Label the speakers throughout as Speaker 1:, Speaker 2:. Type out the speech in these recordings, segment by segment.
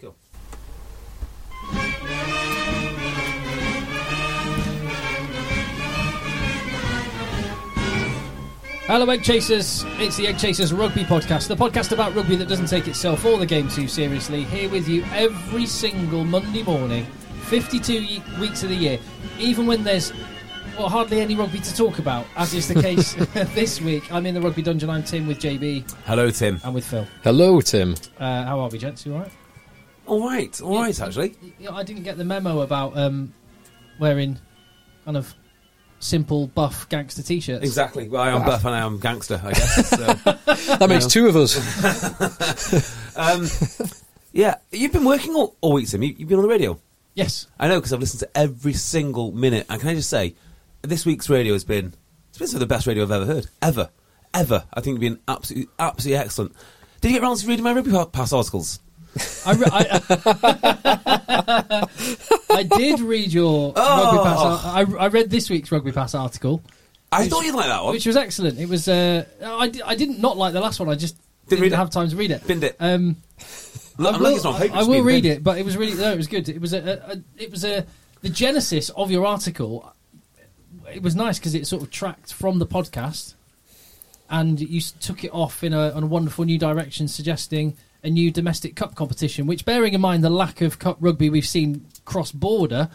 Speaker 1: Cool. Hello, Egg Chasers. It's the Egg Chasers Rugby Podcast, the podcast about rugby that doesn't take itself or the game too seriously. Here with you every single Monday morning, 52 ye- weeks of the year, even when there's well, hardly any rugby to talk about, as is the case this week. I'm in the Rugby Dungeon. I'm Tim with JB
Speaker 2: Hello, Tim.
Speaker 1: and with Phil.
Speaker 3: Hello, Tim.
Speaker 1: Uh, how are we, gents? You all right?
Speaker 2: All right, all right, actually.
Speaker 1: You know, I didn't get the memo about um, wearing kind of simple buff gangster t-shirts.
Speaker 2: Exactly. Well, I
Speaker 1: Ah.
Speaker 2: am Buff and I am Gangster, I guess. So.
Speaker 3: That makes two of us.
Speaker 2: um, yeah, you've been working all, all week, Tim. You, you've been on the radio.
Speaker 1: Yes.
Speaker 2: I know because I've listened to every single minute. And can I just say, this week's radio has been it's been some of the best radio I've ever heard, ever, ever. I think it's been absolutely, absolutely excellent. Did you get round to reading my rugby pa- pass articles?
Speaker 1: I, re- I, I did read your
Speaker 2: Oh.
Speaker 1: rugby pass. ar- I, I read this week's rugby pass article,
Speaker 2: I thought you'd like that one.
Speaker 1: which was excellent. It was. Uh, I, di- I didn't not like the last one. I just didn't,
Speaker 2: Didn't read it.
Speaker 1: have time to read it.
Speaker 2: Binned it.
Speaker 1: Um,
Speaker 2: Look,
Speaker 1: I
Speaker 2: I'm
Speaker 1: will,
Speaker 2: lucky it's not on paper,
Speaker 1: I
Speaker 2: it's
Speaker 1: will
Speaker 2: been
Speaker 1: read
Speaker 2: binned.
Speaker 1: it, but it was really no, it was good. It was a, a, a it was a the genesis of your article. It was nice because it sort of tracked from the podcast, and you s- took it off in a, on a wonderful new direction, suggesting a new domestic cup competition. Which, bearing in mind the lack of cup rugby we've seen cross border,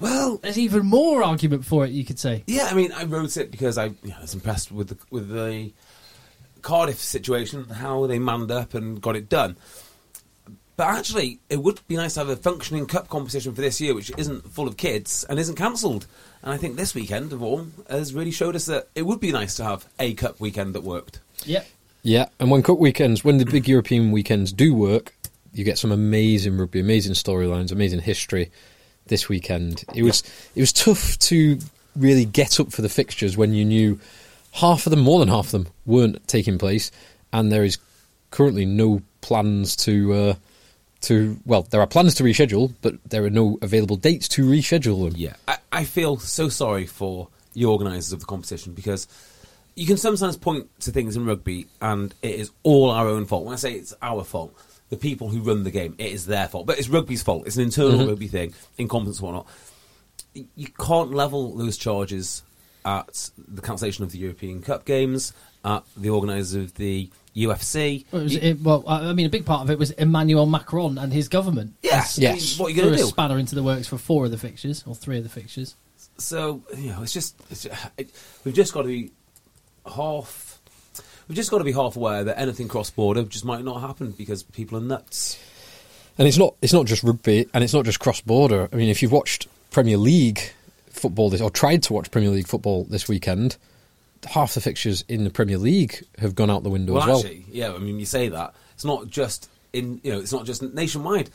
Speaker 2: Well,
Speaker 1: there's even more argument for it. You could say.
Speaker 2: Yeah, I mean, I wrote it because I you know, was impressed with the, with the Cardiff situation, how they manned up and got it done. But actually, it would be nice to have a functioning cup competition for this year, which isn't full of kids and isn't cancelled. And I think this weekend of all has really showed us that it would be nice to have a cup weekend that worked.
Speaker 1: Yeah,
Speaker 3: Yeah, and when cup weekends, when the big European weekends do work, you get some amazing rugby, amazing storylines, amazing history. This weekend, it was it was tough to really get up for the fixtures when you knew half of them, more than half of them, weren't taking place, and there is currently no plans to uh, to well, there are plans to reschedule, but there are no available dates to reschedule them.
Speaker 2: Yeah, I, I feel so sorry for the organisers of the competition because you can sometimes point to things in rugby and it is all our own fault. When I say it's our fault, the people who run the game, it is their fault. But it's rugby's fault. It's an internal
Speaker 1: Mm-hmm.
Speaker 2: rugby thing, incompetence and whatnot. Y- You can't level those charges at the cancellation of the European Cup games, at the organisers of the UFC.
Speaker 1: well, it was,
Speaker 2: You-
Speaker 1: it, well, I I mean, a big part of it was Emmanuel Macron and his government.
Speaker 2: yes, I mean,
Speaker 3: Yes.
Speaker 2: what are you going
Speaker 1: Threw
Speaker 2: to
Speaker 1: a
Speaker 2: do?
Speaker 1: spanner into the works for four of the fixtures or three of the fixtures.
Speaker 2: so you know, it's just, it's uh, it, we've just got to be half. We've just got to be half aware that anything cross border just might not happen because people are nuts.
Speaker 3: And it's not it's not just rugby, and it's not just cross border. I mean, if you've watched Premier League football this, or tried to watch Premier League football this weekend, half the fixtures in the Premier League have gone out the window
Speaker 2: Well,
Speaker 3: as well.
Speaker 2: actually, yeah. I mean, you say that it's not just in you know, it's not just nationwide.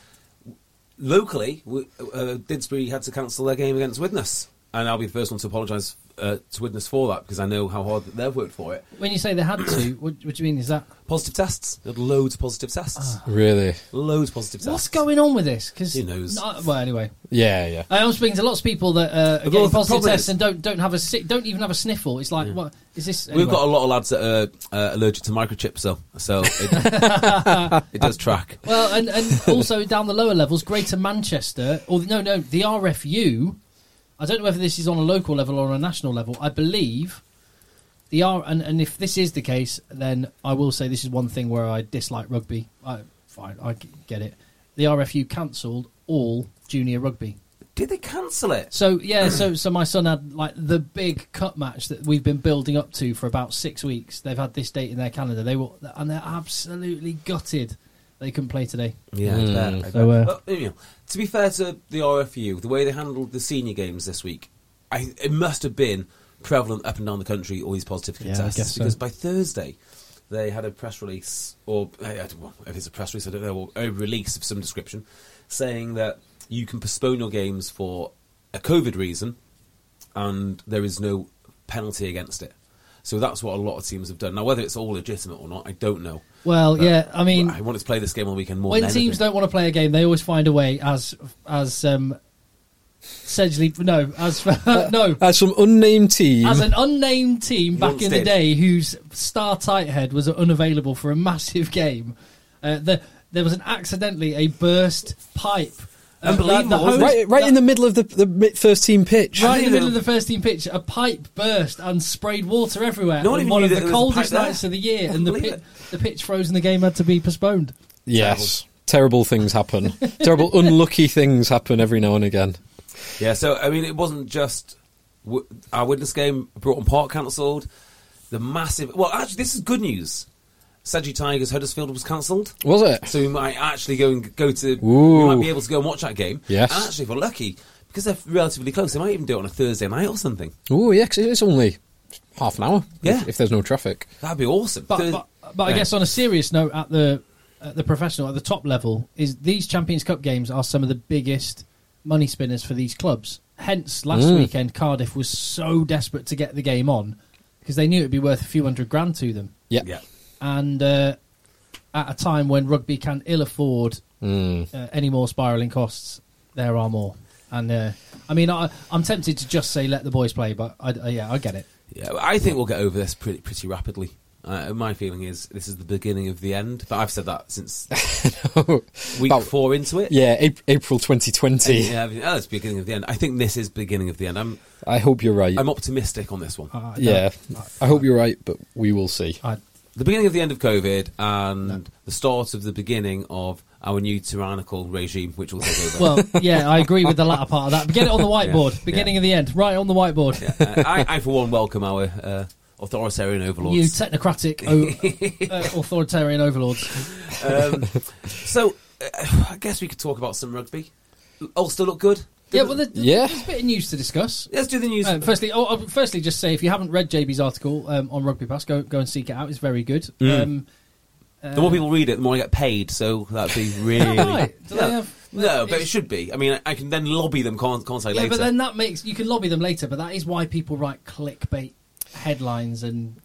Speaker 2: Locally, we, uh, Didsbury had to cancel their game against Widnes, and I'll be the first one to apologise uh, to Widnes for that because I know how hard that they've worked for it.
Speaker 1: When you say they had to, what, what do you mean? Is that
Speaker 2: Positive tests, They had loads of positive tests,
Speaker 3: Really?
Speaker 2: loads of positive tests.
Speaker 1: Ah. what's going on with this? Because
Speaker 2: Who knows?
Speaker 1: well, anyway,
Speaker 3: Yeah, yeah.
Speaker 1: I am speaking to lots of people that uh, are getting
Speaker 2: the
Speaker 1: positive
Speaker 2: problem
Speaker 1: tests
Speaker 2: is-
Speaker 1: and don't don't have a sick, don't even have a sniffle. It's like what is this?
Speaker 2: We've
Speaker 1: anyway.
Speaker 2: got a lot of lads that are uh, allergic to microchips, though, so it, it does track.
Speaker 1: well, and, and also down the lower levels, Greater Manchester, or no, no, the RFU. I don't know whether this is on a local level or on a national level. I believe the R, and, and if this is the case, then I will say this is one thing where I dislike rugby. I, fine, I g- get it. The RFU cancelled all junior rugby.
Speaker 2: Did they cancel it?
Speaker 1: So yeah, so so my son had like the big cup match that we've been building up to for about six weeks. They've had this date in their calendar. They were and they're absolutely gutted they couldn't play today.
Speaker 2: Yeah,
Speaker 3: Mm.
Speaker 2: I bet, I
Speaker 1: So,
Speaker 2: bet.
Speaker 1: uh,
Speaker 2: But, you know, to be fair to the RFU, the way they handled the senior games this week, I, it must have been prevalent up and down the country. All these positive
Speaker 1: Yeah, I
Speaker 2: contests
Speaker 1: guess so.
Speaker 2: because by Thursday they had a press release, or uh, I don't know if it's a press release, I don't know, or a release of some description, saying that you can postpone your games for a COVID reason, and there is no penalty against it. So that's what a lot of teams have done. Now, whether it's all legitimate or not, I don't know.
Speaker 1: Well, yeah, I mean,
Speaker 2: I wanted to play this game on the weekend more
Speaker 1: when
Speaker 2: than
Speaker 1: teams
Speaker 2: anything.
Speaker 1: don't want to play a game, they always find a way. As as um, essentially no, as no,
Speaker 3: As Uh, some unnamed team,
Speaker 1: as an unnamed team back
Speaker 2: uh, once
Speaker 1: in the
Speaker 2: did.
Speaker 1: day whose star tight head was unavailable for a massive game. Uh, the, there was an accidentally a burst pipe. Uh, the- the
Speaker 2: Unbelievable, wasn't it?
Speaker 1: hose-
Speaker 3: right, right in the middle of the, the mi- first team
Speaker 1: Right in
Speaker 3: pitch.
Speaker 1: the
Speaker 2: Unbelievable.
Speaker 1: middle of the first team pitch, a pipe burst and sprayed water everywhere
Speaker 2: No one
Speaker 1: on
Speaker 2: even
Speaker 1: one
Speaker 2: knew
Speaker 1: of
Speaker 2: that
Speaker 1: the
Speaker 2: there was a pipe
Speaker 1: coldest
Speaker 2: there.
Speaker 1: nights of the year,
Speaker 2: Couldn't
Speaker 1: and the,
Speaker 2: believe
Speaker 1: pit,
Speaker 2: it.
Speaker 1: the pitch froze and the game had to be postponed.
Speaker 3: Yes. Terrible things happen. Terrible, unlucky things happen every now and again.
Speaker 2: Yeah, so I mean, it wasn't just w- our witness game. Broughton Park cancelled. The massive. Well, actually, this is good news. Sedgy Tigers Huddersfield was cancelled,
Speaker 3: Was it?
Speaker 2: so we might actually go and go to.
Speaker 3: Ooh.
Speaker 2: We might be able to go and watch that game.
Speaker 3: Yes.
Speaker 2: And actually, if we're lucky, because they're relatively close, they might even do it on a Thursday night or something.
Speaker 3: Oh, yeah, 'cause it's only half an hour. if-
Speaker 2: Yeah.
Speaker 3: If, there's no traffic.
Speaker 2: That'd be awesome.
Speaker 1: But,
Speaker 2: Thur-
Speaker 1: but, but I
Speaker 2: Yeah.
Speaker 1: guess on a serious note, at the at the professional, at the top level, is these Champions Cup games are some of the biggest money spinners for these clubs. Hence, last
Speaker 2: Mm.
Speaker 1: weekend Cardiff was so desperate to get the game on because they knew it'd be worth a few hundred grand to them,
Speaker 3: Yeah.
Speaker 2: yeah.
Speaker 1: and uh, at a time when rugby can ill afford uh, any more spiralling costs, there are more. And uh, I mean, I, I'm tempted to just say let the boys play, but I, I- yeah, I get it.
Speaker 2: Yeah, well, I think we'll get over this pretty, pretty rapidly. Uh, my feeling is this is the beginning of the end, but I've said that since week
Speaker 3: About-
Speaker 2: four into it.
Speaker 3: Yeah, Ap- April 2020.
Speaker 2: Yeah, oh, it's beginning of the end. I think this is beginning of the end. I'm
Speaker 3: I hope you're right.
Speaker 2: I'm optimistic on this one.
Speaker 1: I don't-
Speaker 3: yeah. I hope you're right, but we will see.
Speaker 1: I,
Speaker 2: The beginning of the end of COVID and the start of the beginning of our new tyrannical regime, which will take over.
Speaker 1: Well, yeah, I agree with the latter part of that. But get it on the whiteboard,
Speaker 2: Yeah.
Speaker 1: beginning of the end, right on the whiteboard.
Speaker 2: Uh, I, I, for one, welcome our uh, authoritarian
Speaker 1: You
Speaker 2: overlords.
Speaker 1: technocratic, o- uh, authoritarian overlords.
Speaker 2: um, so, uh, I guess we could talk about some rugby. Ulster look good.
Speaker 1: Yeah, well, there's,
Speaker 3: Yeah.
Speaker 1: there's a bit of news to discuss.
Speaker 2: Let's do the news.
Speaker 1: Uh, firstly, oh, I'll firstly, just say if you haven't read JB's article um, on Rugby Pass, go go and seek it out. It's very good. Um,
Speaker 2: the more people read it, the more I get paid. So that'd be really.
Speaker 1: uh, right. Do they
Speaker 2: No,
Speaker 1: have-
Speaker 2: no, but it should be. I mean, I, I can then lobby them, can't, can't I?
Speaker 1: yeah,
Speaker 2: later.
Speaker 1: but then that makes you can lobby them later. But that is why people write clickbait headlines and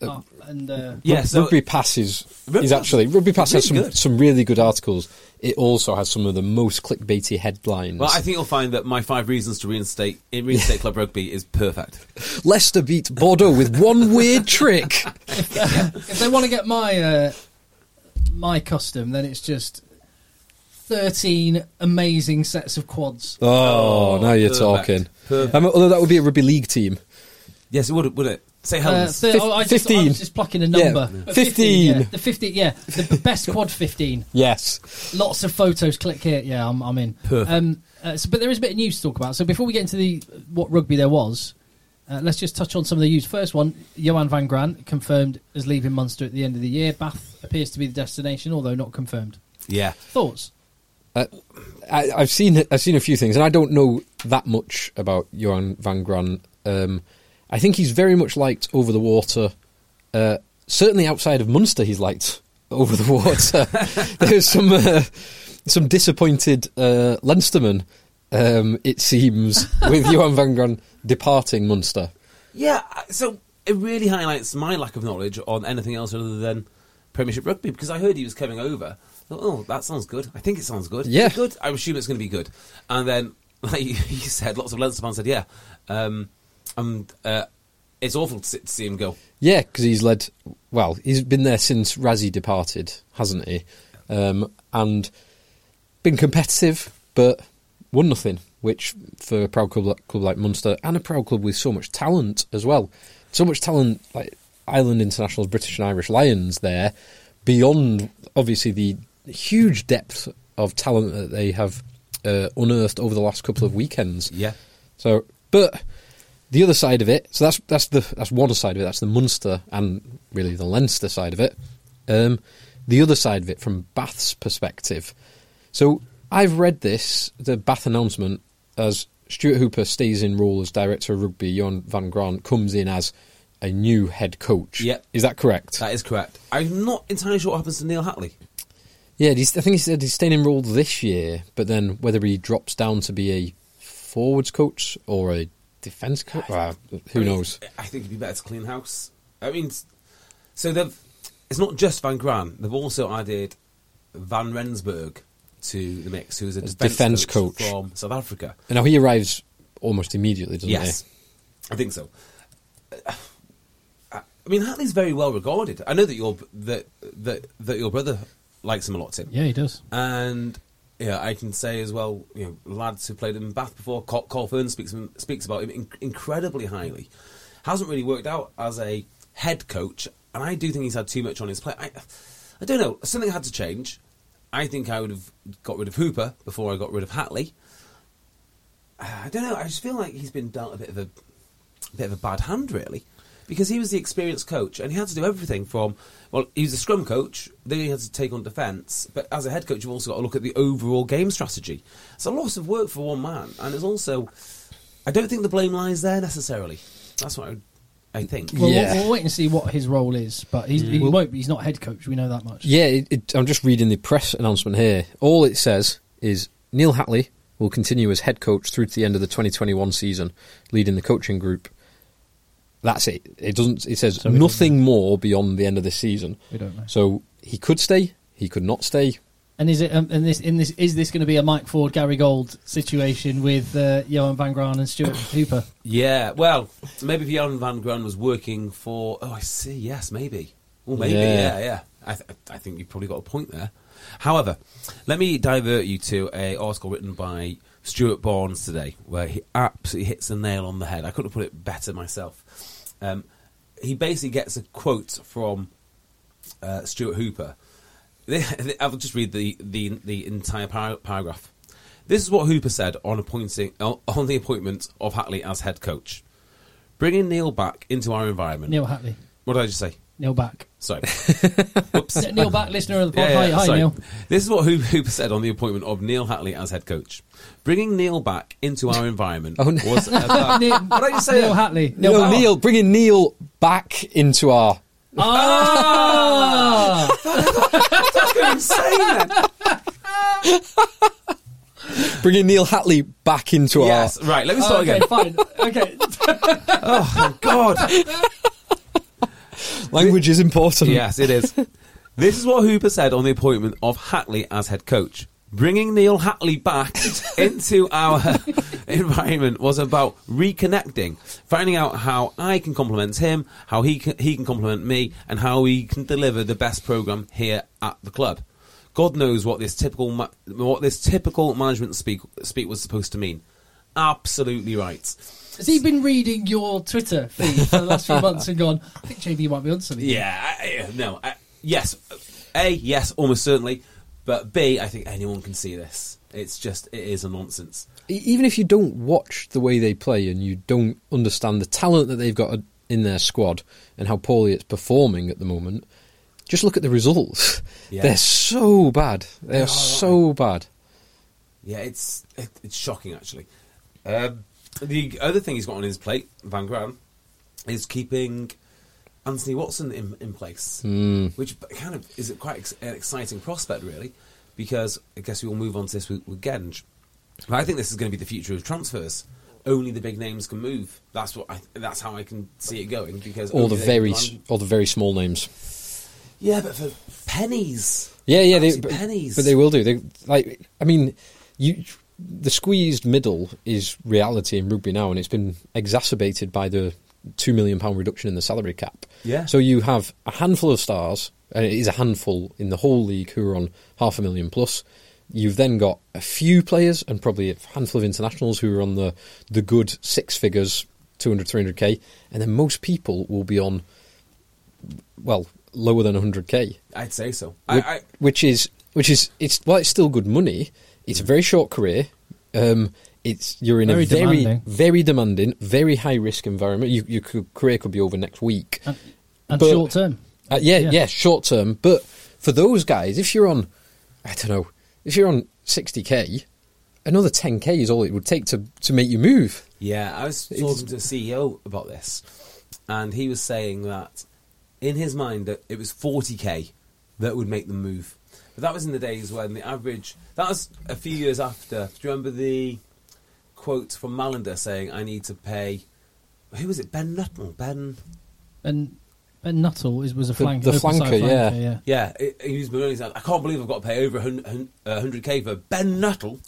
Speaker 1: uh, and uh,
Speaker 2: yeah, so-
Speaker 3: rugby passes
Speaker 2: Rugby
Speaker 3: is
Speaker 2: Pass
Speaker 3: actually
Speaker 2: is
Speaker 3: rugby pass has some,
Speaker 2: really good.
Speaker 3: some really good articles. It also has some of the most clickbaity headlines.
Speaker 2: Well, I think you'll find that my five reasons to reinstate in reinstate club rugby is perfect.
Speaker 3: Leicester beat Bordeaux with one weird trick.
Speaker 1: if they want to get my uh, my custom, then it's just thirteen amazing sets of quads.
Speaker 3: Oh, now you're
Speaker 2: perfect.
Speaker 3: talking.
Speaker 2: Perfect.
Speaker 3: Um, although that would be a rugby league team.
Speaker 2: Yes, it would. Would it? Say
Speaker 1: Uh,
Speaker 2: Helens.
Speaker 1: thir-
Speaker 3: Fif-
Speaker 1: oh, I just, I
Speaker 3: 15.
Speaker 1: was just plucking a
Speaker 3: Yeah.
Speaker 1: number.
Speaker 3: Yeah.
Speaker 1: But yeah.
Speaker 3: 15.
Speaker 1: The 15, yeah. The b- best quad 15.
Speaker 3: Yes.
Speaker 1: Lots of photos. Click here. Yeah, I'm, I'm in.
Speaker 2: Perfect.
Speaker 1: Um, uh, so, but there is a bit of news to talk about. So before we get into the what rugby there was, uh, let's just touch on some of the news. First one, Johan van Grant confirmed as leaving Munster at the end of the year. Bath appears to be the destination, although not confirmed.
Speaker 2: yeah.
Speaker 1: Thoughts?
Speaker 3: I, I've seen I've seen a few things, and I don't know that much about Johan van Gran. Um, I think he's very much liked over the water. Uh, certainly outside of Munster, he's liked over the water. There's some uh, some disappointed uh, Leinstermen, um, it seems, with Johan van Gran departing Munster.
Speaker 2: Yeah. I- So it really highlights my lack of knowledge on anything else other than Premiership rugby because I heard he was coming over. I thought, Oh, that sounds good. I think it sounds good.
Speaker 3: Yeah.
Speaker 2: Is it good. I assume it's going to be good. And then, like you said, lots of Leinster fans said, "Yeah." Um, and uh, it's awful to see, to see him go.
Speaker 3: Yeah, because he's led. Well, he's been there since Razzie departed, hasn't he? Um, and been competitive, but won nothing. Which for a proud club, like- club like Munster and a proud club with so much talent as well, so much talent like Ireland internationals, British and Irish Lions there, beyond obviously the huge depth of talent that they have uh, uh, unearthed over the last couple of weekends.
Speaker 2: Yeah.
Speaker 3: So, but the other side of it, so that's that's the that's one side of it. That's the Munster and really the Leinster side of it. Um, the other side of it, from Bath's perspective. So I've read this the Bath announcement as Stuart Hooper stays in role as director of rugby. Johan van Grant comes in as a new head coach.
Speaker 2: Yep.
Speaker 3: is that correct?
Speaker 2: That is correct. I'm not entirely sure what happens to Neil Hatley.
Speaker 3: Yeah, he's, I think he said he's staying in role this year, but then whether he drops down to be a forwards coach or a defence coach, uh, who
Speaker 2: I mean,
Speaker 3: knows?
Speaker 2: I think it'd be better to clean house. I mean, s- so they've. It's not just Van Gran. They've also added Van Rensburg to the mix, who's a
Speaker 3: As
Speaker 2: defence,
Speaker 3: defence
Speaker 2: coach,
Speaker 3: coach.
Speaker 2: from South Africa.
Speaker 3: And now he arrives almost immediately, doesn't
Speaker 2: yes, I think so. Uh, I I mean, Hatley's very well regarded. I know that your that that that your brother likes him a lot, Tim.
Speaker 1: Yeah, he does.
Speaker 2: And yeah, I can say as well, you know, lads who played in Bath before, Col, Col Fern speaks of him- speaks about him in, incredibly highly. Hasn't really worked out as a head coach, and I do think he's had too much on his plate. I, I don't know. Something had to change. I think I would have got rid of Hooper before I got rid of Hatley. Uh, I don't know. I just feel like he's been dealt a bit of a bit of a bad hand, really, because he was the experienced coach and he had to do everything from well, he was a scrum coach, then he had to take on defence, but as a head coach, you've also got to look at the overall game strategy. It's a lot of work for one man, and it's also I don't think the blame lies there necessarily. That's what I, I think.
Speaker 1: Well,
Speaker 3: Yeah.
Speaker 1: we'll, we'll wait and see what his role is, but he's, he won't. He's not head coach. We know that much.
Speaker 3: he? Yeah, it, it, I'm just reading the press announcement here. All it says is Neil Hatley will continue as head coach through to the end of the 2021 season, leading the coaching group. That's it. It doesn't. It says
Speaker 1: So we don't
Speaker 3: nothing more beyond the end of the season.
Speaker 1: We don't know.
Speaker 3: So he could stay. He could not stay.
Speaker 1: And is it? Um, and this in this is this going to be a Mike Ford, Gary Gold situation with uh, Johan van Graan and Stuart Hooper?
Speaker 2: Yeah, well, maybe if Jan van Gran was working for. Oh, I see. Yes, maybe. Oh, maybe. Yeah,
Speaker 3: Yeah.
Speaker 2: yeah. I, th- I think you've probably got a point there. However, let me divert you to a article written by Stuart Barnes today, where he absolutely hits the nail on the head. I couldn't have put it better myself. Um, he basically gets a quote from uh, Stuart Hooper. I'll just read the, the, the entire par- paragraph. This is what Hooper said on appointing on on the appointment of Hatley as head coach. Bringing Neil back into our environment.
Speaker 1: Neil Hatley,
Speaker 2: What did I just say?
Speaker 1: Neil back,
Speaker 2: Sorry.
Speaker 1: N- Neil back, listener of the pod.
Speaker 2: Yeah,
Speaker 1: hi,
Speaker 2: yeah,
Speaker 1: hi,
Speaker 2: sorry.
Speaker 1: Neil.
Speaker 2: This is what Hoop- Hooper said on the appointment of Neil Hatley as head coach. Bringing Neil back into our environment
Speaker 3: Oh, no.
Speaker 2: was about...
Speaker 1: Neil,
Speaker 2: what did I just say?
Speaker 1: Neil Hatley.
Speaker 3: No,
Speaker 1: Back.
Speaker 3: Neil, bringing Neil back into our.
Speaker 1: Ah!
Speaker 3: Bringing Neil Hatley back into
Speaker 2: yes. Right. Let me start
Speaker 1: Oh, okay,
Speaker 2: again.
Speaker 1: fine. Okay.
Speaker 2: God.
Speaker 3: our. Language is important.
Speaker 2: Yes, it is. this is what Hooper said on the appointment of Hatley as head coach. Bringing Neil Hatley back into our environment was about reconnecting, finding out how I can complement him, how he can, he can complement me, and how we can deliver the best program here at the club. God knows what this typical ma- what this typical management speak speak was supposed to mean. Absolutely right.
Speaker 1: Has he been reading your Twitter feed for the last few months and gone? I think JB might be on something.
Speaker 2: Yeah, I, I- no. I, yes, A, yes, almost certainly. But B, I think anyone can see this. It's just, it is a nonsense.
Speaker 3: E- Even if you don't watch the way they play and you don't understand the talent that they've got uh, in their squad and how poorly it's performing at the moment, just look at the results.
Speaker 2: Yeah.
Speaker 3: They're so bad. They are
Speaker 2: aren't
Speaker 3: so bad.
Speaker 2: Yeah, it's it, it's shocking, actually. Um, the other thing he's got on his plate, Van Gran, is keeping Anthony Watson in, in place,
Speaker 3: Hmm.
Speaker 2: mm. which kind of is quite ex- an exciting prospect, really, because I guess we'll move on to this with, with Genge. But I think this is going to be the future of transfers. Only the big names can move. That's what I, that's how I can see it going because
Speaker 3: All
Speaker 2: only
Speaker 3: the
Speaker 2: they
Speaker 3: very,
Speaker 2: can
Speaker 3: s-
Speaker 2: run-
Speaker 3: all the very small names.
Speaker 2: yeah, but for pennies.
Speaker 3: Yeah, yeah, they,
Speaker 2: Absolute
Speaker 3: but,
Speaker 2: pennies.
Speaker 3: but they will do. They like. I mean, you. The squeezed middle is reality in rugby now, and it's been exacerbated by the two million pound reduction in the salary cap.
Speaker 2: Yeah.
Speaker 3: So you have a handful of stars, and it is a handful in the whole league who are on half a million plus. You've then got a few players and probably a handful of internationals who are on the the good six figures, 200, 300k, and then most people will be on, well, lower than 100k
Speaker 2: I'd say so. I,
Speaker 3: which,
Speaker 2: I,
Speaker 3: which is which is it's well, it's still good money. It's a very short career. Um, it's you're in
Speaker 1: Very
Speaker 3: a very
Speaker 1: demanding.
Speaker 3: very demanding, very high risk environment. You, your c- career could be over next week.
Speaker 1: And, and
Speaker 3: But-
Speaker 1: short term.
Speaker 3: Uh, yeah,
Speaker 1: Uh, Yeah.
Speaker 3: yeah, short term. But for those guys, if you're on, I don't know, if you're on 60k, another 10k is all it would take to, to make you move.
Speaker 2: Yeah, I was
Speaker 3: It's-
Speaker 2: talking to the CEO about this, and he was saying that in his mind that it was 40k that would make them move. But that was in the days when the average. That was a few years after. Do you remember the quote from Malander saying, "I need to pay"? Who was it? Ben Nuttall. Ben.
Speaker 1: And and Nuttall is, was a
Speaker 3: The-
Speaker 1: flank,
Speaker 3: the
Speaker 1: open side
Speaker 3: flanker, yeah.
Speaker 1: yeah.
Speaker 2: Yeah, it, he was bemoaning. he's like, I can't believe I've got to pay over 100 uh, k for Ben Nuttall,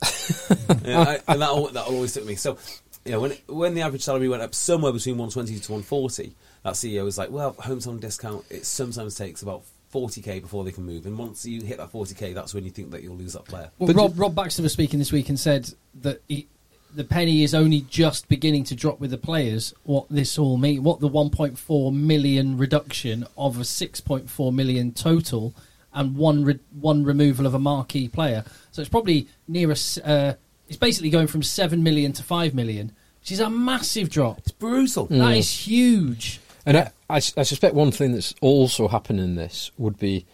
Speaker 2: Yeah, I- and that al- that always took me. So, you know, when it- when the average salary went up somewhere between one twenty to one forty, that CEO was like, well, hometown discount. It sometimes takes about forty k before they can move, and once you hit that forty k, that's when you think that you'll lose that player.
Speaker 1: Well, Rob, Rob Baxter was speaking this week and said that he, the penny is only just beginning to drop with the players. What this all mean? What the 1.4 million reduction of a 6.4 million total, and one re- one removal of a marquee player. So it's probably near a. s- Uh, it's basically going from seven million to five million, which is a massive drop.
Speaker 2: It's brutal.
Speaker 1: That is huge.
Speaker 3: And I I, s- I suspect one thing that's also happened in this would be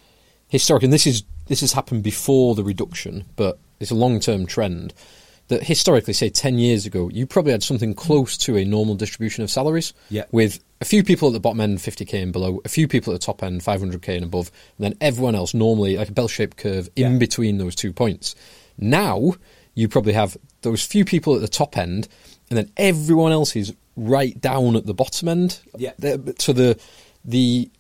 Speaker 3: historic, and this is this has happened before the reduction, but it's a long term trend that historically, say ten years ago, you probably had something close to a normal distribution of salaries,
Speaker 2: Yeah.
Speaker 3: with a few people at the bottom end, fifty k and below, a few people at the top end, five hundred k and above, and then everyone else normally like a bell shaped curve
Speaker 2: Yeah.
Speaker 3: in between those two points. Now you probably have those few people at the top end, and then everyone else is right down at the bottom end
Speaker 2: Yeah.
Speaker 3: the- so the the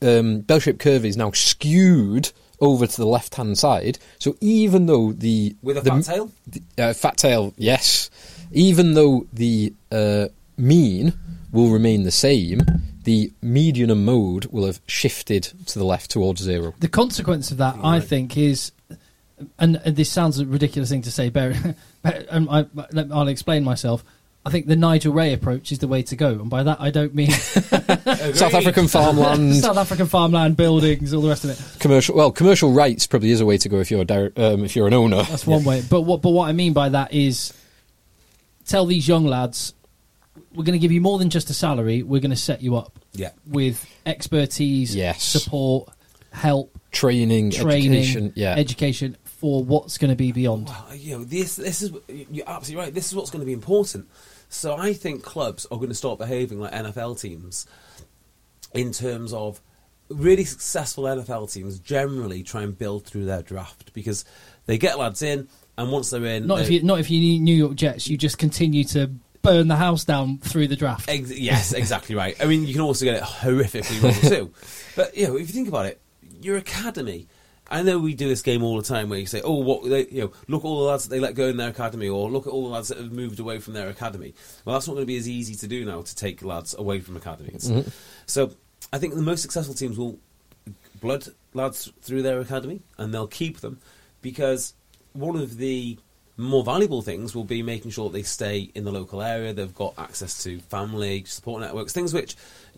Speaker 3: um, bell shaped curve is now skewed over to the left hand side. So even though the
Speaker 2: With a
Speaker 3: the,
Speaker 2: fat tail?
Speaker 3: the, uh, fat tail, yes. Even though the uh, mean will remain the same, the median and mode will have shifted to the left towards zero.
Speaker 1: The consequence of that, I think, is, and, and this sounds a ridiculous thing to say, Barry, but um, I, but let- I'll explain myself. I think the Nigel Ray approach is the way to go, and by that I don't mean
Speaker 3: South African farmland,
Speaker 1: South African farmland buildings, all the rest of it.
Speaker 3: commercial. Well, commercial rights probably is a way to go if you're a dir- um, if you're an owner.
Speaker 1: That's one way. But what but what I mean by that is tell these young lads we're going to give you more than just a salary. We're going to set you up
Speaker 2: Yeah.
Speaker 1: with expertise,
Speaker 3: Yes.
Speaker 1: support, help,
Speaker 3: Training,
Speaker 1: training,
Speaker 3: education, yeah,
Speaker 1: education for what's going to be beyond.
Speaker 2: Well, uh, you know, this this is you're absolutely right. This is what's going to be important. So I think clubs are going to start behaving like NFL teams in terms of really successful NFL teams generally try and build through their draft because they get lads in and once they're in
Speaker 1: Not if
Speaker 2: they-
Speaker 1: you not if you New York Jets, you just continue to burn the house down through the draft.
Speaker 2: Ex- yes, exactly right. I mean, you can also get it horrifically wrong too. But you know, if you think about it, your academy. I know we do this game all the time where you say, "Oh, what they, you know, look at all the lads that they let go in their academy, or look at all the lads that have moved away from their academy." Well, that's not going to be as easy to do now to take lads away from academies. So, I think the most successful teams will blood lads through their academy, and they'll keep them because one of the more valuable things will be making sure that they stay in the local area. They've got access to family support networks, things which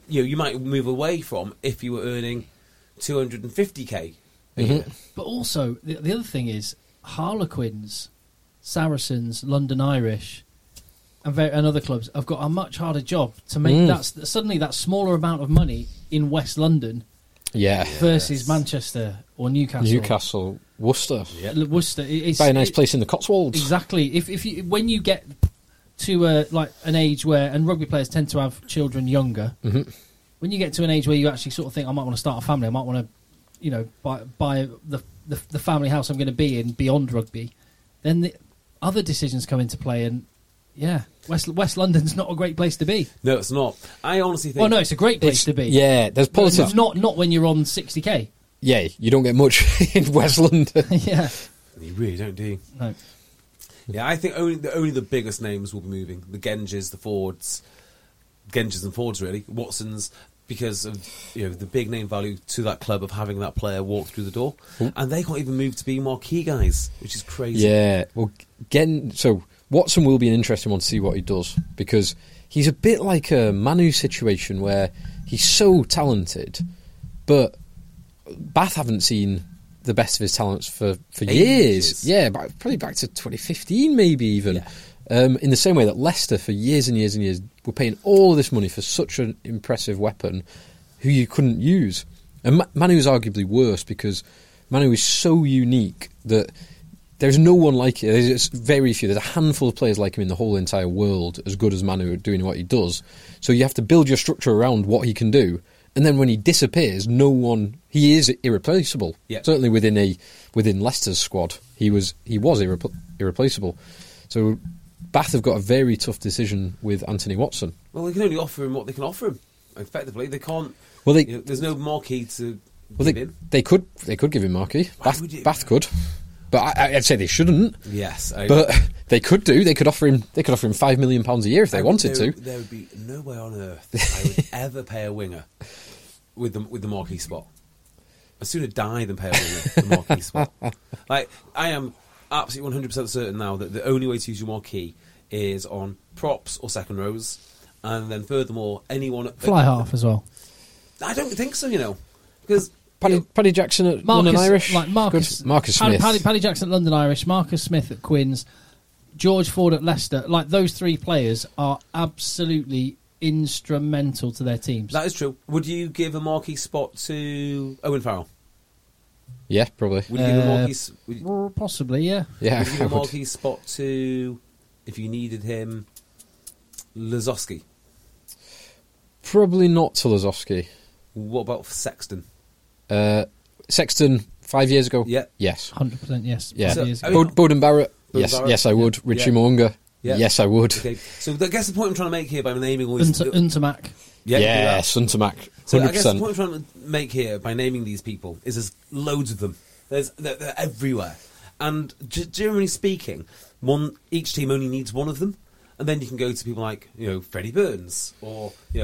Speaker 2: you know you might move away from if you were earning 250k a year.
Speaker 1: But also, the, the other thing is Harlequins, Saracens, London Irish, and, ver- and other clubs have got a much harder job to
Speaker 3: Mm.
Speaker 1: make that that suddenly that smaller amount of money in West London
Speaker 3: yeah.
Speaker 1: versus Manchester or Newcastle.
Speaker 3: Newcastle, Worcester.
Speaker 1: L- Worcester. It, it's,
Speaker 3: Very nice
Speaker 1: it-
Speaker 3: place in the Cotswolds.
Speaker 1: Exactly. If if you when you get to a, like an age where and rugby players tend to have children younger,
Speaker 3: Mm-hmm.
Speaker 1: when you get to an age where you actually sort of think I might want to start a family, I might want to, you know, buy buy the the, the family house I'm going to be in beyond rugby, then the other decisions come into play and. Yeah, West West London's not a great place to be.
Speaker 2: No, it's not. I honestly think.
Speaker 1: Well, Oh, no, it's a great place
Speaker 3: It's-
Speaker 1: to be.
Speaker 3: Yeah, there's
Speaker 1: But
Speaker 3: politics.
Speaker 1: Not not when you're on 60k.
Speaker 3: yeah, you don't get much in West London.
Speaker 1: yeah.
Speaker 2: you really don't do. you?
Speaker 1: No.
Speaker 2: Yeah, I think only the, only the biggest names will be moving: the Genges, the Fords, Genges and Fords, really Watsons, because of you know the big name value to that club of having that player walk through the door, and they can't even move to be marquee guys, which is crazy.
Speaker 3: yeah, well, again, so Watson will be an interesting one to see what he does because he's a bit like a Manu situation where he's so talented, but Bath haven't seen the best of his talents for, for
Speaker 2: Ages.
Speaker 3: years. Yeah, back, probably back to 2015, maybe even.
Speaker 2: Yeah.
Speaker 3: Um, in the same way that Leicester, for years and years and years, were paying all this money for such an impressive weapon who you couldn't use. And Ma- Manu is arguably worse because Manu is so unique that there's no one like him. There's very few. There's a handful of players like him in the whole entire world as good as Manu at doing what he does. So you have to build your structure around what he can do. And then when he disappears, no one. He is irreplaceable.
Speaker 2: Yeah.
Speaker 3: Certainly certainly within a within Leicester's squad, he was he was irrepl- irreplaceable. So Bath have got a very tough decision with Anthony Watson.
Speaker 2: Well, they can only offer him what they can offer him. Effectively, they can't.
Speaker 3: Well, they-
Speaker 2: you know, there's no marquee to
Speaker 3: Well,
Speaker 2: give
Speaker 3: they,
Speaker 2: him.
Speaker 3: they could they could give him Markey.
Speaker 2: Why
Speaker 3: Bath,
Speaker 2: would you-
Speaker 3: Bath could, but I, I'd say they shouldn't.
Speaker 2: Yes, I,
Speaker 3: But they could do. They could offer him. They could offer him five million pounds a year if they
Speaker 2: I-
Speaker 3: wanted
Speaker 2: there,
Speaker 3: to.
Speaker 2: There would be no way on earth I would ever pay a winger with the with the marquee spot. I'd sooner die than pay a winger with the marquee spot. Like I am absolutely one hundred percent certain now that the only way to use your marquee is on props or second rows, and then furthermore, anyone
Speaker 1: Fly half as well.
Speaker 2: I don't think so. You know, because
Speaker 3: Paddy, Paddy Jackson at
Speaker 1: Marcus,
Speaker 3: London Irish.
Speaker 1: like Marcus,
Speaker 3: Good. Marcus
Speaker 1: Paddy-
Speaker 3: Smith.
Speaker 1: Paddy, Paddy Jackson at London Irish, Marcus Smith at Quinns, George Ford at Leicester. Like those three players are absolutely instrumental to their teams.
Speaker 2: that is true. Would you give a marquee spot to Owen Farrell?
Speaker 3: Yeah, probably.
Speaker 2: Would you give a
Speaker 1: Uh,
Speaker 2: marquee? s- Would, you-
Speaker 1: Well, possibly, yeah.
Speaker 3: Yeah,
Speaker 2: would you give
Speaker 3: I
Speaker 2: a
Speaker 3: would.
Speaker 2: marquee spot to if you needed him? Lazowski.
Speaker 3: probably not to Lazowski.
Speaker 2: What about for Sexton?
Speaker 3: Uh, Sexton five years ago.
Speaker 2: Yeah.
Speaker 3: Yes.
Speaker 1: Hundred percent, yes.
Speaker 3: Yeah.
Speaker 1: Probably is.
Speaker 2: So- I mean-
Speaker 3: Bod- Bowden Barrett.
Speaker 2: Bowden
Speaker 3: yes,
Speaker 2: Barrett.
Speaker 3: yes, I would.
Speaker 2: Yeah.
Speaker 3: Richie
Speaker 2: Yeah.
Speaker 3: Moonga.
Speaker 2: Yeah.
Speaker 3: Yes, I would.
Speaker 2: Okay, so I guess the point I'm trying to make here by naming all these.
Speaker 1: Unta- Untamac.
Speaker 2: Yeah, do that.
Speaker 3: yes, Suntermac.
Speaker 2: So
Speaker 3: Hundred
Speaker 2: I guess the
Speaker 3: percent.
Speaker 2: point I'm trying to make here by naming these people is there's loads of them. There's they're, they're everywhere, and g- generally speaking, one each team only needs one of them, and then you can go to people like you know Freddie Burns or you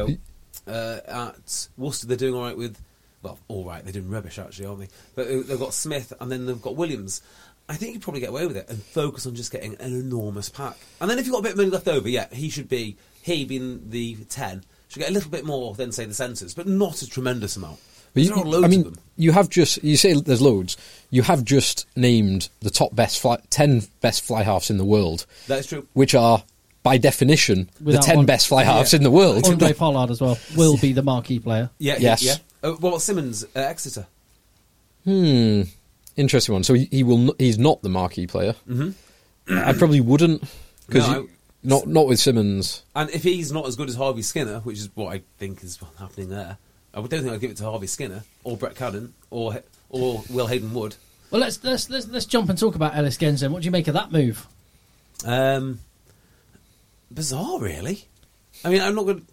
Speaker 2: know uh, at Worcester they're doing all right with well all right they're doing rubbish actually aren't they? But uh, they've got Smith and then they've got Williams. I think you probably get away with it and focus on just getting an enormous pack. And then if you've got a bit of money left over, yeah, he should be he being the ten should get a little bit more than say the centres, but not a tremendous amount.
Speaker 3: But you-
Speaker 2: there are loads
Speaker 3: I mean,
Speaker 2: of them.
Speaker 3: you have just you say there's loads. You have just named the top best fly, ten best fly halves in the world,
Speaker 2: That is true.
Speaker 3: which are by definition
Speaker 1: Without
Speaker 3: the ten
Speaker 1: one-
Speaker 3: best fly halves
Speaker 2: Yeah.
Speaker 3: in the world.
Speaker 1: Andre Pollard as well will be the marquee player.
Speaker 2: Yeah,
Speaker 3: Yes.
Speaker 2: yeah. yeah. Uh, what about Simmons at Exeter?
Speaker 3: Hmm, interesting one. So he, he will. n- He's not the marquee player. Mm-hmm. I probably wouldn't because
Speaker 2: No, I-
Speaker 3: not not with Simmons.
Speaker 2: And if he's not as good as Harvey Skinner, which is what I think is what's happening there, I don't think I'd give it to Harvey Skinner or Brett Cadden or or Will Hayden Wood.
Speaker 1: Well, let's let's let's, let's jump and talk about Ellis Genz then. What do you make of that move?
Speaker 2: Um, bizarre, really. I mean, I'm not going. to...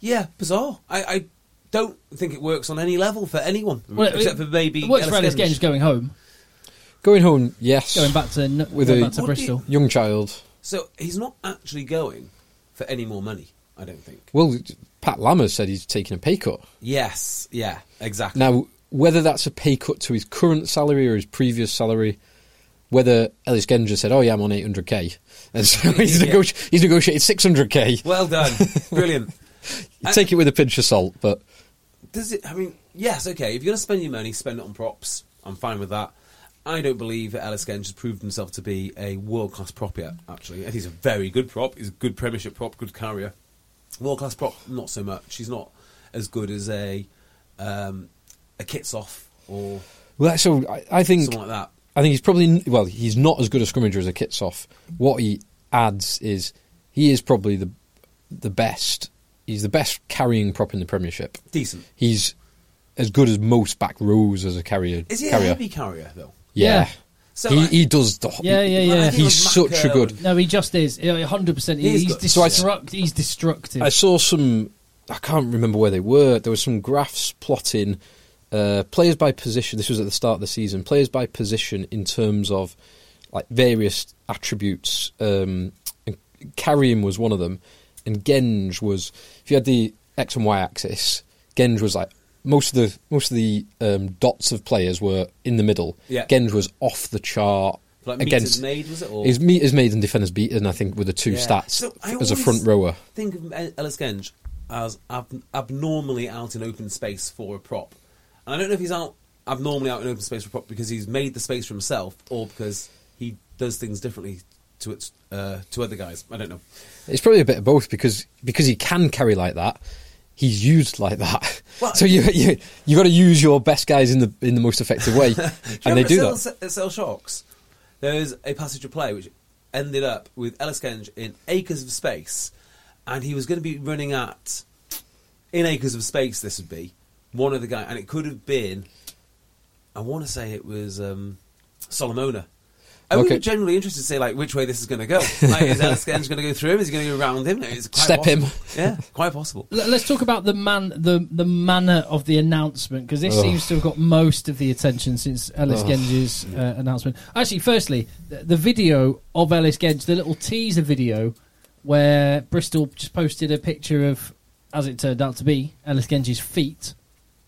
Speaker 2: Yeah, bizarre. I, I don't think it works on any level for anyone,
Speaker 1: Well, it-
Speaker 2: except for maybe
Speaker 1: it works for Ellis
Speaker 2: Genge.
Speaker 1: Genz going home,
Speaker 3: Going home, yes.
Speaker 1: going back to n-
Speaker 3: With
Speaker 1: going
Speaker 3: a-
Speaker 1: back to
Speaker 2: What do you-
Speaker 1: Bristol.
Speaker 3: young child.
Speaker 2: So he's not actually going for any more money. I don't think.
Speaker 3: Well, Pat Lammers said he's taking a pay cut.
Speaker 2: Yes. Yeah. Exactly.
Speaker 3: Now, whether that's a pay cut to his current salary or his previous salary, whether Ellis Genja said, "Oh yeah, I'm on 800k," and so he's,
Speaker 2: Yeah.
Speaker 3: negoti- he's negotiated 600k.
Speaker 2: Well done. Brilliant.
Speaker 3: You take it with a pinch of salt, but
Speaker 2: Does it? I mean, yes. Okay. If you're going to spend your money, spend it on props. I'm fine with that. I don't believe that Alice Genge has proved himself to be a world class prop yet. Actually, and he's a very good prop. He's a good Premiership prop, good carrier. World class prop, not so much. He's not as good as a um, a Kitsoff or
Speaker 3: well, that's all. I, I think
Speaker 2: something like that.
Speaker 3: I think he's probably n- well. He's not as good a scrummager as a Kitsoff. What he adds is he is probably the the best. He's the best carrying prop in the Premiership.
Speaker 2: Decent.
Speaker 3: He's as good as most back rows as a carrier.
Speaker 2: Is he a
Speaker 3: carrier.
Speaker 2: heavy carrier though?
Speaker 3: Yeah.
Speaker 1: Yeah.
Speaker 2: So,
Speaker 3: he,
Speaker 2: like-
Speaker 3: he does the.
Speaker 1: Yeah, yeah, yeah.
Speaker 2: Like,
Speaker 3: He's
Speaker 2: I think
Speaker 3: such a
Speaker 2: with
Speaker 3: good.
Speaker 2: Macca-
Speaker 1: No, he just is. hundred percent.
Speaker 2: He's
Speaker 1: He's,
Speaker 2: good.
Speaker 3: So I-
Speaker 1: destruct. he's destructive.
Speaker 3: I saw some. I can't remember where they were. There were some graphs plotting uh, players by position. This was at the start of the season. Players by position in terms of like various attributes. Um, and carrying was one of them, and Genge was. If you had the x and y axis, Genge was like most of the most of the um, dots of players were in the middle.
Speaker 2: Yeah.
Speaker 3: Genge was off the chart.
Speaker 2: Like meters
Speaker 3: against
Speaker 2: made, was it, or-
Speaker 3: his meters made and defenders beaten? I think were the two
Speaker 2: Yeah.
Speaker 3: stats
Speaker 2: So I
Speaker 3: as a
Speaker 2: always
Speaker 3: front rower.
Speaker 2: Think of El- Ellis Genge as ab- abnormally out in open space for a prop. And I don't know if he's out abnormally out in open space for prop- because he's made the space for himself, or because he does things differently to its, uh, to other guys. I don't know.
Speaker 3: It's probably a bit of both because because he can carry like that, he's used like that.
Speaker 2: Well-
Speaker 3: so you you you got to use your best guys in the in the most effective way, and they
Speaker 2: Remember
Speaker 3: do that.
Speaker 2: at Cell- At Cell Shocks, there is a passage of play which ended up with Ellis Genge in acres of space, and he was going to be running at in acres of space. This would be one of the guy, and it could have been. I want to say it was um, Solomona. I would
Speaker 3: Okay.
Speaker 2: be generally interested to say like which way this is going to go. Like, is Ellis Genge going to go through him? Is he going to go around him? It's quite
Speaker 3: Step him.
Speaker 2: possible. Yeah, quite possible.
Speaker 1: L- Let's talk about the man, the the manner of the announcement because this
Speaker 3: Ugh.
Speaker 1: seems to have got most of the attention since Ellis Genge's uh, announcement. Actually, firstly, the, the video of Ellis Genge, the little teaser video where Bristol just posted a picture of, as it turned out to be, Ellis Genge's feet.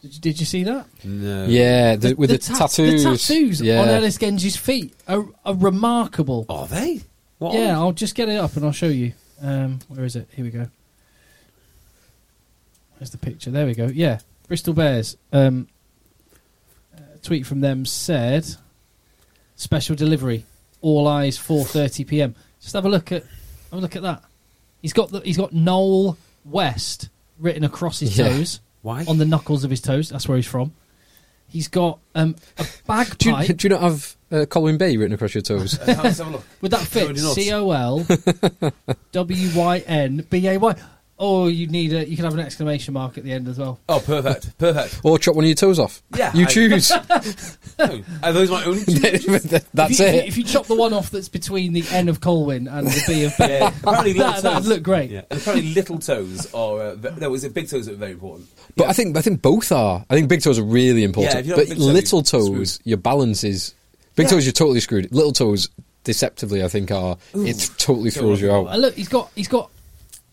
Speaker 1: Did you, did you see that?
Speaker 2: No.
Speaker 3: Yeah, the, with the,
Speaker 1: tat-
Speaker 3: tattoos.
Speaker 1: the tattoos
Speaker 3: yeah.
Speaker 1: on Ellis Genge's feet are, are remarkable.
Speaker 2: Are they? What?
Speaker 1: Yeah, I'll just get it up and I'll show you. Um, where is it? Here we go. There's the picture. There we go. Yeah, Bristol Bears. Um, a tweet from them said, "Special delivery. All eyes 4:30 p.m." Just have a look at have a look at that. He's got the, he's got Noel West written across his
Speaker 3: Yeah.
Speaker 1: toes
Speaker 2: Why?
Speaker 1: on the knuckles of his toes. That's where he's from. He's got um, a
Speaker 3: Do you,
Speaker 1: bagpipe
Speaker 3: do you not have uh, Colin Bay written across your toes?
Speaker 2: Uh, let's have a look.
Speaker 1: Would that fit?
Speaker 2: Surely not.
Speaker 1: C O L W Y N B A Y. Or you need a you can have an exclamation mark at the end as well.
Speaker 2: Oh, perfect, perfect.
Speaker 3: or chop one of your toes off?
Speaker 2: Yeah,
Speaker 3: you
Speaker 2: I-
Speaker 3: choose.
Speaker 2: No. Are those my only two?
Speaker 1: if
Speaker 3: That's
Speaker 1: you,
Speaker 3: it.
Speaker 1: If you, if you chop the one off that's between the N of Colwyn and the B of
Speaker 2: Yeah, apparently little
Speaker 1: That-
Speaker 2: toes.
Speaker 1: that'd look great.
Speaker 2: Yeah, apparently little toes are. Uh, ve- no, was it big toes that are very important?
Speaker 3: But I think I think both are. I think big toes are really important.
Speaker 2: Yeah, if you don't
Speaker 3: but
Speaker 2: have big toe,
Speaker 3: little
Speaker 2: you're
Speaker 3: toes,
Speaker 2: screwed.
Speaker 3: your balance is big
Speaker 2: Yeah.
Speaker 3: toes. You're totally screwed. Little toes, deceptively, I think are it totally
Speaker 2: Don't
Speaker 3: throws you
Speaker 2: worry about
Speaker 1: Uh,
Speaker 3: out.
Speaker 1: look, he's got he's got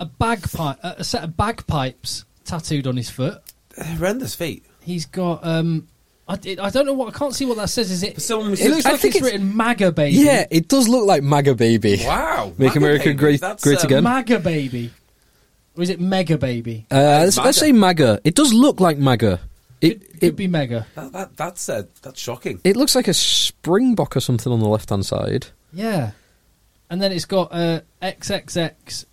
Speaker 1: a bagpipe a a set of bagpipes tattooed on his foot.
Speaker 2: They're horrendous feet.
Speaker 1: He's got um I, it- I don't know what I can't see what that says. Is it?
Speaker 2: For someone with
Speaker 1: it looks
Speaker 2: such- I
Speaker 1: like
Speaker 3: think
Speaker 1: it's,
Speaker 3: it's-
Speaker 1: written MAGA baby.
Speaker 3: Yeah, it does look like MAGA baby.
Speaker 2: Wow,
Speaker 3: Make
Speaker 2: MAGA
Speaker 3: America
Speaker 2: baby,
Speaker 3: great-
Speaker 2: that's,
Speaker 3: great again.
Speaker 1: MAGA baby. Or is it Mega baby?
Speaker 3: Uh, let's,
Speaker 2: MAGA.
Speaker 3: let's say MAGA. It does look like MAGA. It
Speaker 1: Could,
Speaker 3: it,
Speaker 1: could be Mega.
Speaker 2: That, that, that's uh, that's shocking.
Speaker 3: it looks like a springbok or something on the left hand side.
Speaker 1: Yeah. And then it's got uh, XXX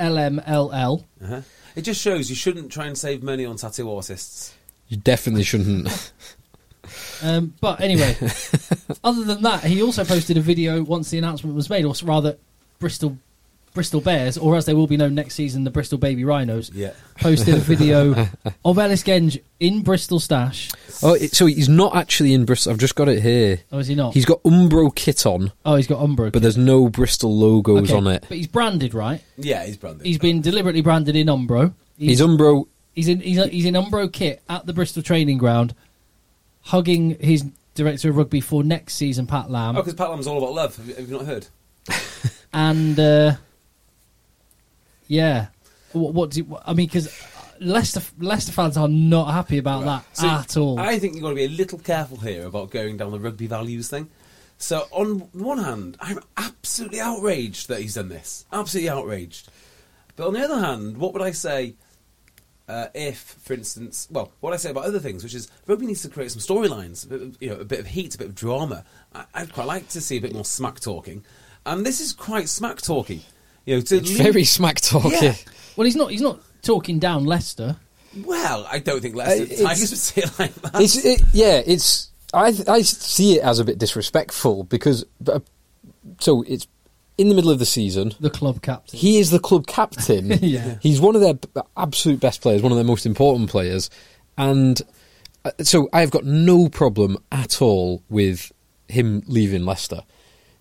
Speaker 1: TJLMLL.
Speaker 2: Uh-huh. It just shows you shouldn't try and save money on tattoo artists.
Speaker 3: You definitely shouldn't.
Speaker 1: Um, but anyway, other than that, he also posted a video once the announcement was made, or s- rather, Bristol Bristol Bears, or as they will be known next season, the Bristol Baby Rhinos,
Speaker 2: Yeah.
Speaker 1: posted a video of Ellis Genge in Bristol Stash.
Speaker 3: oh, it, so he's not actually in Bristol. I've just got it here.
Speaker 1: Oh, is he not?
Speaker 3: He's got Umbro kit on,
Speaker 1: oh, he's got Umbro.
Speaker 3: but there's no Bristol logos
Speaker 1: Okay,
Speaker 3: on it.
Speaker 1: But he's branded, right?
Speaker 2: Yeah, he's branded.
Speaker 1: He's been deliberately branded in Umbro.
Speaker 3: He's Umbro
Speaker 1: He's in he's, he's in Umbro kit at the Bristol training ground, hugging his director of rugby for next season, Pat
Speaker 2: Oh,
Speaker 1: Lamb,
Speaker 2: because Pat Lam's all about love. Have you, have you not heard?
Speaker 1: and uh, yeah, what, what do you, I mean? Because Leicester Leicester fans are not happy about that
Speaker 2: So
Speaker 1: at all.
Speaker 2: I think you've got to be a little careful here about going down the rugby values thing. So, on one hand, I'm absolutely outraged that he's done this. Absolutely outraged. But on the other hand, what would I say uh, if, for instance, well, what I say about other things, which is rugby needs to create some storylines, a bit of- you know, a bit of heat, a bit of drama. I, I'd quite like to see a bit more smack talking, and this is quite smack talky. You know, to
Speaker 3: It's
Speaker 2: leave-
Speaker 3: very smack talky.
Speaker 2: Yeah.
Speaker 1: well, he's not he's not talking down Leicester.
Speaker 2: Well, I don't think Leicester
Speaker 3: Uh, it's-
Speaker 2: Tigers would say it like that.
Speaker 3: It's it, yeah. It's I I see it as a bit disrespectful because but, uh, so it's in the middle of the season.
Speaker 1: The club captain.
Speaker 3: He is the club captain.
Speaker 1: Yeah.
Speaker 3: he's one of their b- absolute best players, one of their most important players, and uh, so I have got no problem at all with him leaving Leicester.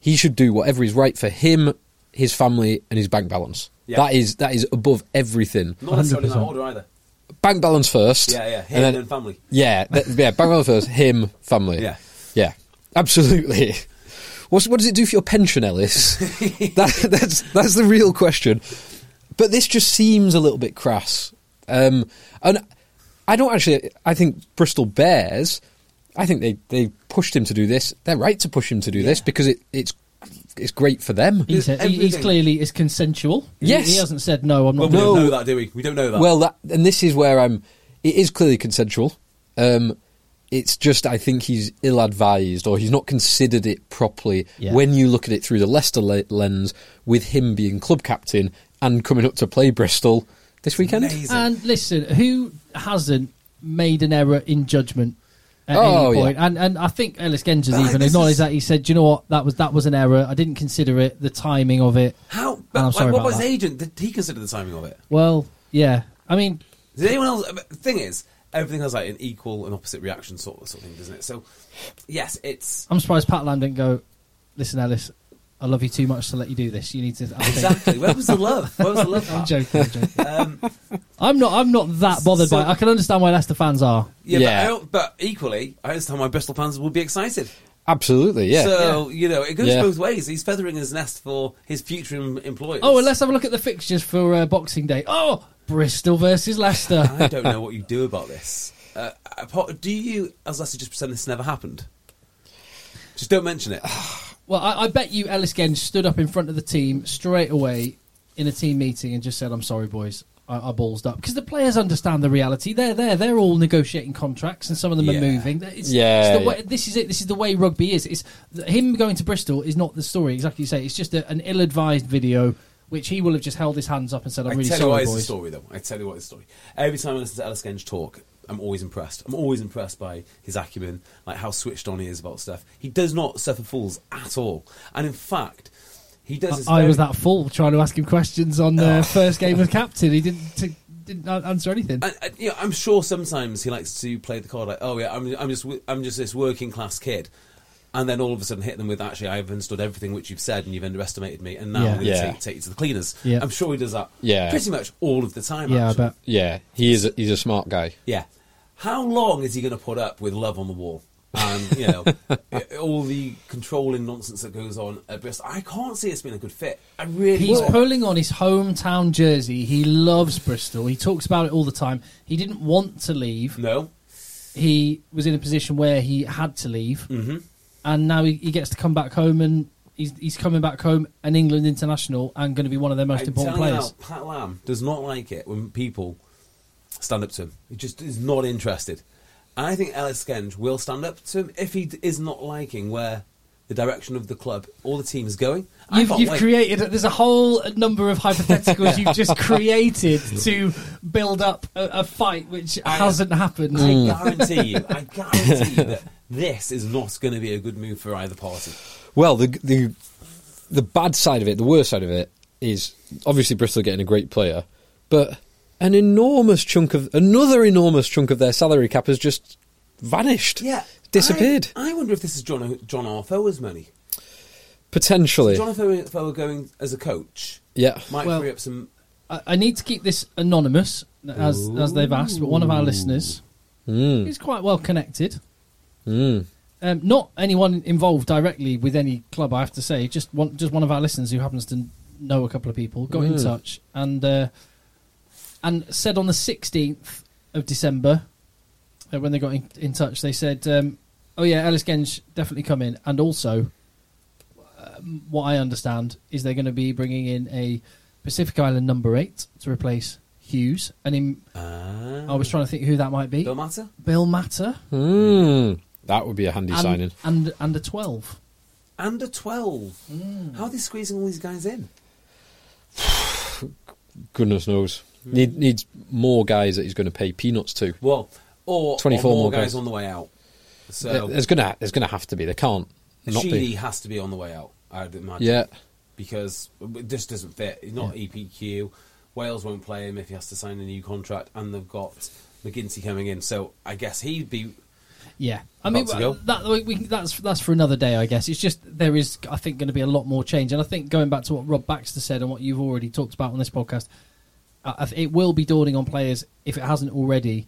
Speaker 3: He should do whatever is right for him, his family, and his bank balance.
Speaker 2: Yeah.
Speaker 3: That is that is above everything.
Speaker 2: Not necessarily in that
Speaker 1: 100%.
Speaker 2: order either.
Speaker 3: Bank balance first.
Speaker 2: Yeah, yeah, him
Speaker 3: and then-
Speaker 2: and family.
Speaker 3: Yeah, th- yeah. Bang on first, him, family.
Speaker 2: Yeah.
Speaker 3: yeah, absolutely. What's, what does it do for your pension, Ellis? that, that's that's the real question. But this just seems a little bit crass, um, and I don't actually. I think Bristol Bears. I think they, they pushed him to do this. They're right to push him to do this because it, it's it's great for them.
Speaker 1: He said, he- he's
Speaker 2: everything.
Speaker 1: clearly is consensual. He-
Speaker 3: Yes.
Speaker 1: he, hasn't said no. I'm not.
Speaker 2: But we
Speaker 1: doing
Speaker 2: don't
Speaker 1: it."
Speaker 2: know that, do we? We don't know that.
Speaker 3: Well, that, and this is where I'm. It is clearly consensual, um, It's just I think he's ill-advised or he's not considered it properly
Speaker 4: Yeah.
Speaker 3: when you look at it through the Leicester le- lens with him being club captain and coming up to play Bristol this weekend.
Speaker 2: Amazing.
Speaker 1: And listen, who hasn't made an error in judgment at
Speaker 3: Oh,
Speaker 1: any
Speaker 3: yeah.
Speaker 1: point? And and I think Ellis Genges
Speaker 2: Like,
Speaker 1: even
Speaker 2: this
Speaker 1: acknowledged
Speaker 2: is-
Speaker 1: that he said, "Do you know what? That was that was an error. I didn't consider it. The timing of it.
Speaker 2: How?
Speaker 1: Oh,
Speaker 2: But,
Speaker 1: I'm
Speaker 2: like,
Speaker 1: sorry
Speaker 2: what
Speaker 1: about
Speaker 2: about his
Speaker 1: that.
Speaker 2: agent? Did he consider the timing of it?
Speaker 1: Well, yeah. I mean,
Speaker 2: Did anyone else? uh, but The thing is, everything has like an equal and opposite reaction sort of, sort of thing, doesn't it? So, yes, it's
Speaker 1: I'm surprised Pat Lam didn't go. Listen, Ellis, I love you too much to let you do this. You need to. I think-
Speaker 2: exactly. Where was the love? Where was the love?
Speaker 1: I'm
Speaker 2: Pat?
Speaker 1: joking. I'm, joking. I'm not. I'm not that bothered by. it.
Speaker 2: Um, So-
Speaker 1: I can understand why Leicester fans are.
Speaker 2: Yeah,
Speaker 3: Yeah.
Speaker 2: But, I don't- but equally, I understand why Bristol fans will be excited.
Speaker 3: Absolutely, yeah.
Speaker 2: So you know, it goes
Speaker 3: Yeah.
Speaker 2: both ways. He's feathering his nest for his future em- employers.
Speaker 1: Oh, and let's have a look at the fixtures for uh, Boxing Day. Oh, Bristol versus Leicester.
Speaker 2: I don't know what you do about this. Uh, apart- do you, as Leicester, just pretend this never happened? Just don't mention it.
Speaker 1: Well, I, I bet you Ellis Genge stood up in front of the team straight away in a team meeting and just said, "I'm sorry, boys, I, I ballsed up." Because the players understand the reality. They're there. They're all negotiating contracts, and some of them are
Speaker 2: Yeah.
Speaker 1: moving. It's,
Speaker 3: Yeah,
Speaker 1: it's the way,
Speaker 3: yeah.
Speaker 1: This is it. This is the way rugby is. It's th- him going to Bristol is not the story exactly. You say it's just a, an ill-advised video, which he will have just held his hands up and said, "I'm
Speaker 2: I
Speaker 1: really
Speaker 2: tell you
Speaker 1: sorry,
Speaker 2: what is the
Speaker 1: boys."
Speaker 2: story, though. I tell you what is the story. Every time I listen to Alice Genge talk, I'm always impressed. I'm always impressed by his acumen, like how switched on he is about stuff. He does not suffer fools at all, and in fact, he does. this
Speaker 1: I, I was
Speaker 2: very- Oh.
Speaker 1: that fool trying to ask him questions on the first game of captain. He didn't t- didn't a- answer anything.
Speaker 2: And, and, you know, I'm sure sometimes he likes to play the card like, "Oh yeah, I'm, I'm just w- I'm just this working class kid," and then all of a sudden hit them with, "Actually, I've understood everything which you've said, and you've underestimated me, and now
Speaker 1: Yeah.
Speaker 2: I'm going to
Speaker 3: Yeah.
Speaker 2: take, take you to the cleaners."
Speaker 1: Yeah.
Speaker 2: I'm sure he does that.
Speaker 3: Yeah.
Speaker 2: pretty much all of the time.
Speaker 1: yeah, I
Speaker 2: actually.
Speaker 1: bet.
Speaker 3: Yeah, he is. A, he's a smart guy.
Speaker 2: Yeah. How long is he going to put up with love on the wall? And, you know, i- all the controlling nonsense that goes on at Bristol. I can't see it's been a good fit. I really
Speaker 1: He's
Speaker 2: can't.
Speaker 1: pulling on his hometown jersey. He loves Bristol. He talks about it all the time. He didn't want to leave.
Speaker 2: No.
Speaker 1: He was in a position where he had to leave, mm-hmm. and now he, he gets to come back home, and he's, he's coming back home, an England international, and going to be one of their most
Speaker 2: I'm
Speaker 1: important
Speaker 2: telling you
Speaker 1: players.
Speaker 2: now, Pat Lam does not like it when people stand up to him. He just is not interested. And I think Ellis Genge will stand up to him if he d- is not liking where the direction of the club or the team is going. I
Speaker 1: You've,
Speaker 2: can't
Speaker 1: you've
Speaker 2: wait.
Speaker 1: created there's a whole number of hypotheticals you've just created to build up a, a fight which hasn't happened.
Speaker 2: I guarantee you, I guarantee you that this is not going to be a good move for either party.
Speaker 3: Well, the the the bad side of it, the worst side of it, is obviously Bristol getting a great player, but an enormous chunk of another enormous chunk of their salary cap has just vanished.
Speaker 2: Yeah,
Speaker 3: disappeared
Speaker 2: I, I wonder if this is John John Arfo's money.
Speaker 3: potentially.
Speaker 2: John Arfo going as a coach
Speaker 3: yeah,
Speaker 2: might
Speaker 1: Well-
Speaker 2: free up some.
Speaker 1: I, I need to keep this anonymous as as they've asked, but one of our listeners is quite well connected. Um, not anyone involved directly with any club, I have to say. Just one, just one of our listeners who happens to know a couple of people got in touch and uh, and said on the sixteenth of December uh, when they got in, in touch, they said, um, "Oh yeah, Ellis Genge definitely come in," and also what I understand is they're going to be bringing in a Pacific Island number eight to replace Hughes, and in, I was trying to think who that might be.
Speaker 2: uh, Don't matter.
Speaker 1: Bill Matter
Speaker 3: Mm, that would be a handy signing.
Speaker 1: and, and and a twelve.
Speaker 2: Under twelve.
Speaker 1: Mm.
Speaker 2: How are they squeezing all these guys in?
Speaker 3: Goodness knows. Need needs more guys that he's going to pay peanuts to.
Speaker 2: Well, or or
Speaker 3: 24
Speaker 2: more
Speaker 3: more
Speaker 2: guys
Speaker 3: guys.
Speaker 2: on the way out. So
Speaker 3: There's gonna there's gonna have to be. They can't not
Speaker 2: Sheedy
Speaker 3: be.
Speaker 2: has to be on the way out. I'd imagine.
Speaker 3: Yeah,
Speaker 2: because this doesn't fit. He's not EPQ. Wales won't play him if he has to sign a new contract, and they've got McGinty coming in. So I guess he'd be
Speaker 1: Yeah, I
Speaker 2: About
Speaker 1: mean
Speaker 2: to go.
Speaker 1: that we, we, that's that's for another day, I guess. It's just there is, I think, going to be a lot more change, and I think going back to what Rob Baxter said and what you've already talked about on this podcast, I, I, it will be dawning on players if it hasn't already.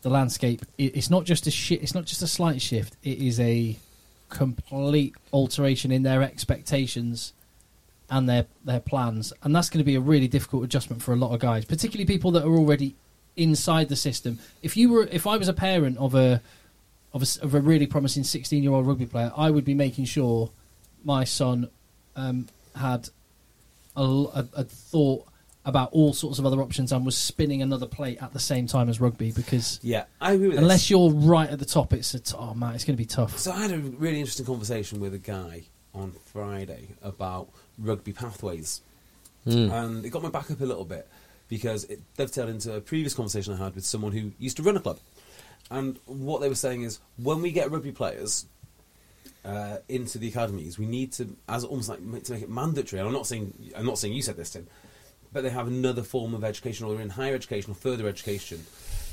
Speaker 1: The landscape. It, it's not just a shit. It's not just a slight shift. It is a complete alteration in their expectations and their their plans, and that's going to be a really difficult adjustment for a lot of guys, particularly people that are already inside the system. If you were, if I was a parent of a of a, s- of a really promising 16 year old rugby player, I would be making sure my son um, had a, l- a- a thought about all sorts of other options and was spinning another plate at the same time as rugby because
Speaker 2: Yeah, I agree with this.
Speaker 1: unless you're right at the top, it's a t- oh man, it's going to be tough.
Speaker 2: So I had a really interesting conversation with a guy on Friday about rugby pathways, and it got my back up a little bit because it dovetailed into a previous conversation I had with someone who used to run a club, and what they were saying is when we get rugby players. Uh, into the academies, we need to, as almost like ma- to make it mandatory. And I'm not saying I'm not saying you said this, Tim, but they have another form of education, or they're in higher education or further education,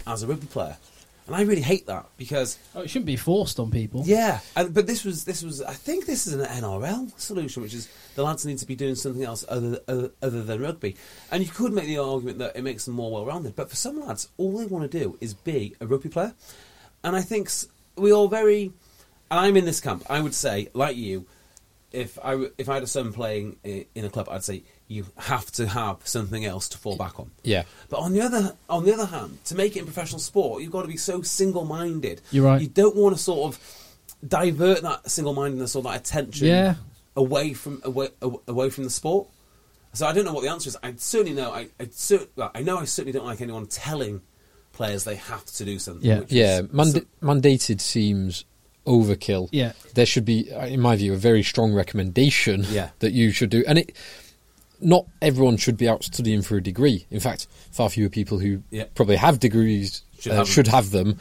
Speaker 2: as a rugby player. And I really hate that because
Speaker 1: Oh, it shouldn't be forced on people.
Speaker 2: yeah, and, but this was this was I think this is an NRL solution, which is the lads need to be doing something else other other, other than rugby. And you could make the argument that it makes them more well-rounded, but for some lads, all they want to do is be a rugby player. And I think s- we all very, and I'm in this camp. I would say, like you, if I w- if I had a son playing i- in a club, I'd say you have to have something else to fall back on.
Speaker 3: Yeah.
Speaker 2: But on the other on the other hand, to make it in professional sport, you've got to be so single-minded.
Speaker 1: You're right.
Speaker 2: You don't want to sort of divert that single-mindedness or that attention
Speaker 1: Yeah.
Speaker 2: away from away aw- away from the sport. So I don't know what the answer is. I certainly know. I I, cer- well, I know. I certainly don't like anyone telling players they have to do something.
Speaker 1: Yeah.
Speaker 2: which
Speaker 3: Yeah,
Speaker 2: is-
Speaker 3: manda-
Speaker 2: so-
Speaker 3: mandated seems overkill.
Speaker 1: Yeah.
Speaker 3: there should be, uh, in my view, a very strong recommendation
Speaker 2: Yeah.
Speaker 3: that you should do, and it. Not everyone should be out studying for a degree. In fact, far fewer people who
Speaker 2: Yeah.
Speaker 3: probably have degrees
Speaker 2: Should
Speaker 3: uh,
Speaker 2: have them.
Speaker 3: should have them.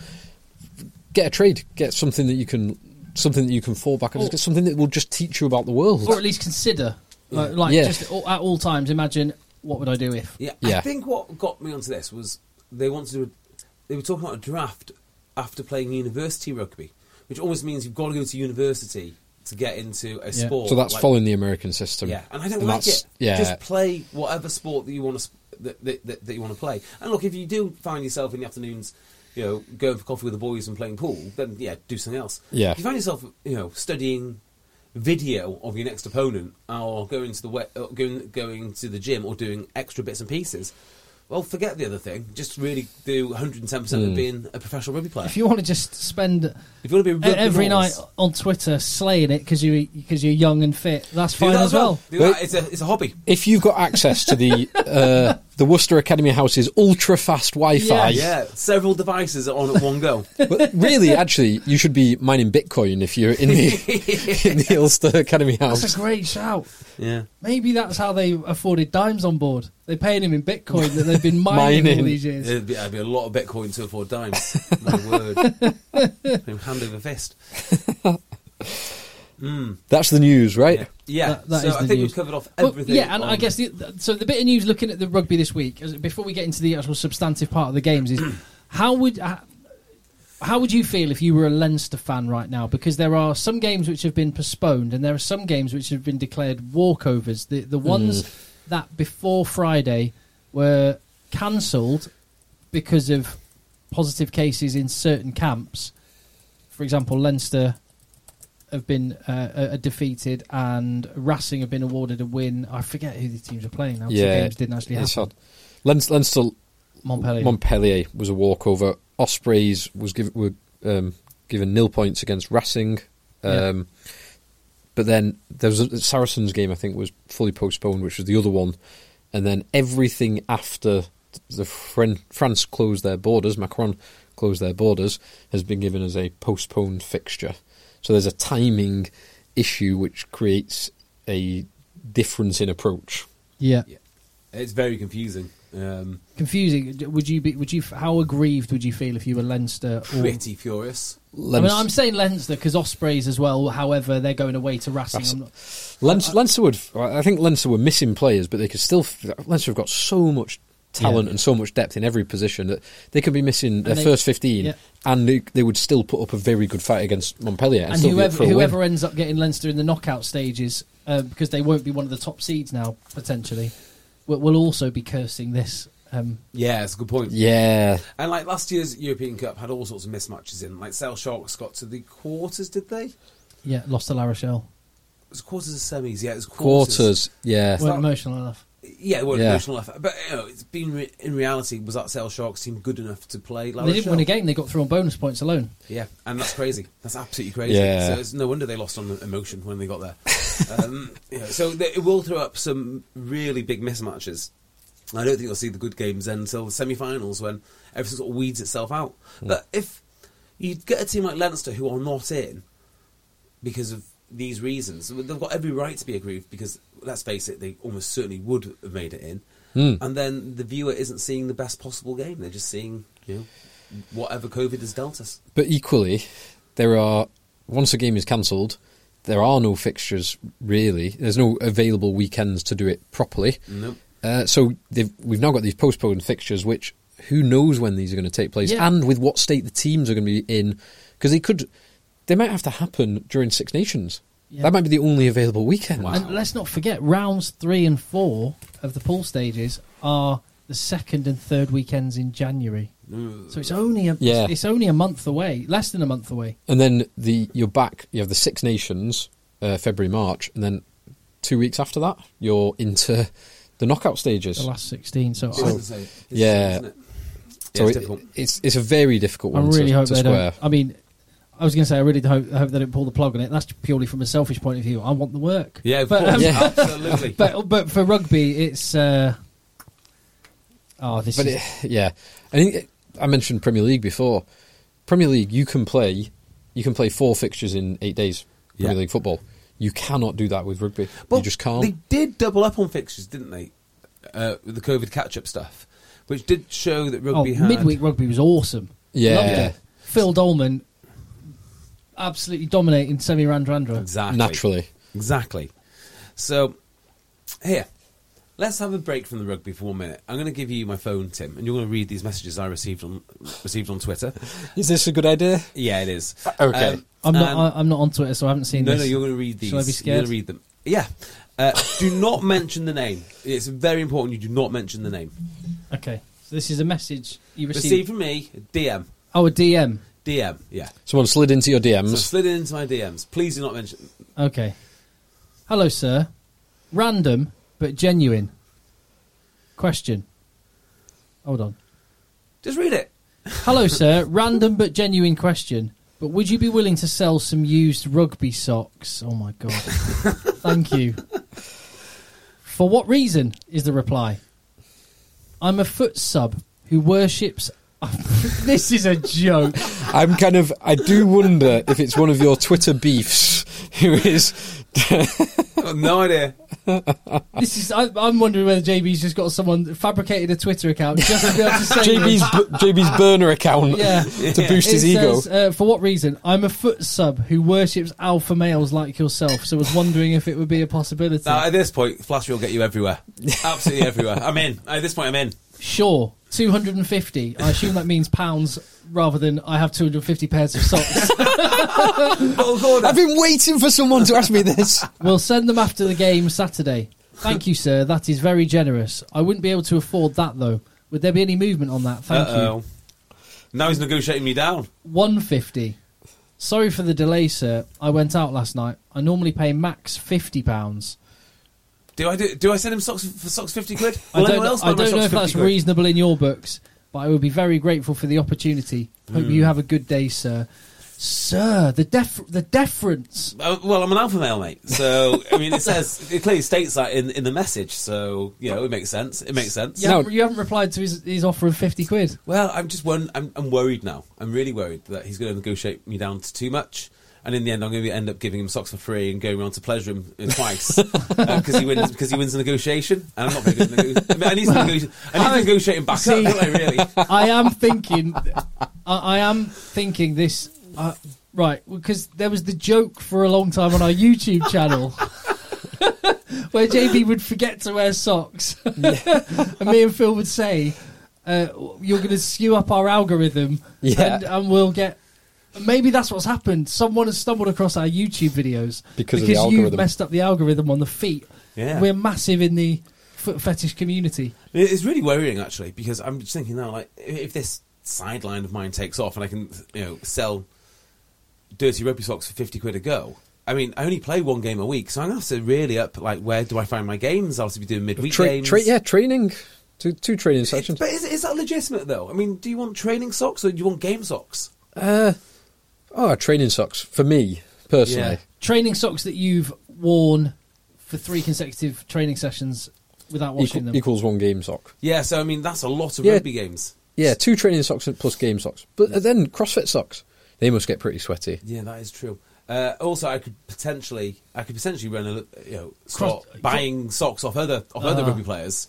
Speaker 3: Get a trade. Get something that you can, something that you can fall back on.
Speaker 1: Or-
Speaker 3: Get something that will just teach you about the world.
Speaker 1: or at least consider, like, like
Speaker 3: Yeah.
Speaker 1: just all, at all times, imagine what would I do if?
Speaker 2: Yeah, I
Speaker 3: Yeah.
Speaker 2: think what got me onto this was they wanted to. They were talking about a draft after playing university rugby, which almost means you've got to go to university to get into a
Speaker 1: Yeah.
Speaker 2: sport.
Speaker 3: so that's
Speaker 2: like-
Speaker 3: following the American system.
Speaker 2: Yeah, and I don't like
Speaker 3: that's-
Speaker 2: it.
Speaker 3: Yeah,
Speaker 2: just play whatever sport that you want to that, that, that, that you want to play. And look, if you do find yourself in the afternoons, you know, going for coffee with the boys and playing pool, then yeah, do something else.
Speaker 3: Yeah.
Speaker 2: if you find yourself, you know, studying video of your next opponent, or going to the we- uh, going going to the gym, or doing extra bits and pieces. Well, forget the other thing. Just really do 110% of being a professional rugby player.
Speaker 1: Hmm. If you want to just spend
Speaker 2: If you want to be a
Speaker 1: e-
Speaker 2: rugby
Speaker 1: every night
Speaker 2: horse,
Speaker 1: on Twitter slaying it because you because you're young and fit, that's
Speaker 2: do
Speaker 1: fine
Speaker 2: that
Speaker 1: as well.
Speaker 2: Do
Speaker 3: Well-
Speaker 2: that. It's a it's a hobby.
Speaker 3: if you've got access to the uh, the Worcester Academy House's ultra fast Wi-Fi,
Speaker 2: Yeah, several devices on at one go.
Speaker 3: but really, actually, you should be mining Bitcoin if you're in the in the Ulster Academy
Speaker 1: That's
Speaker 3: House.
Speaker 1: a great shout.
Speaker 2: Yeah.
Speaker 1: Maybe that's how they afforded dimes on board. They paying him in Bitcoin that they've been mining, all
Speaker 3: Mining.
Speaker 1: these years.
Speaker 2: It'd be, it'd be a lot of Bitcoin to afford dimes. My word. Hand over fist.
Speaker 3: That's the news, right?
Speaker 2: Yeah. yeah.
Speaker 1: That- that
Speaker 2: so
Speaker 1: is
Speaker 2: I
Speaker 1: the
Speaker 2: think
Speaker 1: news.
Speaker 2: we've covered off
Speaker 1: Well,
Speaker 2: everything.
Speaker 1: yeah, and I
Speaker 2: on-
Speaker 1: guess the, th- so. The bit of news looking at the rugby this week, as, before we get into the actual substantive part of the games, is how would h- how would you feel if you were a Leinster fan right now? Because there are some games which have been postponed, and there are some games which have been declared walkovers. The the ones
Speaker 2: Mm.
Speaker 1: that before Friday were cancelled because of positive cases in certain camps. For example, Leinster have been uh, uh, defeated and Racing have been awarded a win. I forget who the teams are playing now. 'cause the games didn't actually
Speaker 3: it's
Speaker 1: happen.
Speaker 3: hard. Leinster, Leinster
Speaker 1: Montpellier.
Speaker 3: Montpellier was a walkover. Ospreys was given were um, given nil points against Racing.
Speaker 1: Yeah.
Speaker 3: Um, But then there was a Saracens game I think was fully postponed, which was the other one, and then everything after the Fren- France closed their borders, Macron closed their borders, has been given as a postponed fixture. So there's a timing issue which creates a difference in approach.
Speaker 1: yeah.
Speaker 2: Yeah. It's very confusing. Um,
Speaker 1: confusing. Would you be? Would you? How aggrieved would you feel if you were Leinster? Or,
Speaker 2: pretty furious.
Speaker 1: I mean,
Speaker 3: Leinster-
Speaker 1: I'm saying Leinster because Ospreys as well. However, they're going away to Racing. I'm not,
Speaker 3: Leinster, Leinster would. I think Leinster were missing players, but they could still. Leinster have got so much talent
Speaker 1: Yeah.
Speaker 3: and so much depth in every position that they could be missing their
Speaker 1: they-
Speaker 3: first fifteen,
Speaker 1: yeah.
Speaker 3: and they, they would still put up a very good fight against Montpellier. And,
Speaker 1: and
Speaker 3: still be up
Speaker 1: whoever
Speaker 3: for a win.
Speaker 1: whoever ends up getting Leinster in the knockout stages, uh, because they won't be one of the top seeds now potentially, will, will also be cursing this. Um,
Speaker 2: Yeah, it's a good point.
Speaker 3: yeah,
Speaker 2: And like last year's European Cup had all sorts of mismatches in. Like Sale Sharks got to the quarters, did they? It
Speaker 1: yeah, lost to La Rochelle.
Speaker 2: was quarters of semis. Yeah, it was quarters.
Speaker 3: quarters. Yeah,
Speaker 1: weren't emotional enough.
Speaker 2: Yeah, it was
Speaker 3: Yeah.
Speaker 2: emotional effort. But you know, it's been re- in reality was that Sale Sharks team good enough to play? La
Speaker 1: they didn't win a
Speaker 2: Rochelle?
Speaker 1: game. They got through on bonus points alone.
Speaker 2: Yeah, and that's crazy. That's absolutely crazy.
Speaker 3: Yeah.
Speaker 2: So it's no wonder they lost on the emotion when they got there. um, yeah, so they, it will throw up some really big mismatches. I don't think you'll see the good games then until the semi-finals when everything sort of weeds itself out. But if you get a team like Leinster who are not in because of these reasons, they've got every right to be aggrieved because let's face it, they almost certainly would have made it in. And then the viewer isn't seeing the best possible game; they're just seeing you know whatever COVID has dealt us.
Speaker 3: But equally, there are once a game is cancelled, there are no fixtures really. There's no available weekends to do it properly.
Speaker 2: Nope.
Speaker 3: Uh, so they've, we've now got these postponed fixtures, which who knows when these are going to take place
Speaker 1: Yeah.
Speaker 3: and with what state the teams are going to be in, because they could, they might have to happen during Six Nations.
Speaker 1: Yeah.
Speaker 3: That might be the only available weekend.
Speaker 1: And let's not forget, rounds three and four of the pool stages are the second and third weekends in January. So it's only a
Speaker 3: Yeah.
Speaker 1: it's only a month away, less than a month away.
Speaker 3: And then the you're back. You have the Six Nations, uh, February, March, and then two weeks after that, you're into the knockout stages.
Speaker 1: The last sixteen. So,
Speaker 2: It's the same. It's the same,
Speaker 3: yeah.
Speaker 2: isn't it?
Speaker 3: so
Speaker 2: it's
Speaker 3: it-
Speaker 2: difficult.
Speaker 3: it's it's a very difficult
Speaker 1: I, I
Speaker 3: one
Speaker 1: really
Speaker 3: to,
Speaker 1: hope
Speaker 3: to
Speaker 1: they
Speaker 3: square.
Speaker 1: don't. I mean, I was going to say I really hope, hope they don't pull the plug on it. That's purely from a selfish point of view. I want the work.
Speaker 2: Yeah, of
Speaker 1: but,
Speaker 2: course,
Speaker 1: um,
Speaker 3: Yeah.
Speaker 2: absolutely.
Speaker 1: but but for rugby, it's uh, oh this
Speaker 3: But
Speaker 1: is
Speaker 3: it, yeah, I think it- I mentioned Premier League before. Premier League, you can play, you can play four fixtures in eight days. Premier
Speaker 2: Yeah.
Speaker 3: League football, you cannot do that with rugby. you
Speaker 2: Well,
Speaker 3: just can't.
Speaker 2: They did double up on fixtures, didn't they? Uh, with the COVID catch-up stuff, which did show that
Speaker 1: oh,
Speaker 2: rugby had
Speaker 1: midweek rugby was awesome.
Speaker 3: Yeah.
Speaker 1: Loved it. Phil Dolman absolutely dominating Semi Randrandra.
Speaker 2: exactly
Speaker 3: Naturally.
Speaker 2: exactly. So here, let's have a break from the rugby for one minute. I'm going to give you my phone, Tim, and you're going to read these messages I received on received on Twitter.
Speaker 3: Is this a good idea?
Speaker 2: Yeah, it is. Um,
Speaker 3: Okay.
Speaker 1: I'm not.
Speaker 2: and-
Speaker 1: I, I'm not on Twitter, so I haven't seen
Speaker 2: No,
Speaker 1: this.
Speaker 2: no, you're going to read these.
Speaker 1: Shall I be
Speaker 2: You're
Speaker 1: scared?
Speaker 2: going to read them. Yeah. Uh, do not mention the name. It's very important you do not mention the name.
Speaker 1: Okay, so this is a message you received.
Speaker 2: Receive from me, DM.
Speaker 1: Oh, a DM.
Speaker 2: DM, yeah.
Speaker 3: Someone slid into your
Speaker 2: So
Speaker 3: DMs.
Speaker 2: slid into my DMs. Please do not mention.
Speaker 1: Okay. Hello, sir. Random but genuine. Question. Hold on.
Speaker 2: Just read it.
Speaker 1: Hello, sir. Random but genuine question. But would you be willing to sell some used rugby socks? Oh my god. Thank you. For what reason is the reply? I'm a foot sub who worships. this is a joke.
Speaker 3: I'm kind of. I do wonder if it's one of your Twitter beefs. Who is?
Speaker 2: Got no idea.
Speaker 1: This is. I, I'm wondering whether JB's just got someone fabricated a Twitter account just to be able to say
Speaker 3: JB's
Speaker 1: this.
Speaker 3: bu- JB's burner account
Speaker 1: Yeah.
Speaker 3: to boost his
Speaker 1: It
Speaker 3: ego.
Speaker 1: says, uh, for what reason? I'm a foot sub who worships alpha males like yourself, so was wondering if it would be a possibility.
Speaker 2: Now, at this point, Flash will get you everywhere. Absolutely everywhere. I'm in. At this point, I'm in.
Speaker 1: Sure, 250. I assume that means pounds rather than I have 250 pairs of socks.
Speaker 2: Oh,
Speaker 1: uh,
Speaker 2: God.
Speaker 3: I've been waiting for someone to ask me this.
Speaker 1: we'll send them after the game Saturday. Thank you, sir. That is very generous. I wouldn't be able to afford that, though. Would there be any movement on that? Thank you.
Speaker 2: Uh-oh. Now he's negotiating me down.
Speaker 1: 150. Sorry for the delay, sir. I went out last night. I normally pay max £50. pounds.
Speaker 2: Do I do, do I send him socks for socks fifty quid?
Speaker 1: I
Speaker 2: Will
Speaker 1: don't,
Speaker 2: anyone
Speaker 1: know-
Speaker 2: else buy
Speaker 1: I
Speaker 2: my
Speaker 1: don't know
Speaker 2: socks
Speaker 1: if
Speaker 2: 50
Speaker 1: that's
Speaker 2: quid?
Speaker 1: reasonable in your books, but I would be very grateful for the opportunity. Hope you have a good day, sir. Sir, the def- the deference.
Speaker 2: Uh, well, I'm an alpha male, mate. So I mean, it says it clearly states that in, in the message. So you know, it makes sense. It makes sense.
Speaker 1: You,
Speaker 3: No.
Speaker 1: haven't, you haven't replied to his, his offer of 50 quid.
Speaker 2: Well, I'm just one. I'm, I'm worried now. I'm really worried that he's going to negotiate me down to too much, and in the end, I'm going to end up giving him socks for free and going around to pleasure him uh, twice because he wins because he wins the negotiation, and I'm not very good. at Nego- I, mean, I need to negotiate. I need to negotiate him back up. Don't I really?
Speaker 1: I am thinking, I, I am thinking this, uh, right, because there was the joke for a long time on our YouTube channel. Where JB would forget to wear socks, and me and Phil would say, uh, "You're going to skew up our algorithm,
Speaker 3: Yeah.
Speaker 1: and, and we'll get." Maybe that's what's happened. Someone has stumbled across our YouTube videos
Speaker 3: Because of the
Speaker 1: you
Speaker 3: algorithm.
Speaker 1: messed up the algorithm on the feet.
Speaker 2: Yeah.
Speaker 1: We're massive in the foot fetish community.
Speaker 2: It's really worrying actually because I'm just thinking now, like if this sideline of mine takes off and I can, you know, sell dirty rugby socks for fifty quid a go. I mean, I only play one game a week, so I'm gonna have to really up like where do I find my games? I'll have to be doing midweek
Speaker 3: Tra-
Speaker 2: games.
Speaker 3: tra- yeah, training. Two, two training
Speaker 2: It's-
Speaker 3: sessions.
Speaker 2: but is, is that legitimate though? I mean, do you want training socks or do you want game socks?
Speaker 3: Oh, training socks for me personally.
Speaker 2: Yeah.
Speaker 1: training socks that you've worn for three consecutive training sessions without washing
Speaker 3: equal-
Speaker 1: them.
Speaker 3: equals one game sock.
Speaker 2: Yeah, so I mean that's a lot of
Speaker 3: Yeah.
Speaker 2: rugby games.
Speaker 3: Yeah, two training socks plus game socks. But then CrossFit socks, they must get pretty sweaty.
Speaker 2: Yeah, that is true. Uh, also, I could potentially, I could potentially run a, li- you know, start
Speaker 1: Cross-
Speaker 2: buying socks off other off
Speaker 3: Ah.
Speaker 2: other rugby players,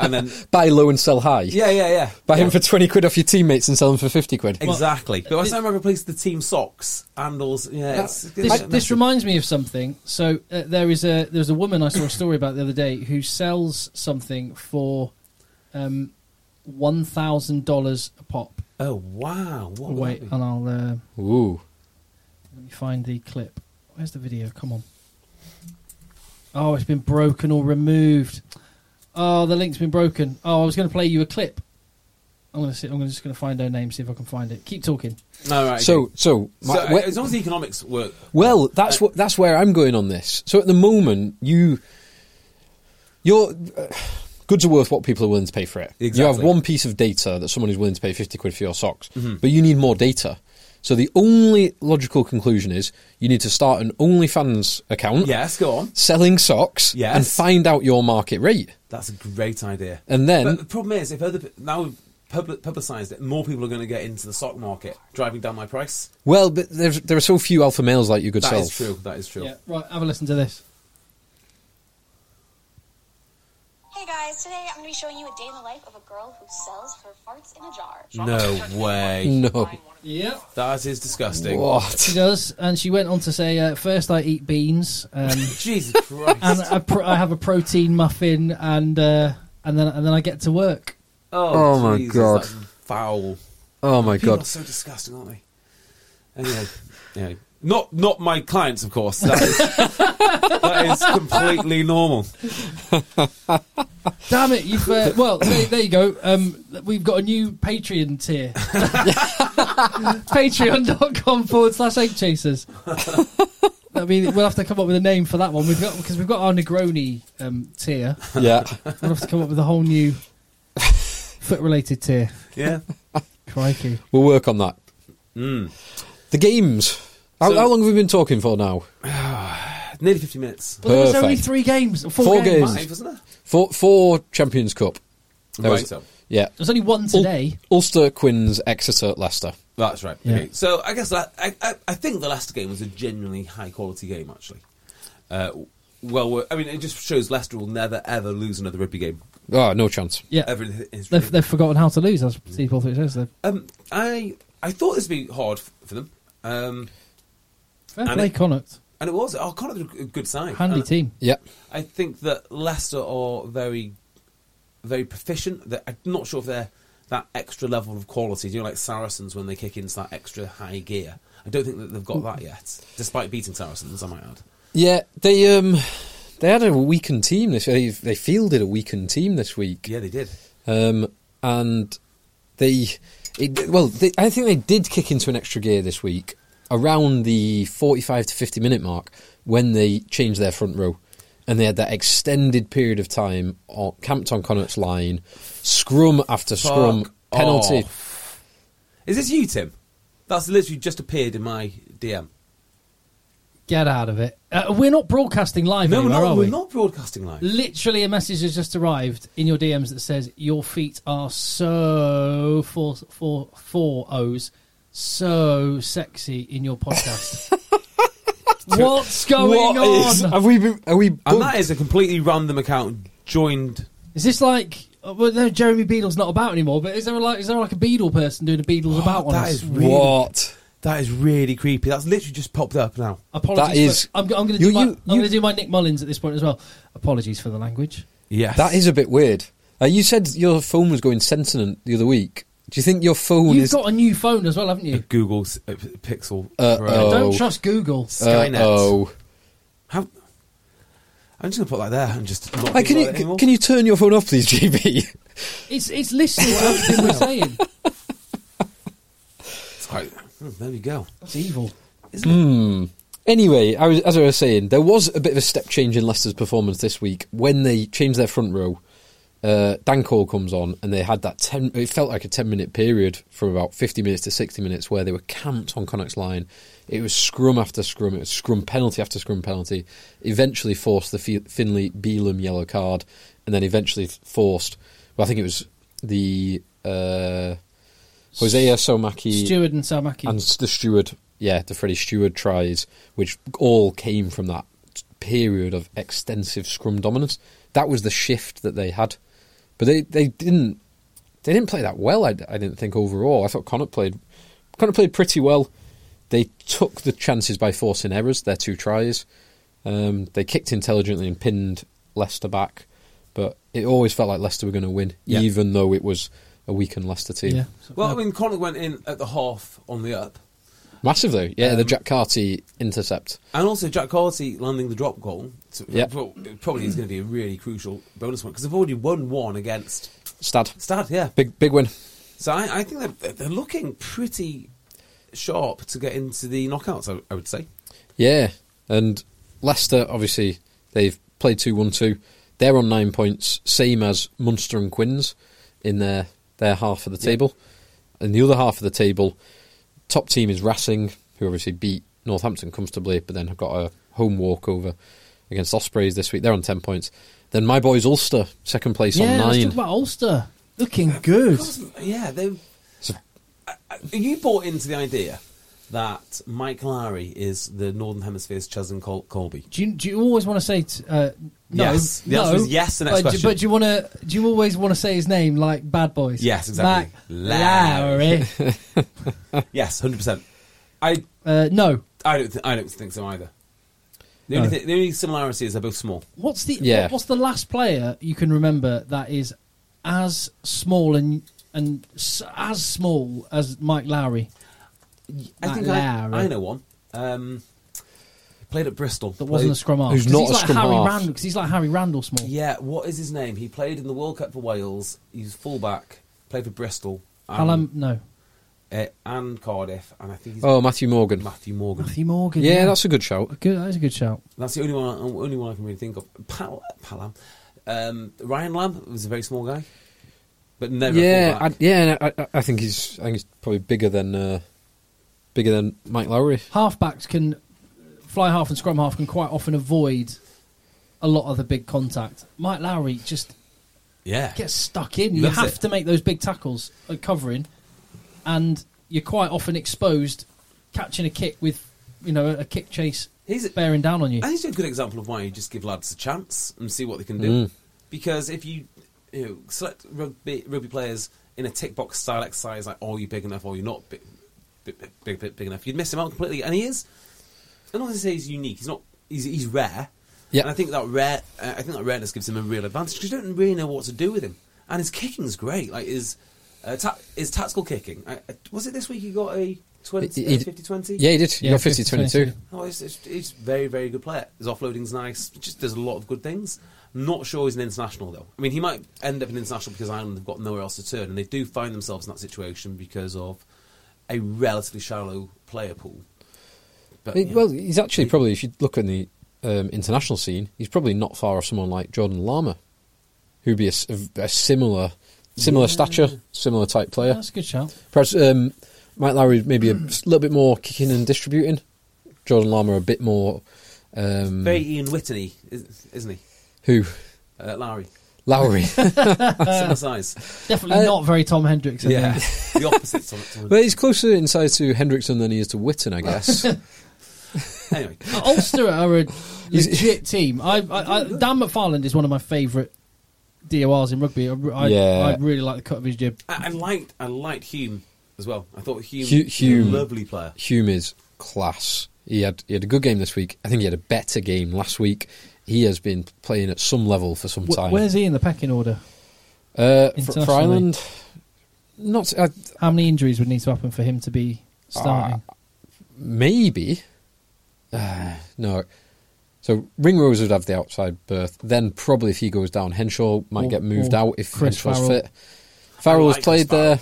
Speaker 2: and then
Speaker 3: Buy low and sell high.
Speaker 2: yeah, yeah, yeah,
Speaker 3: Buy
Speaker 2: yeah.
Speaker 3: them for 20 quid off your teammates and sell them for 50 quid.
Speaker 2: exactly. But last time I replaced the team socks and also yeah, it's,
Speaker 1: This,
Speaker 2: it's-
Speaker 1: this reminds me of something. So uh, there is a there's a woman I saw a story about the other day who sells something for um, one thousand dollars a pop.
Speaker 2: oh wow, what would
Speaker 1: Wait,
Speaker 2: that
Speaker 1: and
Speaker 2: be?
Speaker 1: I'll uh,
Speaker 3: Ooh.
Speaker 1: let me find the clip. Where's the video? Come on. Oh, it's been broken or removed. Oh, the link's been broken. Oh, I was going to play you a clip. I'm going to see. I'm gonna, just going to find her name, see if I can find it. Keep talking.
Speaker 2: No, right.
Speaker 3: So,
Speaker 2: okay.
Speaker 3: so,
Speaker 2: So,
Speaker 3: my-
Speaker 2: uh,
Speaker 3: we-
Speaker 2: as long as the economics work,
Speaker 3: well, that's
Speaker 2: uh,
Speaker 3: what that's where I'm going on this. So at the moment, you, your uh, goods are worth what people are willing to pay for it. You have
Speaker 2: Exactly. Mm-hmm.
Speaker 3: one piece of data that someone is willing to pay fifty quid for your socks, but you need more data. So the only logical conclusion is you need to start an OnlyFans account,
Speaker 2: yes, go on.
Speaker 3: selling socks,
Speaker 2: Yes.
Speaker 3: and find out your market rate.
Speaker 2: That's a great idea.
Speaker 3: And then-
Speaker 2: but the problem is, if other pe- now we've public, publicised it, more people are going to get into the stock market, driving down my price.
Speaker 3: Well, but there's, there are so few alpha males like you could
Speaker 2: That
Speaker 3: sell.
Speaker 2: is true. That is true.
Speaker 1: Yeah, right. Have a listen to this.
Speaker 4: Hey guys, today I'm going to be showing you a day in the life of a girl who sells her farts in a jar.
Speaker 2: No way.
Speaker 3: No,
Speaker 1: Yeah.
Speaker 2: That is disgusting.
Speaker 1: She
Speaker 3: what?
Speaker 1: does, and she went on to say, uh, first I eat beans, um,
Speaker 2: Jesus
Speaker 1: and
Speaker 2: Christ.
Speaker 1: I, pro- I have a protein muffin, and uh, and then and then I get to work.
Speaker 3: Oh my
Speaker 2: Jesus,
Speaker 3: God.
Speaker 2: that's Foul.
Speaker 3: Oh my
Speaker 2: People are
Speaker 3: god!
Speaker 2: so disgusting, aren't they? Anyway, anyway. Not, not my clients, of course. That is, that is completely normal.
Speaker 1: Damn it! You've uh, well, there, there you go. Um, we've got a new Patreon tier. Patreon.com forward slash egg chasers. I mean, we'll have to come up with a name for that one. We've got because we've got our Negroni um, tier.
Speaker 3: Yeah,
Speaker 1: We'll have to come up with a whole new foot-related tier.
Speaker 2: Yeah.
Speaker 1: Crikey!
Speaker 3: we'll work on that.
Speaker 2: Mm.
Speaker 3: The games. How,
Speaker 2: So-
Speaker 3: how long have we been talking for now?
Speaker 2: Nearly 50 minutes.
Speaker 1: But there was only
Speaker 3: Perfect.
Speaker 1: three games, or four,
Speaker 3: Four
Speaker 1: games.
Speaker 3: games.
Speaker 2: Five, wasn't
Speaker 3: Four, four Champions Cup.
Speaker 2: it?
Speaker 3: There
Speaker 2: Right,
Speaker 3: was-
Speaker 2: so.
Speaker 3: Yeah.
Speaker 1: There's only one
Speaker 3: Oh.
Speaker 1: today.
Speaker 3: Ulster, Quinns, Exeter, Leicester.
Speaker 2: That's right.
Speaker 1: Yeah.
Speaker 2: Okay. So I guess that, I, I, I think the last game was a genuinely high quality game, actually. Uh, well, we're- I mean, it just shows Leicester will never ever lose another rugby game.
Speaker 3: Oh, no chance.
Speaker 1: Yeah,
Speaker 2: Ever in hi- history.
Speaker 1: they've, they've forgotten how to lose. As people think says, they've
Speaker 2: Um, I I thought this would be hard f- for them, um,
Speaker 1: fair
Speaker 2: And
Speaker 1: play
Speaker 2: it-
Speaker 1: Connacht,
Speaker 2: and it was. Oh, Connacht are a good side.
Speaker 1: handy
Speaker 2: And
Speaker 1: team.
Speaker 3: Yeah.
Speaker 2: I think that Leicester are very, very proficient. They're, I'm not sure if they're that extra level of quality. You know, like Saracens when they kick into that extra high gear. I don't think that they've got that yet, despite beating Saracens. I might add.
Speaker 3: Yeah, they um they had a weakened team this they they fielded a weakened team this week.
Speaker 2: Yeah, they did.
Speaker 3: Um and they it, well, they, I think they did kick into an extra gear this week around the 45 to 50 minute mark when they changed their front row. And they had that extended period of time on, camped on Connacht's line, scrum after scrum,
Speaker 2: Fuck
Speaker 3: penalty.
Speaker 2: off. Is this you, Tim? That's literally just appeared in my DM.
Speaker 1: Get out of it. Uh, we're not broadcasting live
Speaker 2: No, we're
Speaker 1: anymore,
Speaker 2: not,
Speaker 1: are
Speaker 2: we're
Speaker 1: we?
Speaker 2: not broadcasting live.
Speaker 1: Literally, a message has just arrived in your DMs that says your feet are so four four four O's so sexy in your podcast. What's going
Speaker 3: What
Speaker 1: on?
Speaker 3: is- have we been? Are we?
Speaker 2: And
Speaker 3: booked?
Speaker 2: that is a completely random account joined.
Speaker 1: Is this like? uh, Well, no, Jeremy Beadle's not about anymore. But is there like is there like a Beadle person doing a
Speaker 3: Oh,
Speaker 1: Beadle's about one?
Speaker 2: that is really,
Speaker 3: what?
Speaker 2: that is really creepy. That's literally just popped up now.
Speaker 1: Apologies.
Speaker 3: That
Speaker 1: for-
Speaker 3: is-
Speaker 1: I'm, I'm going to
Speaker 3: You-
Speaker 1: do my,
Speaker 3: you-
Speaker 1: I'm going
Speaker 3: you-
Speaker 1: to do my Nick Mullins at this point as well. Apologies for the language.
Speaker 2: Yes,
Speaker 3: That is a bit weird. Uh, you said your phone was going sentient the other week. Do you think your phone
Speaker 1: You've
Speaker 3: is?
Speaker 1: got a new phone as well, haven't you?
Speaker 2: Google's uh, p- Pixel.
Speaker 3: Uh,
Speaker 2: Pro.
Speaker 3: oh.
Speaker 1: Don't trust Google.
Speaker 2: Skynet.
Speaker 3: Oh,
Speaker 2: How? I'm just gonna put that there and just. Not
Speaker 3: Hey, can
Speaker 2: think about it
Speaker 3: you
Speaker 2: anymore.
Speaker 3: can you turn your phone off, please, GB?
Speaker 1: It's it's listening to everything we're saying.
Speaker 2: It's quite- hmm, there we go.
Speaker 1: That's evil.
Speaker 3: Hmm. Anyway, I was, as I was saying, there was a bit of a step change in Leicester's performance this week when they changed their front row. uh, Dan Cole comes on, and they had that ten. It felt like a ten-minute period from about fifty minutes to sixty minutes where they were camped on Connacht's line. It was scrum after scrum. It was scrum penalty after scrum penalty. Eventually forced the Fi- Finley Beelum yellow card, and then eventually forced. Well, I think it was the uh, Hosea Somaki
Speaker 1: Steward and Samaki.
Speaker 3: and s- the steward, yeah, the Freddie Steward tries, which all came from that t- period of extensive scrum dominance. That was the shift that they had, but they, they didn't they didn't play that well. I, d- I didn't think overall. I thought Connacht played Connacht played pretty well. They took the chances by forcing errors. Their two tries, um, they kicked intelligently and pinned Leicester back, but it always felt like Leicester were going to win,
Speaker 2: Yeah.
Speaker 3: even though it was a weakened Leicester team.
Speaker 1: yeah.
Speaker 2: Well, I mean, Connacht went in at the half on the up,
Speaker 3: Massively, yeah. the
Speaker 2: Um,
Speaker 3: Jack Carty intercept.
Speaker 2: and also Jack Carty landing the drop goal. So
Speaker 3: Yeah.
Speaker 2: pro- probably is going to be a really crucial bonus one because they've already won one against
Speaker 3: Stad.
Speaker 2: Stad. Yeah,
Speaker 3: Big big win.
Speaker 2: so I, I think they're- they're, they're looking pretty sharp to get into the knockouts. I, I would say.
Speaker 3: Yeah. And Leicester, obviously, they've played 2 1 2. They're on nine points, same as Munster and Quinns in their, their half of the table. And the other half of the table, top team is Racing, who obviously beat Northampton comfortably, but then have got a home walkover against Ospreys this week. They're on 10 points. Then my boys Ulster, second place
Speaker 1: yeah,
Speaker 3: on
Speaker 1: let's talk
Speaker 3: nine.
Speaker 1: about Ulster. Looking good.
Speaker 2: Yeah, they. I- I- You bought into the idea that Mike Lowry is the Northern Hemisphere's Chesney Col- Colby.
Speaker 1: Do you, do you always want to say t- uh, no?
Speaker 2: Yes. The
Speaker 1: no,
Speaker 2: answer is yes, the next
Speaker 1: but, do-
Speaker 2: question.
Speaker 1: But do you want to? Do you always want to say his name like Bad Boys?
Speaker 2: Yes, exactly.
Speaker 1: Mac
Speaker 2: Lowry.
Speaker 1: Lowry.
Speaker 2: Yes, hundred percent. I
Speaker 1: uh, no.
Speaker 2: I don't th- I don't think so either. The only,
Speaker 1: No.
Speaker 2: thi- the only similarity is they're both small.
Speaker 1: What's the
Speaker 3: Yeah.
Speaker 1: what- what's the last player you can remember that is as small and and s- as small as Mike Lowry?
Speaker 2: I
Speaker 1: Matt
Speaker 2: think I,
Speaker 1: Lowry.
Speaker 2: I know one. Um, played at Bristol.
Speaker 1: That wasn't a
Speaker 2: Played-
Speaker 1: scrum half.
Speaker 3: who's
Speaker 1: 'Cause
Speaker 3: not
Speaker 1: he's
Speaker 3: a
Speaker 1: like
Speaker 3: scrum
Speaker 1: Harry
Speaker 3: half.
Speaker 1: Randall because he's like Harry Randall small.
Speaker 2: Yeah, what is his name? He played in the World Cup for Wales. He's fullback. Played for Bristol. And,
Speaker 1: Alan, no,
Speaker 2: uh, and Cardiff, and I think he's
Speaker 3: Oh, Matthew Morgan.
Speaker 2: Matthew Morgan.
Speaker 1: Matthew Morgan.
Speaker 3: Yeah, that's a good shout.
Speaker 1: good. That is a good shout.
Speaker 2: That's the only one. Only one I can really think of. Pal, Palam, um, Ryan Lamb was a very small guy, but never. a
Speaker 3: Yeah, I,
Speaker 2: fullback.
Speaker 3: yeah. I, I- I think he's. I think he's probably bigger than uh, bigger than Mike Lowry.
Speaker 1: halfbacks can fly half and scrum half can quite often avoid a lot of the big contact. Mike Lowry just
Speaker 2: yeah.
Speaker 1: gets stuck in. You
Speaker 2: Loves
Speaker 1: have
Speaker 2: it.
Speaker 1: to make those big tackles at covering, and you're quite often exposed catching a kick with you know a kick chase
Speaker 2: He's-
Speaker 1: bearing down on you.
Speaker 2: I think it's a good example of why you just give lads a chance and see what they can
Speaker 3: Hmm.
Speaker 2: do. Because if you, you know, select rugby, rugby players in a tick box style exercise, like, oh, you're big enough or you're not big, big, big, big, big enough, you'd miss him out completely. And he is, and all I say he's unique. He's not, he's, he's rare.
Speaker 3: Yeah.
Speaker 2: And I think that rare, uh, I think that rareness gives him a real advantage because you don't really know what to do with him. And his kicking's great. Like his, uh, ta- his tactical kicking. I, I- was it this week he got a 20,
Speaker 3: He- he-
Speaker 2: 50-20?
Speaker 3: Yeah, he did. He
Speaker 1: Yeah,
Speaker 3: got 50 22.
Speaker 1: 50-22.
Speaker 2: Oh, he's, he's, he's very, very good player. His offloading's nice. Just does a lot of good things. Not sure he's an international though. I mean, he might end up an international because Ireland have got nowhere else to turn, and they do find themselves in that situation because of a relatively shallow player pool. But,
Speaker 3: He-
Speaker 2: yeah.
Speaker 3: Well, he's actually probably, if you look in the um, international scene, he's probably not far off someone like Jordan Lama, who'd be a, s- a similar similar stature, similar type player.
Speaker 1: That's a good shout.
Speaker 3: Perhaps um, Mike Lowry maybe a s- little bit more kicking and distributing. Jordan Lama a bit more. Um,
Speaker 2: very Ian Whitney, is- isn't he?
Speaker 3: who?
Speaker 2: Uh, Lowry,
Speaker 3: Lowry.
Speaker 2: similar size.
Speaker 1: Definitely not very Tom Hendricks. I
Speaker 2: Yeah,
Speaker 1: think.
Speaker 2: the opposite. Sort of-
Speaker 3: well, he's closer inside to Hendrickson than he is to Witten, I guess.
Speaker 2: anyway, Oh,
Speaker 1: Ulster are a legit team. I, I, I, Dan McFarland is one of my favourite DORs in rugby. I, I,
Speaker 3: Yeah.
Speaker 1: I really like the cut of his jib.
Speaker 2: I, I liked I liked Hume as well. I thought Hume,
Speaker 3: Hu- Hume.
Speaker 2: lovely player.
Speaker 3: Hume is class. He had he had a good game this week. I think he had a better game last week. He has been playing at some level for some
Speaker 1: Wh-
Speaker 3: time.
Speaker 1: where's he in the pecking order?
Speaker 3: uh, for, for
Speaker 1: Internationally?
Speaker 3: Ireland? Not uh,
Speaker 1: How many injuries would need to happen for him to be
Speaker 3: Ah.
Speaker 1: starting?
Speaker 3: maybe. Uh, no. So Ringrose would have the outside berth. Then probably if he goes down, Henshaw might
Speaker 1: Or-
Speaker 3: get moved
Speaker 1: or
Speaker 3: out if
Speaker 1: Chris
Speaker 3: Henshaw's
Speaker 1: Farrell.
Speaker 3: fit. Farrell
Speaker 2: I
Speaker 3: has
Speaker 2: like
Speaker 3: played
Speaker 2: Farrell.
Speaker 3: there.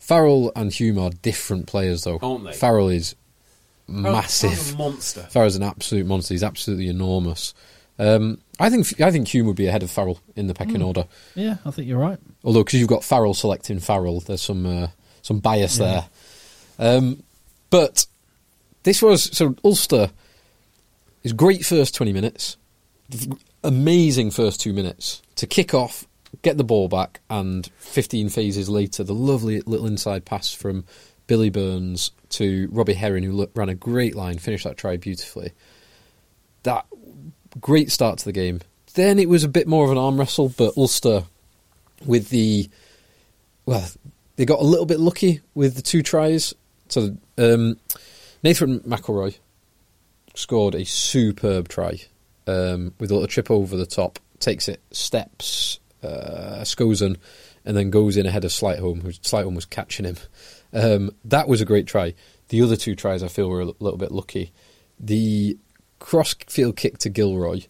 Speaker 3: Farrell and Hume are different players, though.
Speaker 2: Aren't they? Oh,
Speaker 3: Farrell is
Speaker 2: Farrell's a
Speaker 3: massive.
Speaker 2: monster.
Speaker 3: Farrell's an absolute monster. He's absolutely enormous. Um, I think I think Hume would be ahead of Farrell in the
Speaker 1: Hmm.
Speaker 3: pecking order.
Speaker 1: Yeah, I think you're right.
Speaker 3: Although, because you've got Farrell selecting Farrell, there's some uh, some bias there. Um, but this was so Ulster is great first twenty minutes, f- amazing first two minutes to kick off, get the ball back, and fifteen phases later, the lovely little inside pass from Billy Burns to Robbie Herring, who lo- ran a great line, finished that try beautifully. That great start to the game. Then it was a bit more of an arm wrestle, but Ulster with the well, they got a little bit lucky with the two tries. So um, Nathan McElroy scored a superb try um, with a little chip over the top, takes it, steps, uh, Skozen, and then goes in ahead of Slightholm, who Slightholm was catching him. Um, that was a great try. The other two tries I feel were a l- little bit lucky. The cross field kick to Gilroy,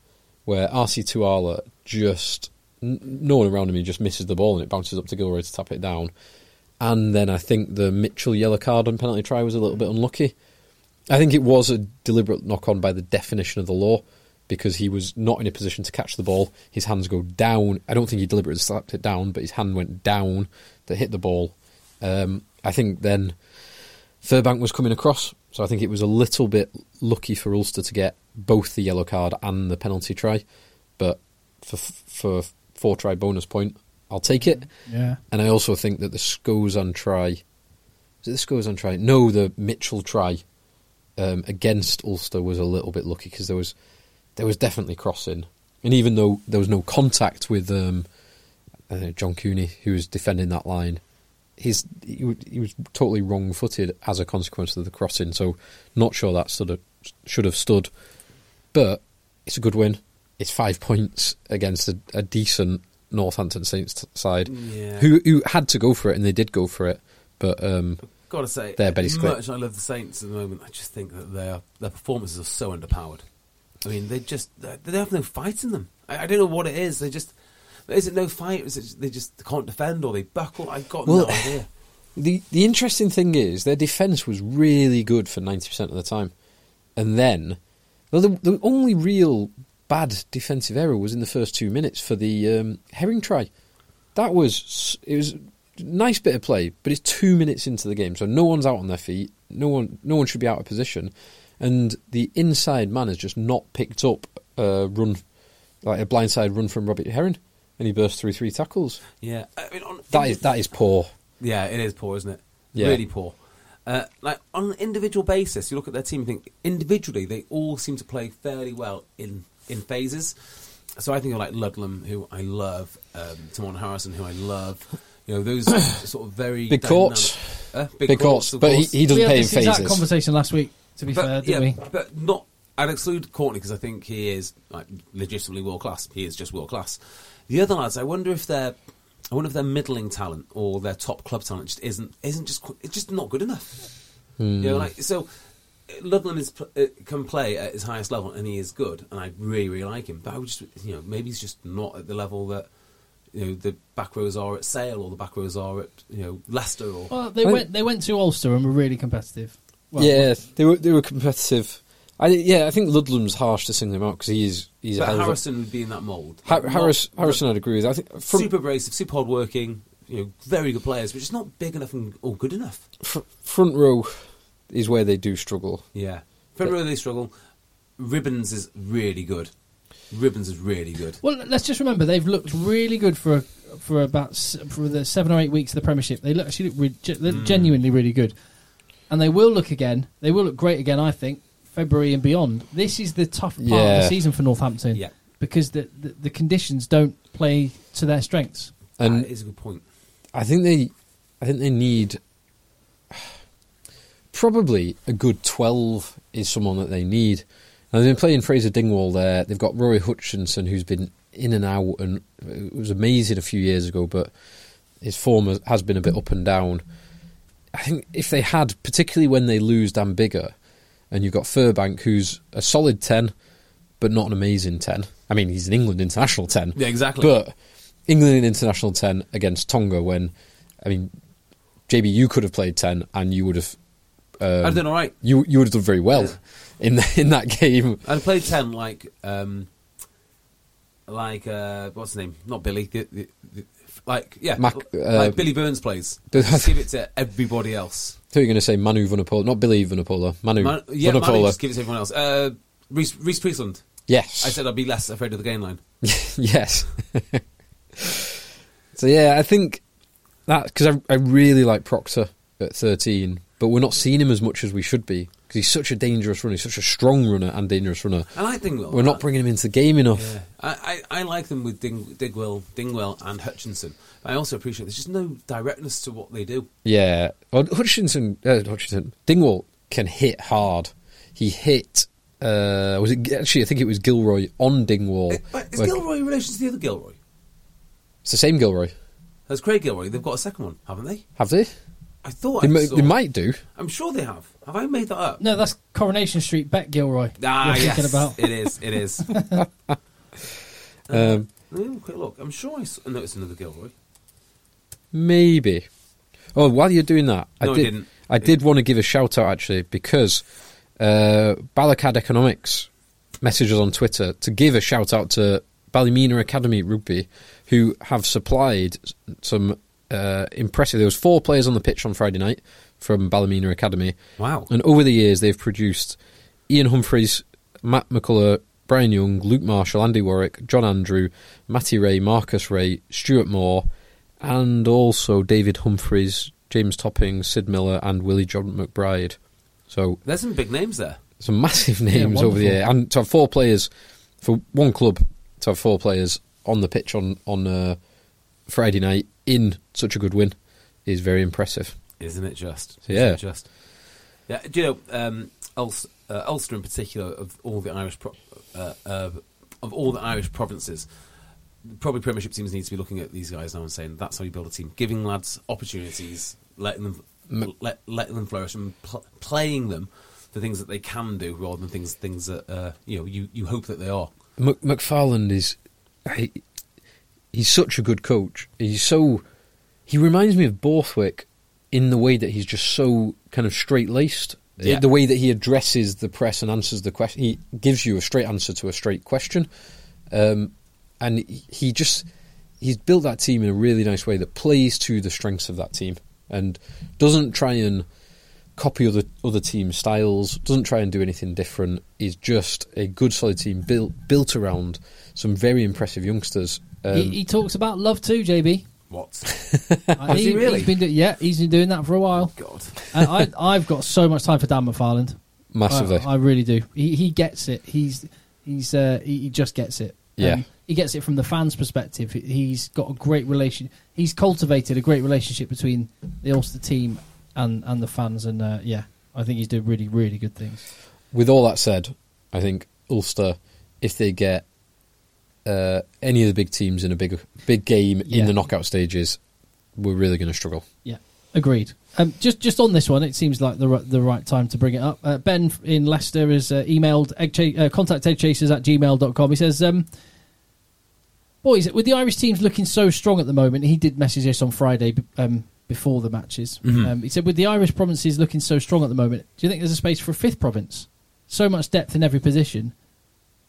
Speaker 3: where RC Tuala just n- no one around him, he just misses the ball and it bounces up to Gilroy to tap it down. And then I think the Mitchell yellow card on penalty try was a little bit unlucky. I think it was a deliberate knock on by the definition of the law because he was not in a position to catch the ball. His hands go down. I don't think he deliberately slapped it down, but his hand went down that hit the ball. Um, I think then Furbank was coming across, so I think it was a little bit lucky for Ulster to get both the yellow card and the penalty try. But for for four try bonus point, I'll take it.
Speaker 1: Yeah.
Speaker 3: And I also think that the Skozan try. Is it the Skozan try? No, the Mitchell try um, against Ulster was a little bit lucky because there was there was definitely crossing, and even though there was no contact with um, uh, John Cooney, who was defending that line, his he, wa- he was totally wrong-footed as a consequence of the crossing. So, not sure that stood a, should have stood, but it's a good win. It's five points against a, a decent Northampton Saints t- side,
Speaker 2: Yeah.
Speaker 3: who who had to go for it, and they did go for it. But um,
Speaker 2: Gotta say,
Speaker 3: There,
Speaker 2: there,
Speaker 3: Betty
Speaker 2: as
Speaker 3: Squibb.
Speaker 2: much as I love the Saints at the moment, I just think that their their performances are so underpowered. I mean, they just they they have no fight in them. I, I don't know what it is. They just is it no fight? Is it just- they just can't defend or they buckle? I've got
Speaker 3: Well-
Speaker 2: no idea.
Speaker 3: The the interesting thing is their defense was really good for ninety percent of the time, and then, well, the, the only real bad defensive error was in the first two minutes for the um, herring try. That was s- it was a nice bit of play, but it's two minutes into the game, so no one's out on their feet. No one no one should be out of position, and the inside man has just not picked up a run, like a blindside run from Robert Herring, and he burst through three tackles.
Speaker 2: Yeah, I mean, on,
Speaker 3: That is that is poor.
Speaker 2: Yeah, it is poor, isn't it?
Speaker 3: Yeah.
Speaker 2: Really poor. Uh, like on an individual basis, you look at their team and think individually they all seem to play fairly well in in phases. So I think of like Ludlam, who I love, um, Timon Harrison, who I love. You know those sort of very
Speaker 3: Big
Speaker 2: dynamic-
Speaker 3: courts.
Speaker 2: uh, big,
Speaker 3: Big
Speaker 2: courts,
Speaker 3: courts,
Speaker 2: of
Speaker 3: but he,
Speaker 2: course.
Speaker 3: he doesn't
Speaker 1: we had
Speaker 3: pay in
Speaker 1: this exact
Speaker 3: phases.
Speaker 1: conversation last week. To be
Speaker 2: but,
Speaker 1: fair, didn't
Speaker 2: yeah,
Speaker 1: we?
Speaker 2: but not. I'd exclude Courtney because I think he is like legitimately world class. He is just world class. The other lads, I wonder if they're, I wonder if their middling talent or their top club talent just isn't isn't just qu- it's just not good enough. You know,
Speaker 1: Hmm.
Speaker 2: like so. Ludlam is pl- uh, can play at his highest level, and he is good, and I really really like him. But I would just, you know, maybe he's just not at the level that you know the back rows are at Sale or the back rows are at you know Leicester or
Speaker 1: Well, they
Speaker 3: Well-
Speaker 1: went. They went to Ulster and were really competitive. Well,
Speaker 3: yeah, they were they were competitive. I thi- yeah, I think Ludlam's harsh to single him out because he is he's a
Speaker 2: but
Speaker 3: hell
Speaker 2: Harrison would be in that mold.
Speaker 3: Of a,
Speaker 2: Not-
Speaker 3: Har- Harris, Harrison, I'd agree with. I think from,
Speaker 2: super abrasive, super hard working, you know, very good players, but just not big enough and or good enough.
Speaker 3: fr- front row is where they do struggle.
Speaker 2: Yeah. Front row they struggle. Ribbons is really good. Ribbons is really good.
Speaker 1: Well, let's just remember they've looked really good for a, for about s- for the seven or eight weeks of the Premiership. They look actually look re- ge- they're
Speaker 2: Mm.
Speaker 1: genuinely really good, and they will look again. They will look great again. I think February and beyond. This is the tough part of
Speaker 3: Yeah.
Speaker 1: the season for Northampton.
Speaker 2: Yeah.
Speaker 1: because the, the the conditions don't play to their strengths.
Speaker 3: And-
Speaker 2: that is a good point.
Speaker 3: I think they, I think they need probably a good twelve is someone that they need. And they've been playing Fraser Dingwall there. They've got Rory Hutchinson, who's been in and out, and it was amazing a few years ago, but his form has- has been a bit up and down. I think if they had, particularly when they lose Dan Bigger, and you've got Furbank, who's a solid ten, but not an amazing ten. I mean, he's an England international ten.
Speaker 2: Yeah, exactly.
Speaker 3: But England international ten against Tonga, when I mean, JB, you could have played ten, and you would have. Um,
Speaker 2: I'd done all right.
Speaker 3: You you would have done very well in in that game.
Speaker 2: I'd play ten like um, like uh, what's his name? Not Billy. The, the, the, like yeah,
Speaker 3: Mac-
Speaker 2: l-
Speaker 3: uh,
Speaker 2: like Billy Burns plays.
Speaker 3: the-
Speaker 2: Just give it to everybody else.
Speaker 3: Who are you going to say? Manu Vanapola, not Billy Vanapola. Manu
Speaker 2: Man, yeah, man,
Speaker 3: Vanapola.
Speaker 2: just give it to everyone else. Uh, Reese, Reese Priestland.
Speaker 3: yes,
Speaker 2: I said I'd be less afraid of the game line.
Speaker 3: yes. so yeah, I think that because I, I really like Proctor at thirteen, but we're not seeing him as much as we should be because he's such a dangerous runner, he's such a strong runner and dangerous runner.
Speaker 2: And Oh, I think we'll,
Speaker 3: We're not bringing him into the game enough.
Speaker 2: Yeah. I, I, I like them with Ding, Digwell, Dingwell, and Hutchinson. But I also appreciate there's just no directness to what they do.
Speaker 3: Yeah, well, Hutchinson, uh, Hutchinson, Dingwall can hit hard. He hit. Uh, was it actually? I think it was Gilroy on Dingwall.
Speaker 2: Eh, But is
Speaker 3: where-
Speaker 2: Gilroy in relation to the other Gilroy?
Speaker 3: It's the same Gilroy,
Speaker 2: That's Craig Gilroy. They've got a second one, haven't they?
Speaker 3: have they?
Speaker 2: I thought
Speaker 3: They,
Speaker 2: I
Speaker 3: mi-
Speaker 2: saw-
Speaker 3: they might do.
Speaker 2: I'm sure they have. Have I made that up?
Speaker 1: No, that's Coronation Street, Bet Gilroy.
Speaker 2: Ah,
Speaker 1: you're thinking
Speaker 2: yes,
Speaker 1: about.
Speaker 2: it is. It is. um,
Speaker 3: Um,
Speaker 2: Let me have a quick look. I'm sure I s- no, it's another Gilroy.
Speaker 3: Maybe. Oh, while you're doing that,
Speaker 2: No,
Speaker 3: I
Speaker 2: I
Speaker 3: did.
Speaker 2: didn't.
Speaker 3: I did want to give a shout out actually because uh, Balakad Economics messaged us on Twitter to give a shout out to Ballymena Academy Rugby, who have supplied s- some uh, impressive. There was four players on the pitch on Friday night from Ballymena Academy.
Speaker 2: Wow.
Speaker 3: And over the years, they've produced Ian Humphreys, Matt McCullough, Brian Young, Luke Marshall, Andy Warwick, John Andrew, Matty Ray, Marcus Ray, Stuart Moore, and also David Humphreys, James Topping, Sid Miller, and Willie John McBride. So
Speaker 2: There's some big names there.
Speaker 3: some massive names over the
Speaker 1: wonderful.
Speaker 3: year, and to have four players for one club to have four players on the pitch on on uh, Friday night in such a good win is very impressive.
Speaker 2: Isn't it just?
Speaker 3: Yeah.
Speaker 2: Isn't it just. Yeah. Do you know um, Ulster, uh, Ulster in particular of all the Irish pro- uh, uh, of all the Irish provinces? Probably Premiership teams need to be looking at these guys now and saying that's how you build a team, giving lads opportunities, letting them let, letting them flourish and pl- playing them for things that they can do rather than things things that uh, you know you, you hope that they are.
Speaker 3: Mc- McFarland is he, he's such a good coach. He's so he reminds me of Borthwick in the way that he's just so kind of straight laced.
Speaker 2: Yeah.
Speaker 3: The way that he addresses the press and answers the question, he gives you a straight answer to a straight question, um, and he- he just he's built that team in a really nice way that plays to the strengths of that team and doesn't try and copy other other team styles, doesn't try and do anything different. Is just a good solid team built built around some very impressive youngsters. Um,
Speaker 1: he, he talks about love too, JB.
Speaker 2: What?
Speaker 1: Uh,
Speaker 2: he really?
Speaker 1: He's been do- yeah, he's been doing that for a while.
Speaker 2: God.
Speaker 1: And I, I've got so much time for Dan McFarland.
Speaker 3: Massively.
Speaker 1: I, I really do. He, he gets it. He's he's uh, he, he just gets it. Um,
Speaker 3: Yeah.
Speaker 1: he gets it from the fans' perspective. He- He's got a great relation. He's cultivated a great relationship between the Ulster team and and the fans. And uh, yeah, I think he's doing really really good things.
Speaker 3: With all that said, I think Ulster, if they get uh, any of the big teams in a big big game
Speaker 1: Yeah.
Speaker 3: in the knockout stages, we're really going to struggle.
Speaker 1: Yeah, agreed. Um, just just on this one, it seems like the ri- the right time to bring it up. Uh, ben in Leicester has uh, emailed egg cha- uh, contact eggchasers at gmail.com. He says, um, Boys, with the Irish teams looking so strong at the moment, he did message us on Friday b- um, before the matches. Um, he said, With the Irish provinces looking so strong at the moment, do you think there's a space for a fifth province? So much depth in every position.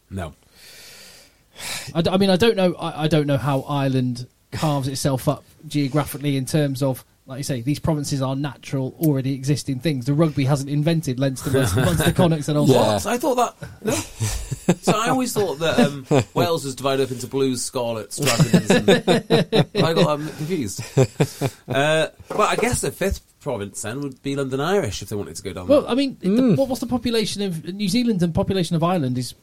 Speaker 2: No.
Speaker 1: I, d- I mean, I don't know. I, I don't know how Ireland carves itself up geographically in terms of, like you say, these provinces are natural, already existing things. The rugby hasn't invented Leinster, West- Munster, Connacht, and all
Speaker 2: What? I thought that. No. so I always thought that um, Wales was divided up into blues, scarlets, dragons. And I got um, confused. Uh, but I guess the fifth province then would be London Irish if they wanted to go down.
Speaker 1: Well,
Speaker 2: that.
Speaker 1: I mean, the, what, what's the population of New Zealand and population of Ireland is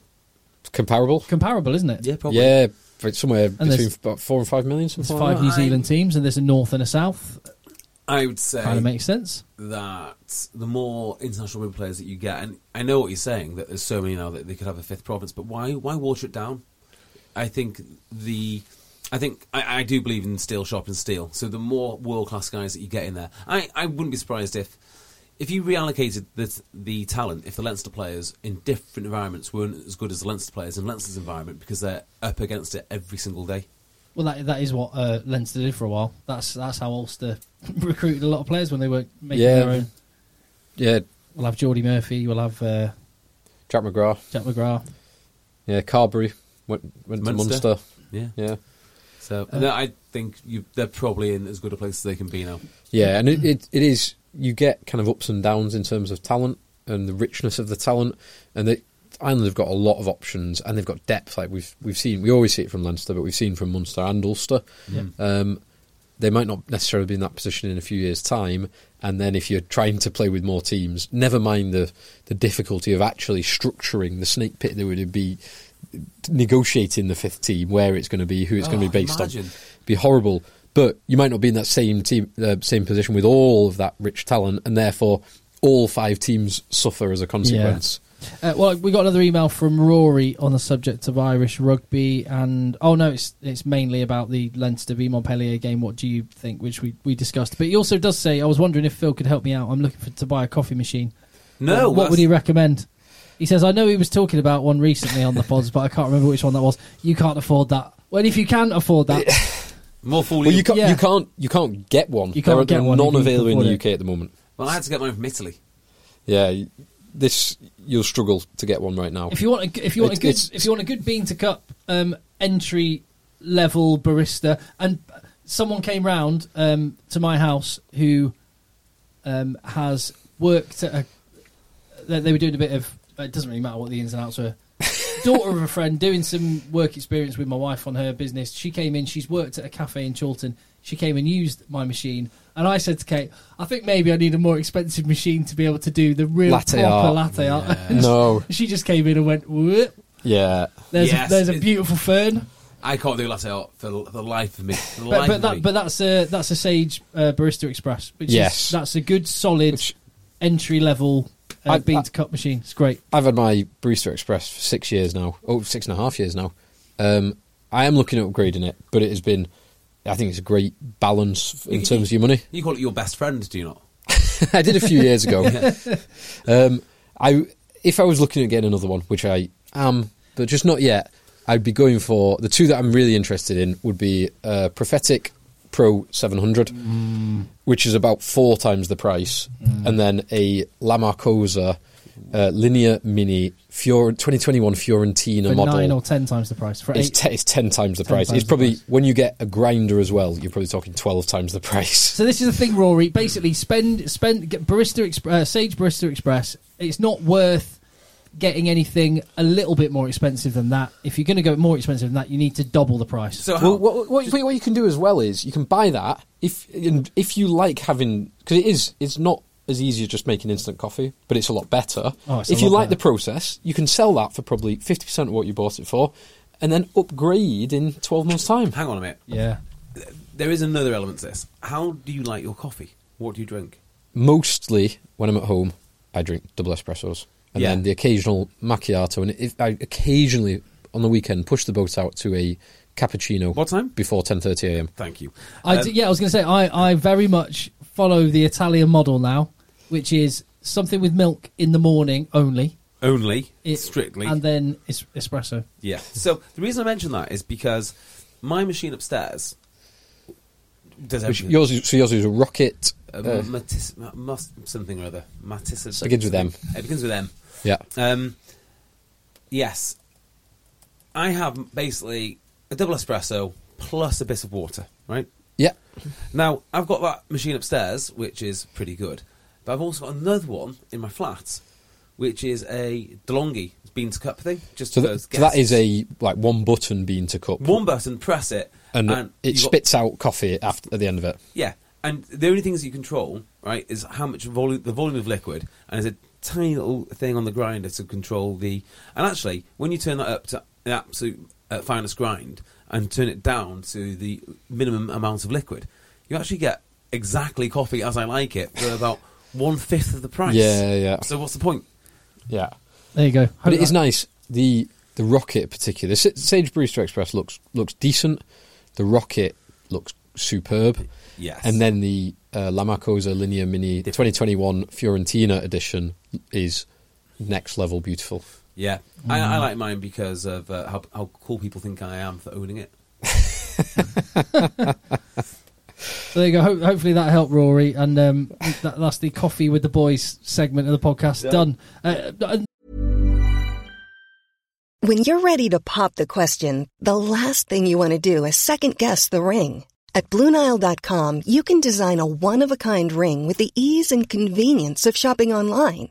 Speaker 3: Comparable,
Speaker 1: comparable, isn't it?
Speaker 2: yeah, probably.
Speaker 3: yeah, but somewhere between
Speaker 1: there's-
Speaker 3: about four and five million.
Speaker 1: There's
Speaker 3: Something like
Speaker 1: five
Speaker 3: that.
Speaker 1: New Zealand teams, and there's a north and a south.
Speaker 2: I would say
Speaker 1: Kind of makes sense.
Speaker 2: that the more international rugby players that you get, and I know what you're saying that there's so many now that they could have a fifth province, but why why water it down? I think the I think I, I do believe in steel sharp and steel. So the more world class guys that you get in there, I, I wouldn't be surprised if if you reallocated the the talent, if the Leinster players in different environments weren't as good as the Leinster players in Leinster's environment because they're up against it every single day.
Speaker 1: Well, that that is what uh, Leinster did for a while. That's that's how Ulster recruited a lot of players when they were making
Speaker 3: Yeah.
Speaker 1: their own.
Speaker 3: Yeah,
Speaker 1: We'll have Geordie Murphy. We'll have uh,
Speaker 3: Jack McGrath.
Speaker 1: Jack McGrath.
Speaker 3: Yeah, Carberry. Went, went
Speaker 2: Munster.
Speaker 3: to Munster.
Speaker 2: Yeah.
Speaker 3: Yeah.
Speaker 2: So no, I think you, they're probably in as good a place as they can be now.
Speaker 3: Yeah, and it, it, it is you get kind of ups and downs in terms of talent and the richness of the talent, and the Ireland have got a lot of options and they've got depth. Like we've we've seen, we always see it from Leinster, but we've seen from Munster and Ulster. Um, they might not necessarily be in that position in a few years' time, and then if you're trying to play with more teams, never mind the the difficulty of actually structuring the snake pit that would be negotiating the fifth team, where it's going to be, who it's
Speaker 2: Oh,
Speaker 3: going to be based
Speaker 2: imagine.
Speaker 3: on be horrible. But you might not be in that same team, uh, same position with all of that rich talent, and therefore all five teams suffer as a consequence.
Speaker 1: Uh, well, we got another email from Rory on the subject of Irish rugby, and oh no, it's it's mainly about the Leinster v Montpellier game. What do you think? Which we, we discussed, but he also does say, I was wondering if Phil could help me out. I'm looking for to buy a coffee machine. what
Speaker 2: No,
Speaker 1: would
Speaker 2: Oh, that's-
Speaker 1: he recommend? He says, I know he was talking about one recently on the pods, but I can't remember which one that was. You can't afford that. Well, if you can afford that,
Speaker 2: more fool
Speaker 3: Well,
Speaker 2: you.
Speaker 3: you can't,
Speaker 1: Yeah.
Speaker 3: you can't, you can't get one.
Speaker 1: You can't
Speaker 3: They're-
Speaker 1: get
Speaker 3: they're
Speaker 1: one if you
Speaker 3: non-available in
Speaker 1: afford
Speaker 3: the
Speaker 1: it.
Speaker 3: UK at the moment.
Speaker 2: Well, I had to get mine from Italy.
Speaker 3: Yeah, y- this you'll struggle to get one right now.
Speaker 1: If you want, a, g- if you want a
Speaker 3: It's-
Speaker 1: good,
Speaker 3: it's-
Speaker 1: if you want a good bean to cup um, entry level barista, and someone came round um, to my house who um, has worked at a, they, they were doing a bit of. It doesn't really matter what the ins and outs were. Daughter of a friend doing some work experience with my wife on her business. She came in. She's worked at a cafe in Chilton. She came and used my machine, and I said to Kate, "I think maybe I need a more expensive machine to be able to do the real
Speaker 3: Latte
Speaker 1: proper
Speaker 3: art.
Speaker 1: latte art."
Speaker 3: no,
Speaker 1: She just came in and went, Whoop.
Speaker 3: yeah,
Speaker 1: There's,
Speaker 2: Yes,
Speaker 1: a, there's a
Speaker 2: it-
Speaker 1: beautiful fern,
Speaker 2: I can't do latte art for the life of me. For the
Speaker 1: but
Speaker 2: life
Speaker 1: but,
Speaker 2: of me.
Speaker 1: that, but that's a that's a Sage uh, Barista Express, which
Speaker 3: Yes.
Speaker 1: is that's a good solid entry level uh,
Speaker 3: I-
Speaker 1: bean
Speaker 3: I-
Speaker 1: to cup machine. It's great.
Speaker 3: I've had my Brewster Express for six years now. Oh, six and a half years now. Um, I am looking at upgrading it, but it has been. I think it's a great balance in
Speaker 1: e-
Speaker 3: terms of your money.
Speaker 2: you call it your best friend, do you not?
Speaker 3: I did a few years ago. um, I if I was looking at getting another one, which I am, but just not yet. I'd be going for the two that I'm really interested in would be uh, Prophetic Pro 700,
Speaker 1: Mm.
Speaker 3: which is about four times the price, and then a La Marcosa uh, Linear Mini Fior- 2021 Fiorentina
Speaker 1: For
Speaker 3: model.
Speaker 1: nine or ten times the price. For
Speaker 3: it's,
Speaker 1: eight.
Speaker 3: te- it's ten times the
Speaker 1: 10
Speaker 3: price.
Speaker 1: times
Speaker 3: It's
Speaker 1: the
Speaker 3: probably
Speaker 1: price.
Speaker 3: when you get a grinder as well, you're probably talking twelve times the price.
Speaker 1: so this is the thing, Rory. Basically, spend spend get Barista Exp- uh, Sage Barista Express. It's not worth getting anything a little bit more expensive than that. If you're going to go more expensive than that, you need to double the price.
Speaker 2: So how-
Speaker 3: Well, what, what, what you can do as well is you can buy that if and if you like having because it is it's not as easy as just making instant coffee, but it's a lot better.
Speaker 1: Oh, it's a
Speaker 3: if you
Speaker 1: lot
Speaker 3: like the
Speaker 1: better.
Speaker 3: process, you can sell that for probably fifty percent of what you bought it for, and then upgrade in twelve months' time.
Speaker 2: hang on a minute.
Speaker 1: yeah.
Speaker 2: There is another element to this. How do you like your coffee? What do you drink?
Speaker 3: Mostly when I'm at home, I drink double espressos and
Speaker 2: Yeah.
Speaker 3: then the occasional macchiato, and if I occasionally on the weekend push the boat out to a cappuccino.
Speaker 2: What time?
Speaker 3: Before ten thirty a.m.
Speaker 2: Thank you.
Speaker 1: I
Speaker 2: Um,
Speaker 1: do- yeah, I was going to say I, I very much follow the Italian model now, which is something with milk in the morning only,
Speaker 2: Only
Speaker 1: It-
Speaker 2: strictly.
Speaker 1: and then es- espresso.
Speaker 2: Yeah. So the reason I mention that is because my machine upstairs does
Speaker 3: Which
Speaker 2: everything.
Speaker 3: yours, is- so yours is a rocket.
Speaker 2: uh,
Speaker 1: Um,
Speaker 3: uh,
Speaker 2: Matis, Ma- Mas- something or other. Matis.
Speaker 3: Begins with M.
Speaker 2: It begins with M.
Speaker 3: yeah.
Speaker 2: Um, yes, I have basically a double espresso plus a bit of water. Right
Speaker 3: Yeah.
Speaker 2: now, I've got that machine upstairs, which is pretty good, but I've also got another one in my flat, which is a DeLonghi beans cup thing. Just
Speaker 3: So,
Speaker 2: for
Speaker 3: that,
Speaker 2: those
Speaker 3: so that is
Speaker 2: guests.
Speaker 3: a like one button bean to cup,
Speaker 2: one button, press it,
Speaker 3: and, it
Speaker 2: you've got-
Speaker 3: spits out coffee after, at the end of it.
Speaker 2: Yeah, and the only things you control, right, is how much volume, the volume of liquid, and there's a tiny little thing on the grinder to control the. And actually, when you turn that up to the absolute uh, finest grind and turn it down to the minimum amount of liquid, you actually get exactly coffee as I like it for about one fifth of the price.
Speaker 3: Yeah, yeah.
Speaker 2: So what's the point?
Speaker 3: Yeah,
Speaker 1: There you go.
Speaker 3: but it is nice. the The rocket, in particular, the Sa- Sage Brewster Express looks looks decent. The rocket looks superb.
Speaker 2: Yes.
Speaker 3: and then the uh, La Marcosa Linear Mini 2021 Fiorentina edition is next level beautiful.
Speaker 2: Yeah, I,
Speaker 1: Mm.
Speaker 2: I like mine because of uh, how, how cool people think I am for owning it.
Speaker 1: So there you go. Ho- hopefully that helped Rory, and um, that, that's the coffee with the boys segment of the podcast done. Uh, and
Speaker 5: When you're ready to pop the question, the last thing you want to do is second guess the ring. At Bluenile.com, you can design a one of a kind ring with the ease and convenience of shopping online.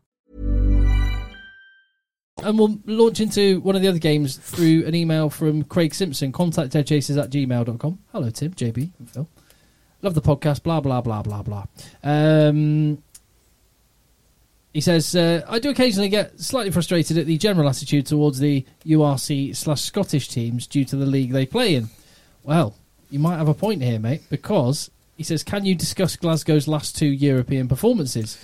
Speaker 1: And we'll launch into one of the other games through an email from Craig Simpson. Contact deadchasers at gmail.com. Hello, Tim, JB, and Phil. Love the podcast, blah, blah, blah, blah, blah. Um, he says, uh, I do occasionally get slightly frustrated at the general attitude towards the URC slash Scottish teams due to the league they play in. Well, you might have a point here, mate, because he says, Can you discuss Glasgow's last two European performances?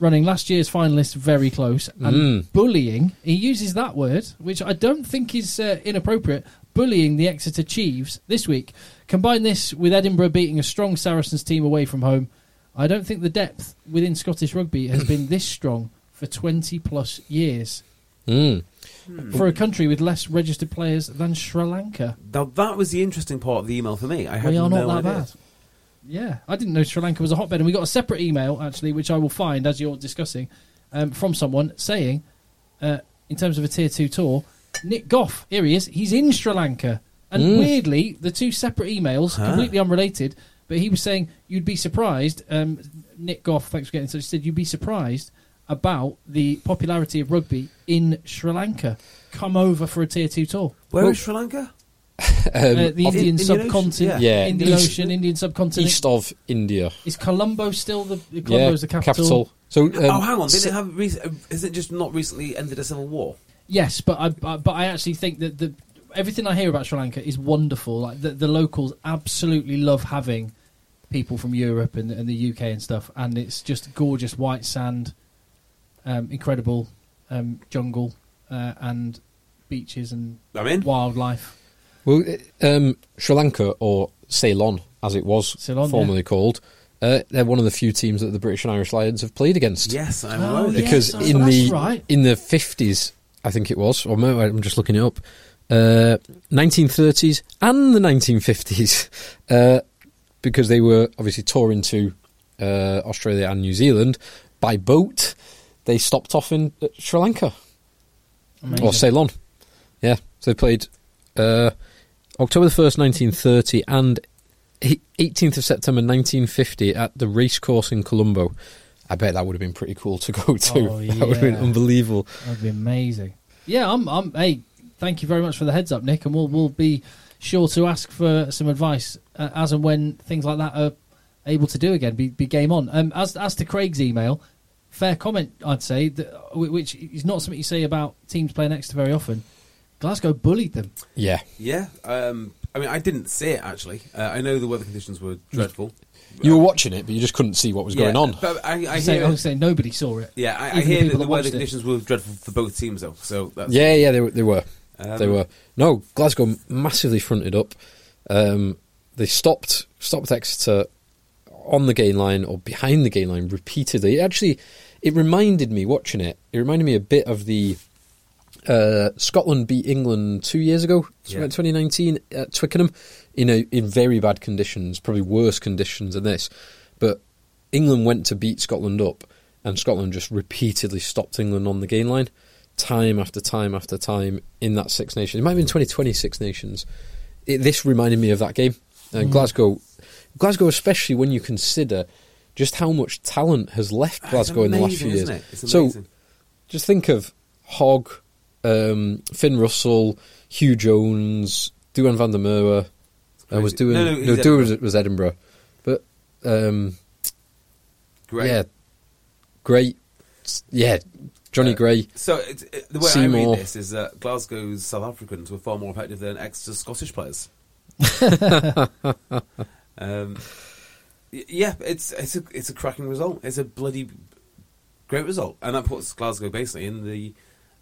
Speaker 1: running last year's finalists very close and bullying. He uses that word, which I don't think is uh, inappropriate. Bullying the Exeter Chiefs this week. Combine this with Edinburgh beating a strong Saracens team away from home. I don't think the depth within Scottish rugby has been this strong for 20 plus years. Mm.
Speaker 3: Mm. Um,
Speaker 1: For a country with less registered players than Sri Lanka.
Speaker 2: Now that was the interesting part of the email for me. I had
Speaker 1: We are
Speaker 2: no
Speaker 1: not that
Speaker 2: idea.
Speaker 1: bad. Yeah, I didn't know Sri Lanka was a hotbed, and we got a separate email actually, which I will find as you're discussing, um, from someone saying, uh, in terms of a tier two tour, Nick Goff. Here he is. He's in Sri Lanka, and
Speaker 2: Mm.
Speaker 1: weirdly, the two separate emails, completely unrelated. But he was saying you'd be surprised. Um, Nick Goff, thanks for getting in touch. Said you'd be surprised about the popularity of rugby in Sri Lanka. Come over for a tier two tour.
Speaker 2: Where is
Speaker 3: Well-
Speaker 2: Sri Lanka?
Speaker 1: Uh, the
Speaker 2: of-
Speaker 1: Indian
Speaker 2: Indian Ocean,
Speaker 1: subcontinent,
Speaker 3: Um, yeah. Yeah.
Speaker 1: Indian
Speaker 3: East-
Speaker 1: Ocean, Indian subcontinent.
Speaker 3: East of India.
Speaker 1: Is Colombo still the Colombo's
Speaker 3: yeah,
Speaker 1: the capital?
Speaker 3: So, um,
Speaker 2: oh, hang on. Didn't
Speaker 3: so-
Speaker 2: it have rec- uh, has it just not recently ended a civil war?
Speaker 1: Yes, but I, I but I actually think that the everything I hear about Sri Lanka is wonderful. Like the, the locals absolutely love having people from Europe and, and the UK and stuff, and it's just gorgeous white sand, um, incredible um, jungle, uh, and beaches and
Speaker 2: I'm in.
Speaker 1: wildlife.
Speaker 3: Well, uh, um, Sri Lanka or Ceylon, as it was
Speaker 1: Ceylon, yeah.
Speaker 3: formerly called, uh, they're one of the few teams that the British and Irish Lions have played against.
Speaker 2: Yes, I'm
Speaker 1: Oh,
Speaker 2: right.
Speaker 1: yeah.
Speaker 3: because
Speaker 1: Yes,
Speaker 3: in
Speaker 1: that's
Speaker 3: the
Speaker 1: right.
Speaker 3: in the fifties, I think it was, or maybe I'm just looking it up, uh, nineteen thirties and the nineteen fifties, uh, because they were obviously touring to uh, Australia and New Zealand by boat. They stopped off in uh, Sri Lanka or
Speaker 1: Amazing.
Speaker 3: Ceylon. Yeah, so they played uh, October the first, nineteen thirty, and eighteenth of September, nineteen fifty, at the racecourse in Colombo. I bet that would have been pretty cool to go to.
Speaker 1: Oh,
Speaker 3: That would have been
Speaker 1: yeah.
Speaker 3: unbelievable.
Speaker 1: That'd be amazing. Yeah, I'm. I'm. Hey, thank you very much for the heads up, Nick, and we'll we'll be sure to ask for some advice uh, as and when things like that are able to do again. Be, be game on. Um, as as to Craig's email, fair comment, I'd say, that, wh- which is not something you say about teams playing Exeter very often. Glasgow bullied them.
Speaker 3: Yeah,
Speaker 2: Yeah. Um, I mean, I didn't see it actually. Uh, I know the weather conditions were dreadful.
Speaker 3: you were watching it, but you just couldn't see what was
Speaker 2: Yeah,
Speaker 3: Mm. going on.
Speaker 2: But I, I
Speaker 1: I say,
Speaker 2: hear.
Speaker 1: I say nobody saw it.
Speaker 2: yeah, I, I
Speaker 1: Even the
Speaker 2: hear
Speaker 1: people
Speaker 2: that
Speaker 1: that
Speaker 2: the weather
Speaker 1: watched it.
Speaker 2: conditions were dreadful for both teams, though. So that's
Speaker 3: Yeah, yeah, they were. They were. they
Speaker 2: Um,
Speaker 3: were. No, Glasgow massively fronted up. Um, they stopped stopped Exeter on the gain line or behind the gain line repeatedly. It actually, it reminded me watching it. It reminded me a bit of the uh, Scotland beat England two years ago,
Speaker 2: Yeah.
Speaker 3: 2019 at Twickenham, in a, in very bad conditions, probably worse conditions than this. But England went to beat Scotland up, and Scotland just repeatedly stopped England on the gain line, time after time after time in that Six Nations. It might have been 2020 Six Nations. It, this reminded me of that game,
Speaker 2: Mm.
Speaker 3: and Glasgow, Glasgow especially when you consider just how much talent has left
Speaker 2: It's
Speaker 3: Glasgow in the last
Speaker 2: amazing,
Speaker 3: few years.
Speaker 2: isn't it? It's
Speaker 3: so
Speaker 2: amazing.
Speaker 3: just think of Hogg, um, Finn Russell, Hugh Jones, Duan van der Merwe. I was
Speaker 2: Crazy.
Speaker 3: doing
Speaker 2: No,
Speaker 3: no,
Speaker 2: no,
Speaker 3: no,
Speaker 2: he's
Speaker 3: Duan was,
Speaker 2: Edinburgh.
Speaker 3: was Edinburgh, but um,
Speaker 2: Great.
Speaker 3: yeah, great, yeah, Johnny
Speaker 2: Uh,
Speaker 3: Gray.
Speaker 2: So it, it- the way I
Speaker 3: Seymour.
Speaker 2: read this is that Glasgow's South Africans were far more effective than Exeter's Scottish players. um, y- yeah, it's it's a it's a cracking result. It's a bloody great result, and that puts Glasgow basically in the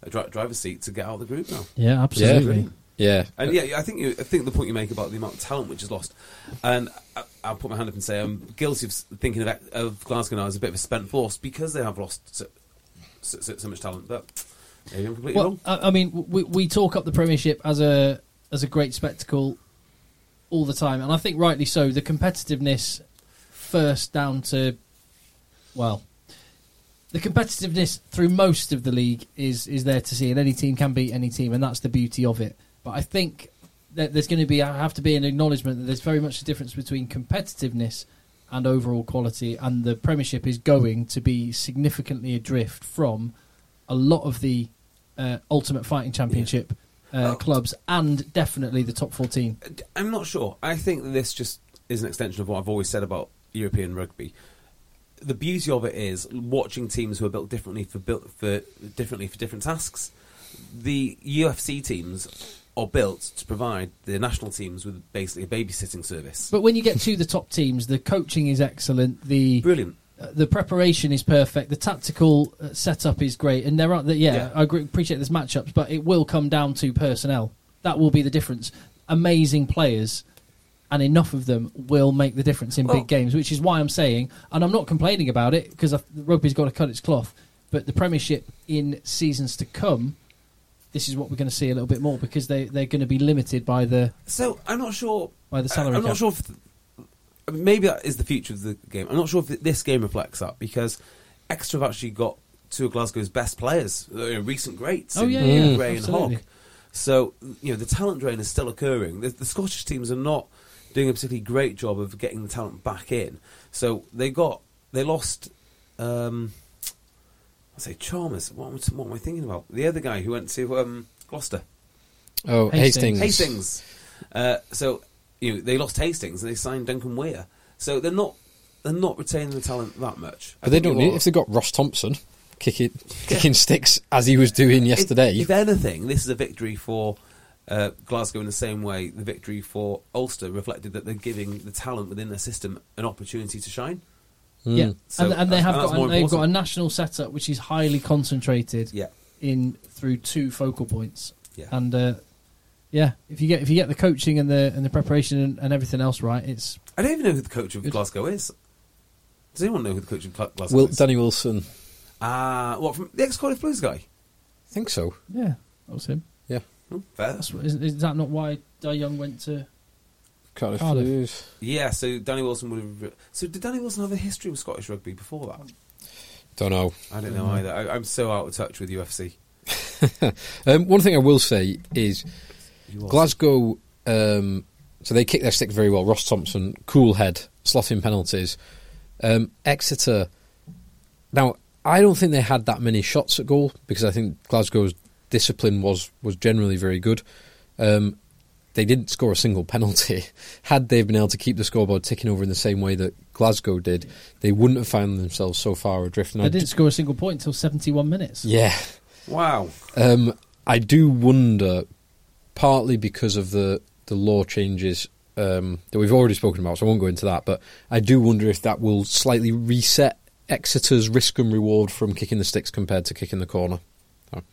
Speaker 2: uh, dri- driver's seat to get out of the group now.
Speaker 6: Yeah, absolutely.
Speaker 3: Yeah,
Speaker 2: And yeah, I think you, I think the point you make about the amount of talent which is lost, and I, I'll put my hand up and say I'm guilty of s- thinking of, Ex- of Glasgow now as a bit of a spent force because they have lost so, so, so, so much talent. But maybe I'm completely
Speaker 1: Well,
Speaker 2: wrong.
Speaker 1: I, I mean, w- we, we talk up the Premiership as a as a great spectacle all the time, and I think rightly so. The competitiveness first down to well, the competitiveness through most of the league is is there to see, and any team can beat any team, and that's the beauty of it. But I think that there's going to be have to be an acknowledgement that there's very much a difference between competitiveness and overall quality, and the Premiership is going to be significantly adrift from a lot of the uh, Ultimate Fighting Championship uh,
Speaker 2: Oh.
Speaker 1: clubs, and definitely the top 14.
Speaker 2: I'm not sure. I think that this just is an extension of what I've always said about European rugby. The beauty of it is watching teams who are built differently for built for differently for different tasks. The UFC teams are built to provide the national teams with basically a babysitting service.
Speaker 1: But when you get to the top teams, the coaching is excellent. The
Speaker 2: Brilliant.
Speaker 1: uh, the preparation is perfect. The tactical uh, setup is great, and there are the, yeah,
Speaker 2: Yeah.
Speaker 1: I agree, appreciate there's matchups, but it will come down to personnel. That will be the difference. Amazing players, and enough of them will make the difference in
Speaker 2: Well-
Speaker 1: big games, which is why I'm saying, and I'm not complaining about it because rugby's got to cut its cloth. But the Premiership in seasons to come, this is what we're going to see a little bit more because they they're going to be limited by the
Speaker 2: So I'm not sure.
Speaker 1: By the salary
Speaker 2: I, am
Speaker 1: cap.
Speaker 2: not sure if th- maybe that is the future of the game. I'm not sure if th- this game reflects that because extra have actually got two of Glasgow's best players, uh, recent greats.
Speaker 1: Oh,
Speaker 2: in
Speaker 1: yeah, yeah,
Speaker 2: Gray and
Speaker 1: absolutely.
Speaker 2: Hogg. So you know the talent drain is still occurring. The, the Scottish teams are not doing a particularly great job of getting the talent back in. So they got they lost. Um, I say Chalmers. What am, I, what am I thinking about? The other guy who went to um, Gloucester.
Speaker 3: oh
Speaker 1: Hastings.
Speaker 3: Hastings.
Speaker 2: Hastings. Uh, so you know, they lost Hastings and they signed Duncan Weir. So they're not they're not retaining the talent that much. I
Speaker 3: But they
Speaker 2: think
Speaker 3: don't
Speaker 2: it
Speaker 3: need
Speaker 2: was-
Speaker 3: if they got Ross Thompson kicking kicking sticks as he was doing
Speaker 2: if-
Speaker 3: yesterday.
Speaker 2: If, anything, this is a victory for uh, Glasgow in the same way the victory for Ulster reflected that they're giving the talent within their system an opportunity to shine.
Speaker 1: Yeah,
Speaker 2: So,
Speaker 1: and, and they
Speaker 2: uh,
Speaker 1: have
Speaker 2: and that's
Speaker 1: got
Speaker 2: more
Speaker 1: and they've got a
Speaker 2: important.
Speaker 1: national setup which is highly concentrated.
Speaker 2: Yeah.
Speaker 1: in through two focal points.
Speaker 2: Yeah.
Speaker 1: and uh, yeah, if you get if you get the coaching and the and the preparation and, and everything else right, it's
Speaker 2: I don't even know who the coach of
Speaker 1: Good.
Speaker 2: Glasgow is. Does anyone know who the coach of Gla- Glasgow
Speaker 3: Will,
Speaker 2: is?
Speaker 3: Danny Wilson,
Speaker 2: Ah, what from the ex Cardiff Blues guy?
Speaker 3: I think so.
Speaker 1: yeah, that was him.
Speaker 3: Yeah,
Speaker 2: Hmm, fair.
Speaker 1: That's what, is, is that not why Dai Young went to?
Speaker 3: Cardiff.
Speaker 1: Cardiff.
Speaker 3: Blues.
Speaker 2: Yeah, so Danny Wilson would have. So did Danny Wilson have a history with Scottish rugby before that?
Speaker 3: Don't know.
Speaker 2: I don't know either. I, I'm so out of touch with UFC.
Speaker 3: Um, one thing I will say is
Speaker 2: You are-
Speaker 3: Glasgow. Um, so they kick their sticks very well. Ross Thompson, cool head, slotting penalties. Um, Exeter. Now I don't think they had that many shots at goal because I think Glasgow's discipline was was generally very good. Um, they didn't score a single penalty. Had they been able to keep the scoreboard ticking over in the same way that Glasgow did, they wouldn't have found themselves so far adrift. And
Speaker 1: They
Speaker 3: I
Speaker 1: didn't
Speaker 3: d-
Speaker 1: score a single point until seventy-one minutes.
Speaker 3: yeah,
Speaker 2: Wow.
Speaker 3: um, I do wonder, partly because of the the law changes um, that we've already spoken about, so I won't go into that. But I do wonder if that will slightly reset Exeter's risk and reward from kicking the sticks compared to kicking the corner. So,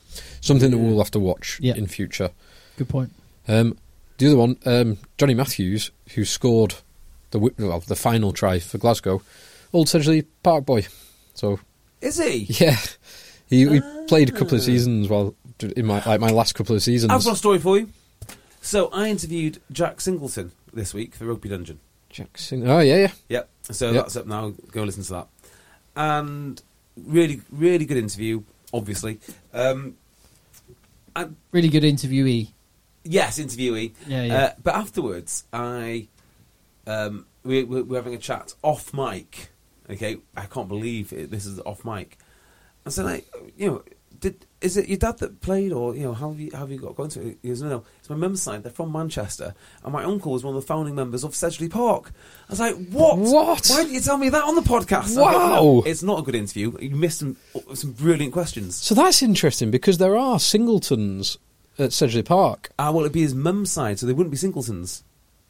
Speaker 3: something that we'll have to watch
Speaker 1: Yeah.
Speaker 3: in future.
Speaker 1: Good point.
Speaker 3: Um, the other one, um, Johnny Matthews, who scored the wi- well, the final try for Glasgow, old Sedgley Park boy. So
Speaker 2: Is he?
Speaker 3: yeah, he, he played a couple of seasons while in my like my last couple of seasons.
Speaker 2: Ah. I've got a story for you. So I interviewed Jack Singleton this week for Rugby Dungeon.
Speaker 3: Jackson. Oh yeah, yeah.
Speaker 2: Yep. So
Speaker 3: Yep.
Speaker 2: that's up now. Go listen to that. And really, really good interview. Obviously, um, and
Speaker 1: Really good interviewee.
Speaker 2: yes, interviewee.
Speaker 1: Yeah, yeah.
Speaker 2: Uh, but afterwards, I um, we, we- we're having a chat off mic. Okay, I can't believe it, this is off mic. I said, I, you know, did is it your dad that played, or you know, how have you, how have you got gone to it? He goes, no, no, it's my mum's side. They're from Manchester, and my uncle was one of the founding members of Sedgley Park. I was like, what?
Speaker 3: What?
Speaker 2: Why didn't you tell me that on the podcast? I thought,
Speaker 3: Wow.
Speaker 2: no, it's not a good interview. You missed some some brilliant questions.
Speaker 3: So that's interesting because there are Singletons at Sedgley Park.
Speaker 2: Ah, well, it'd be his mum's side, so they wouldn't be singletons.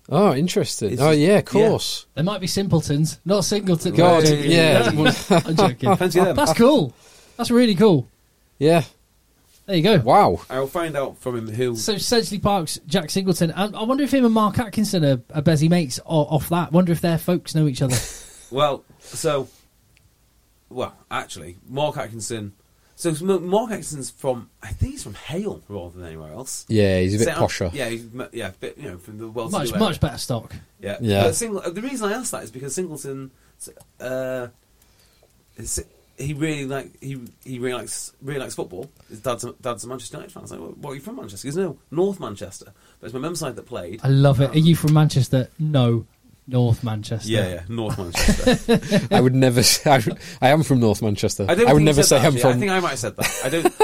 Speaker 3: Oh, interesting.
Speaker 2: It's
Speaker 3: oh,
Speaker 2: just-
Speaker 3: yeah, of
Speaker 2: yeah.
Speaker 3: course.
Speaker 1: There might be simpletons, not singletons.
Speaker 3: God,
Speaker 2: Yeah, yeah,
Speaker 3: yeah.
Speaker 1: I'm joking.
Speaker 2: Fancy them.
Speaker 1: That's cool. That's really cool.
Speaker 3: Yeah.
Speaker 1: There you go.
Speaker 3: Wow.
Speaker 2: I'll find out from him who.
Speaker 1: So Sedgley Park's Jack Singleton. I, I wonder if him and Mark Atkinson are, are busy mates or, off that. Wonder if their folks know each other.
Speaker 2: Well, so, well, actually, Mark Atkinson. So it's M- Mark Atkinson's from, I think he's from Hale rather than anywhere else.
Speaker 3: Yeah, he's a bit
Speaker 2: Set up-
Speaker 3: posher.
Speaker 2: Yeah, he's, m- yeah, bit, you know, from the world.
Speaker 1: much much better stock.
Speaker 2: Yeah,
Speaker 3: Yeah.
Speaker 2: But Singl- uh, the reason I asked that is because Singleton, uh, is- he really like he he really likes really likes football. His dad's a, dad's a Manchester United fan. I was like, well, what are you from Manchester? He goes, no, North Manchester. But it's my mum's side that played. Um,
Speaker 1: I love it. Are you from Manchester? No, North Manchester.
Speaker 2: Yeah, yeah, North Manchester.
Speaker 3: I would never say. I, would- I am from North Manchester. I,
Speaker 2: don't
Speaker 3: would
Speaker 2: think you
Speaker 3: never
Speaker 2: said
Speaker 3: say
Speaker 2: that,
Speaker 3: I'm
Speaker 2: actually.
Speaker 3: from.
Speaker 2: I think I might have said that. I don't.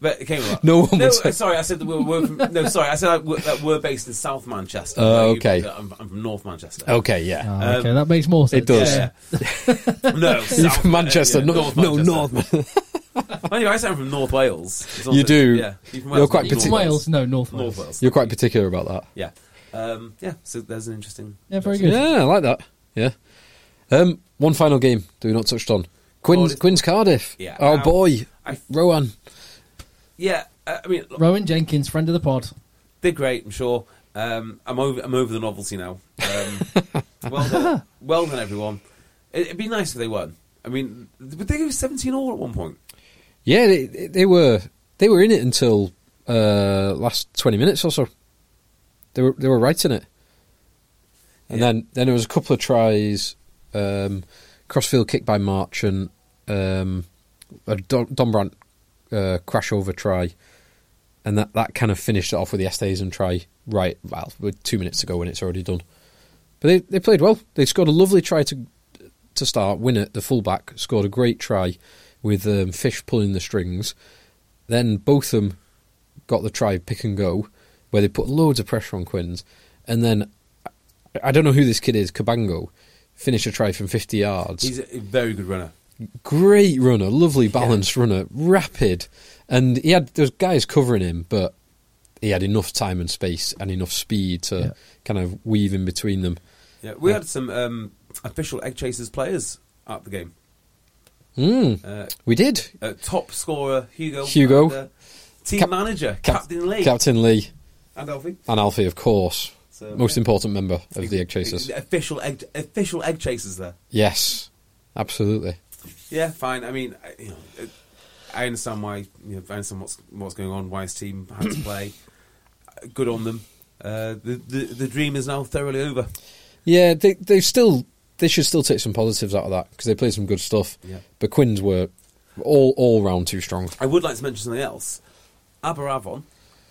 Speaker 2: but it came up.
Speaker 3: No one
Speaker 2: No,
Speaker 3: would say-
Speaker 2: uh, sorry. I said that we're, we're from, no. Sorry, I said that we're, that we're based in South Manchester.
Speaker 3: Oh,
Speaker 2: No, you-
Speaker 3: okay. Oh,
Speaker 2: I'm, I'm from North Manchester.
Speaker 3: okay, yeah.
Speaker 1: Ah, okay, that makes more sense.
Speaker 3: it does.
Speaker 2: Yeah. no,
Speaker 3: You're
Speaker 2: South- uh,
Speaker 3: from Manchester.
Speaker 2: yeah,
Speaker 3: no, no,
Speaker 2: Manchester.
Speaker 3: North.
Speaker 2: Anyway, I sound from North Wales. It's also-
Speaker 3: You do.
Speaker 2: Yeah. You're, from
Speaker 3: You're quite
Speaker 1: North
Speaker 3: particular.
Speaker 1: Wales? No, North Wales.
Speaker 2: North Wales.
Speaker 3: You're quite particular about that.
Speaker 2: Yeah. Um, yeah. So there's an interesting.
Speaker 1: Yeah, very good.
Speaker 3: Yeah, I like that. Yeah. Um, one final game that we not touched on. Quinn's,
Speaker 2: Cardiff.
Speaker 3: Quinn's Cardiff.
Speaker 2: Yeah.
Speaker 3: Oh
Speaker 2: Um,
Speaker 3: boy,
Speaker 2: I-
Speaker 3: Rowan.
Speaker 2: Yeah. uh, I I mean, look,
Speaker 1: Rowan Jenkins, friend of the pod.
Speaker 2: they're great. I'm sure. Um, I'm over. I'm over the novelty now. Um, well done. Well done, everyone. It, it'd be nice if they won. I mean, but they go 17 all at one point.
Speaker 3: Yeah, they, they were they were in it until uh, last twenty minutes or so. They were they were right in it, and
Speaker 2: Yeah.
Speaker 3: then then there was a couple of tries, um, crossfield kick by March and um, a Don, Donbrant uh, crash over try, and that, that kind of finished it off with the Estaisen try right well with two minutes to go when it's already done. But they, they played well. They scored a lovely try to to start. Winner, the fullback, scored a great try with um, Fish pulling the strings. Then both of them got the try pick and go, where they put loads of pressure on Quinns. And then I- I don't know who this kid is, Cabango, finished a try from 50 yards.
Speaker 2: He's a, a very good runner.
Speaker 3: great runner, lovely balanced runner, rapid. And he had, there was guys covering him, but he had enough time and space and enough speed to
Speaker 1: Yeah.
Speaker 3: kind of weave in between them.
Speaker 2: Yeah, we had some um, official Egg Chasers players at the game.
Speaker 3: Mm,
Speaker 2: Uh,
Speaker 3: we did.
Speaker 2: uh, top scorer Hugo.
Speaker 3: Hugo.
Speaker 2: and, uh, team
Speaker 3: Cap-
Speaker 2: manager
Speaker 3: Cap-
Speaker 2: Captain Lee
Speaker 3: Captain Lee.
Speaker 2: and Alfie.
Speaker 3: And Alfie, of course.
Speaker 2: So-
Speaker 3: Most important member of the Egg Chasers.
Speaker 2: Official egg, official egg chasers there.
Speaker 3: Yes, absolutely.
Speaker 2: Yeah, fine. I mean, I, you know, it- I understand why. You know, I understand what's what's going on. Why his team had to play. Uh, Good on them. Uh, the, the the dream is now thoroughly over.
Speaker 3: Yeah, they they still they should still take some positives out of that because they played some good stuff.
Speaker 2: Yeah.
Speaker 3: But Quinns were all all round too strong.
Speaker 2: I would like to mention something else. Aberavon,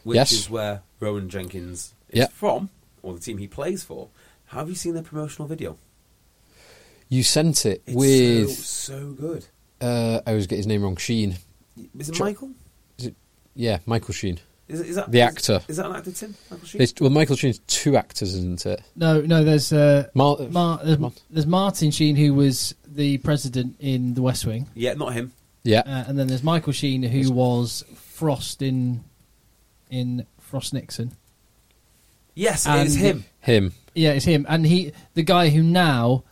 Speaker 2: which
Speaker 3: Yes.
Speaker 2: is where Rowan Jenkins is
Speaker 3: Yeah.
Speaker 2: from, or the team he plays for. Have you seen their promotional video?
Speaker 3: You sent it
Speaker 2: It's
Speaker 3: with
Speaker 2: so, so good.
Speaker 3: uh, I always get his name wrong. Sheen,
Speaker 2: Is it
Speaker 3: Sure.
Speaker 2: Michael?
Speaker 3: is it? Yeah, Michael Sheen.
Speaker 2: Is, is that
Speaker 3: The
Speaker 2: is-
Speaker 3: actor.
Speaker 2: Is that an actor, Tim? Michael Sheen?
Speaker 3: It's, well, Michael Sheen's two actors, isn't it?
Speaker 1: No, no. There's uh,
Speaker 3: Mar-
Speaker 1: Mar- there's,
Speaker 3: Mar-
Speaker 1: there's Martin Sheen who was the president in The West Wing,
Speaker 2: Yeah, not him.
Speaker 3: Yeah,
Speaker 1: uh, and then there's Michael Sheen who was Frost in in Frost Nixon.
Speaker 2: Yes, it
Speaker 1: And-
Speaker 2: is him.
Speaker 3: him.
Speaker 1: Yeah, it's him, and he the guy who now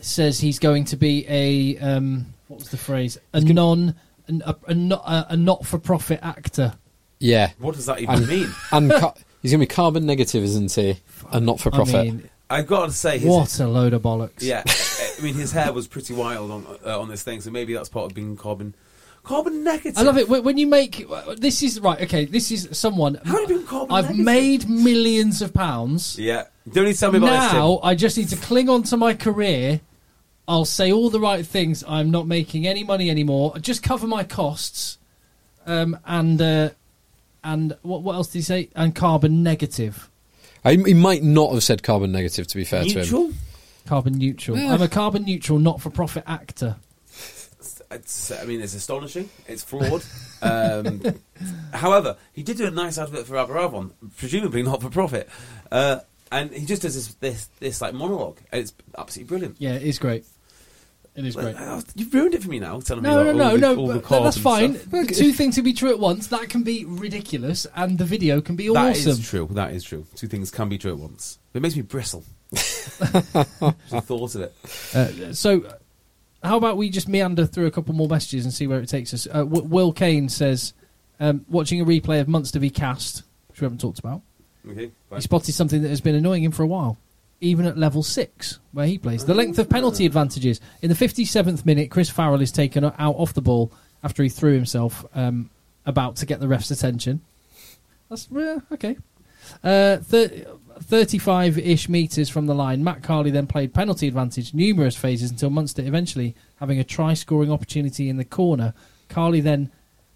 Speaker 1: says he's going to be a um, what was the phrase a non an, a, a, not a, a not for profit actor.
Speaker 3: Yeah,
Speaker 2: What does that even
Speaker 3: and,
Speaker 2: mean?
Speaker 3: and ca- he's gonna be carbon negative, isn't he? And not for profit.
Speaker 1: I mean,
Speaker 2: I've got to say, his,
Speaker 1: what a load of bollocks!
Speaker 2: Yeah, I mean, his hair was pretty wild on uh, on this thing, so maybe that's part of being carbon carbon negative.
Speaker 1: I love it when when you make this is right. Okay, this is someone.
Speaker 2: How do you become carbon
Speaker 1: I've
Speaker 2: negative?
Speaker 1: made millions of pounds.
Speaker 2: Yeah, don't need to tell me about
Speaker 1: Now
Speaker 2: this.
Speaker 1: I just need to cling on to my career. I'll say all the right things. I'm not making any money anymore. Just cover my costs, um, and uh, and what what else did he say? And carbon negative,
Speaker 3: I, he might not have said carbon negative. To be fair
Speaker 2: Tim.
Speaker 3: to him,
Speaker 2: Neutral.
Speaker 1: carbon neutral. I'm a carbon neutral, not for profit actor.
Speaker 2: It's, I mean, it's astonishing. It's flawed. um, however, he did do a nice advert for Aberavon, presumably not for profit. Uh, and he just does this, this this like monologue. and It's absolutely brilliant.
Speaker 1: Yeah, it is great. It is great.
Speaker 2: Uh, you've ruined it for me now. Telling
Speaker 1: No,
Speaker 2: me
Speaker 1: no,
Speaker 2: about
Speaker 1: no,
Speaker 2: all the,
Speaker 1: no.
Speaker 2: all the
Speaker 1: but
Speaker 2: cars
Speaker 1: that's
Speaker 2: and
Speaker 1: fine.
Speaker 2: stuff.
Speaker 1: Two things can be true at once. That can be ridiculous, and the video can be
Speaker 2: That is
Speaker 1: awesome.
Speaker 2: true. That is true. Two things can be true at once. It makes me bristle. Just the thought of it.
Speaker 1: Uh, so, uh, how about we just meander through a couple more messages and see where it takes us? Uh, w- Will Kane says, um, watching a replay of Munster v Cast, which we haven't talked about,
Speaker 2: Okay,
Speaker 1: he
Speaker 2: fine.
Speaker 1: spotted something that has been annoying him for a while, even at level six, where he plays. The length of penalty advantages. In the 57th minute, Chris Farrell is taken o- out off the ball after he threw himself um, about to get the ref's attention. That's yeah, okay. Uh, thir- 35-ish metres from the line, Matt Carley then played penalty advantage numerous phases until Munster eventually having a try-scoring opportunity in the corner. Carley then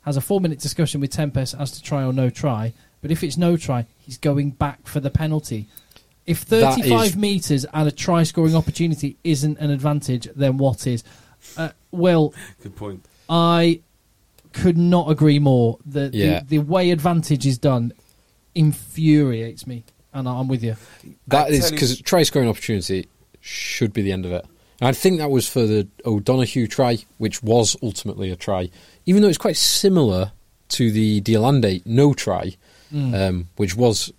Speaker 1: has a four-minute discussion with Tempest as to try or no try, but if it's no try, he's going back for the penalty. If
Speaker 3: That
Speaker 1: 35
Speaker 3: is-
Speaker 1: metres and a try-scoring opportunity isn't an advantage, then what is? Uh, well,
Speaker 2: Good point.
Speaker 1: I could not agree more. The,
Speaker 3: Yeah.
Speaker 1: the the way advantage is done infuriates me, and I'm with you.
Speaker 3: That
Speaker 2: I
Speaker 3: is
Speaker 2: tell you-
Speaker 3: because try scoring opportunity should be the end of it. And I think that was for the O'Donoghue try, which was ultimately a try, even though it's quite similar to the Diolande no try,
Speaker 2: Hmm.
Speaker 3: um, which was.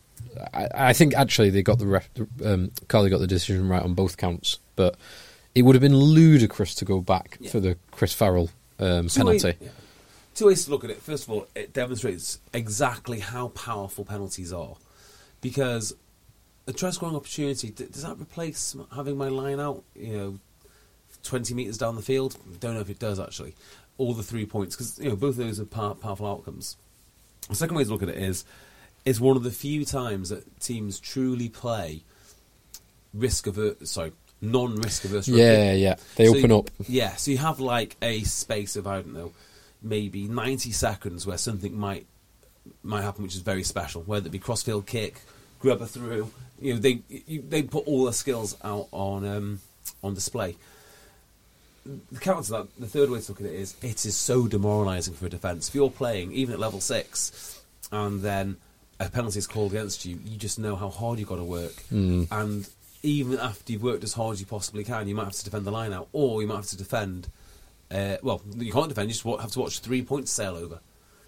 Speaker 3: I, I think actually they got the ref, um, Carly got the decision right on both counts, but it would have been ludicrous to go back for the Chris Farrell um,
Speaker 2: Two way-
Speaker 3: penalty.
Speaker 2: yeah. Two ways to look at it. First of all, it demonstrates exactly how powerful penalties are, because a try scoring opportunity d- does that replace m- having my line out? You know, twenty meters down the field. Don't know if it does actually. All the three points because you know both of those are pow- powerful outcomes. The second way to look at it is, it's one of the few times that teams truly play risk averse. Sorry, non-risk averse. rugby.
Speaker 3: Yeah, yeah. They open
Speaker 2: you-
Speaker 3: up.
Speaker 2: Yeah, so you have like a space of I don't know, maybe ninety seconds where something might might happen, which is very special. Whether it be crossfield kick, grubber through, you know, they you, they put all their skills out on um, on display. The counter to that, the third way to look at it is, it is so demoralising for a defence. If you're playing even at level six, and then a penalty is called against you, you just know how hard you've got to work.
Speaker 1: Hmm.
Speaker 2: And even after you've worked as hard as you possibly can, you might have to defend the line out, or you might have to defend. Uh, well, you can't defend; you just wa- have to watch three points sail over.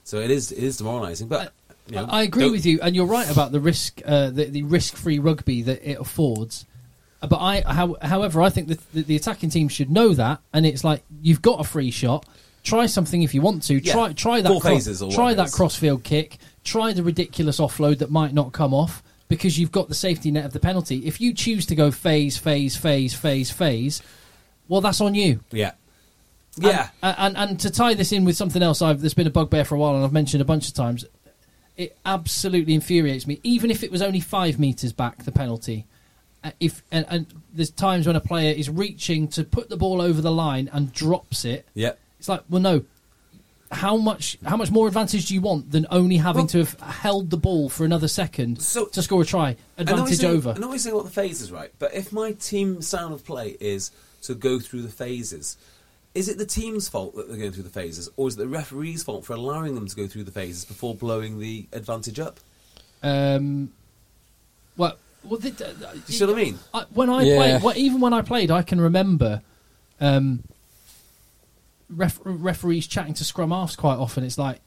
Speaker 2: So it is it is demoralising, but you know,
Speaker 1: I agree
Speaker 2: don't-
Speaker 1: with you, and you're right about the risk, uh, the, the risk-free rugby that it affords. Uh, But I, how, however, I think that the, the attacking team should know that, and it's like you've got a free shot. Try something if you want to.
Speaker 2: Yeah.
Speaker 1: Try try that
Speaker 2: Four
Speaker 1: cross-
Speaker 2: phases or
Speaker 1: try
Speaker 2: whatever it
Speaker 1: that
Speaker 2: is.
Speaker 1: crossfield kick. Try the ridiculous offload that might not come off because you've got the safety net of the penalty. If you choose to go phase, phase, phase, phase, phase, well, that's on you.
Speaker 2: Yeah, yeah.
Speaker 1: And, uh, and and to tie this in with something else, I've there's been a bugbear for a while, and I've mentioned a bunch of times. It absolutely infuriates me, even if it was only five meters back the penalty. Uh, If and, and there's times when a player is reaching to put the ball over the line and drops it.
Speaker 2: Yeah.
Speaker 1: it's like well, no. How much? How much more advantage do you want than only having to
Speaker 2: Well-
Speaker 1: have held the ball for another second
Speaker 2: So-
Speaker 1: to score a try?
Speaker 2: I know
Speaker 1: Advantage
Speaker 2: he's saying-
Speaker 1: over.
Speaker 2: I know he's saying what the phase is, right? But if my team sound of play is to go through the phases, is it the team's fault that they're going through the phases, or is it the referee's fault for allowing them to go through the phases before blowing the advantage up?
Speaker 1: Um, well, well, the, uh,
Speaker 2: you see what I mean?
Speaker 1: I, when I
Speaker 3: Yeah.
Speaker 1: played, well, even when I played, I can remember um, ref, referees chatting to scrum halves quite often. It's like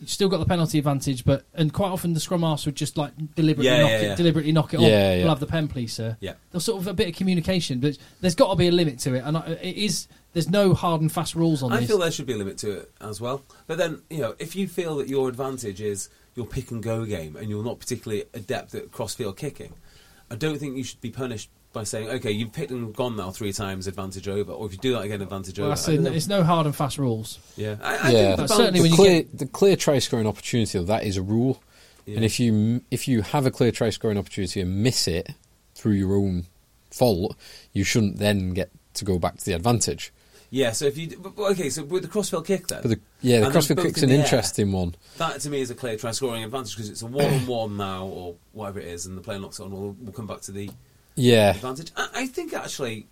Speaker 1: you've still got the penalty advantage, but and quite often the scrum halves would just like deliberately
Speaker 2: Yeah,
Speaker 1: knock
Speaker 2: yeah,
Speaker 1: it,
Speaker 2: yeah.
Speaker 1: deliberately knock it off.
Speaker 3: Yeah, yeah.
Speaker 1: We'll have the pen, please, sir.
Speaker 2: Yeah.
Speaker 1: there's sort of a bit of communication, but there's got to be a limit to it, and I, it is. There's no hard and fast rules on
Speaker 2: I
Speaker 1: this.
Speaker 2: feel there should be a limit to it as well. But then, you know, if you feel that your advantage is your pick and go game and you're not particularly adept at crossfield kicking, I don't think you should be punished by saying, okay, you've picked and gone now three times, advantage over, or if you do that again, advantage
Speaker 1: Well,
Speaker 2: over.
Speaker 1: that's
Speaker 2: I
Speaker 1: it.
Speaker 2: don't know.
Speaker 1: it's no hard and fast rules.
Speaker 2: yeah, I, I
Speaker 3: Yeah.
Speaker 2: think the
Speaker 3: But
Speaker 2: balance-
Speaker 1: certainly when you
Speaker 3: the clear, the clear try scoring opportunity though, that is a rule,
Speaker 2: Yeah.
Speaker 3: and if you m- if you have a clear try scoring opportunity and miss it through your own fault, you shouldn't then get to go back to the advantage.
Speaker 2: Yeah, so if you but- but okay, so with the crossfield kick then,
Speaker 3: But the, yeah, the
Speaker 2: And they're
Speaker 3: crossfit
Speaker 2: both
Speaker 3: kick's
Speaker 2: in
Speaker 3: an
Speaker 2: the air.
Speaker 3: interesting one.
Speaker 2: That to me is a clear try scoring advantage because it's a one on one now or whatever it is, and the player knocks it on. We'll, we'll come back to the
Speaker 3: Yeah,
Speaker 2: advantage. I, I think actually,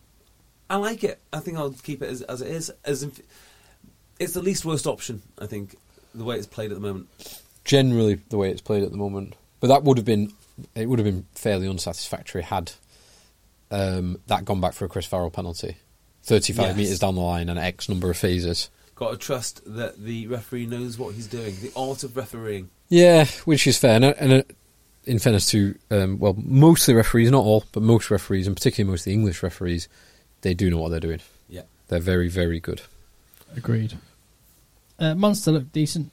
Speaker 2: I like it. I think I'll keep it as, as it is. As inf- it's the least worst option, I think, the way it's played at the moment.
Speaker 3: generally the way it's played at the moment. But that would have been it would have been fairly unsatisfactory had um, that gone back for a Chris Farrell penalty, thirty-five
Speaker 2: Yes.
Speaker 3: meters down the line and X number of phases.
Speaker 2: Got to trust that the referee knows what he's doing. The art of refereeing.
Speaker 3: Yeah, which is fair. And, and uh, in fairness to um, well, most of the referees, not all, but most referees, and particularly most of the English referees, they do know what they're doing.
Speaker 2: Yeah.
Speaker 3: They're very, very good.
Speaker 1: Agreed. Uh, Monster looked decent.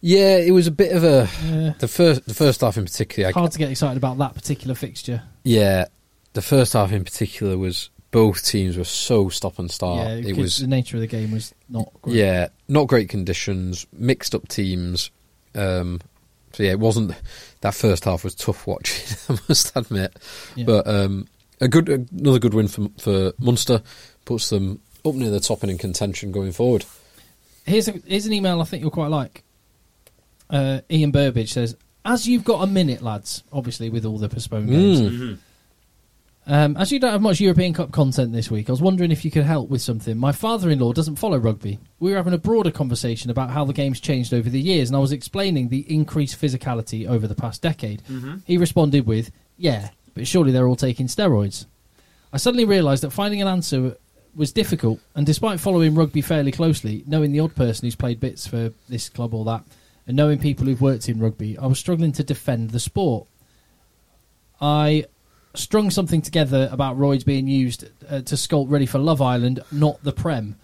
Speaker 3: Yeah, it was a bit of a
Speaker 1: Yeah.
Speaker 3: the first the first half in particular. I,
Speaker 1: Hard to get excited about that particular fixture.
Speaker 3: Yeah, the first half in particular was both teams were so stop and start.
Speaker 1: yeah,
Speaker 3: it
Speaker 1: because
Speaker 3: was
Speaker 1: the nature of the game was not great.
Speaker 3: yeah, not great conditions, mixed up teams. Um, so yeah, it wasn't that first half was tough watching. I must admit,
Speaker 1: Yeah.
Speaker 3: but um, a good another good win for for Munster puts them up near the top and in contention going forward.
Speaker 1: Here's, a, here's an email I think you'll quite like. Uh, Ian Burbage says, As you've got a minute, lads, obviously with all the postponed games,
Speaker 3: Mm.
Speaker 1: um, as you don't have much European Cup content this week, I was wondering if you could help with something. My father in law doesn't follow rugby. We were having a broader conversation about how the game's changed over the years, and I was explaining the increased physicality over the past decade. He responded with, Yeah, but surely they're all taking steroids. I suddenly realised that finding an answer was difficult, and despite following rugby fairly closely, knowing the odd person who's played bits for this club or that, and knowing people who've worked in rugby, I was struggling to defend the sport. I strung something together about roids being used uh, to sculpt ready for Love Island, not the Prem.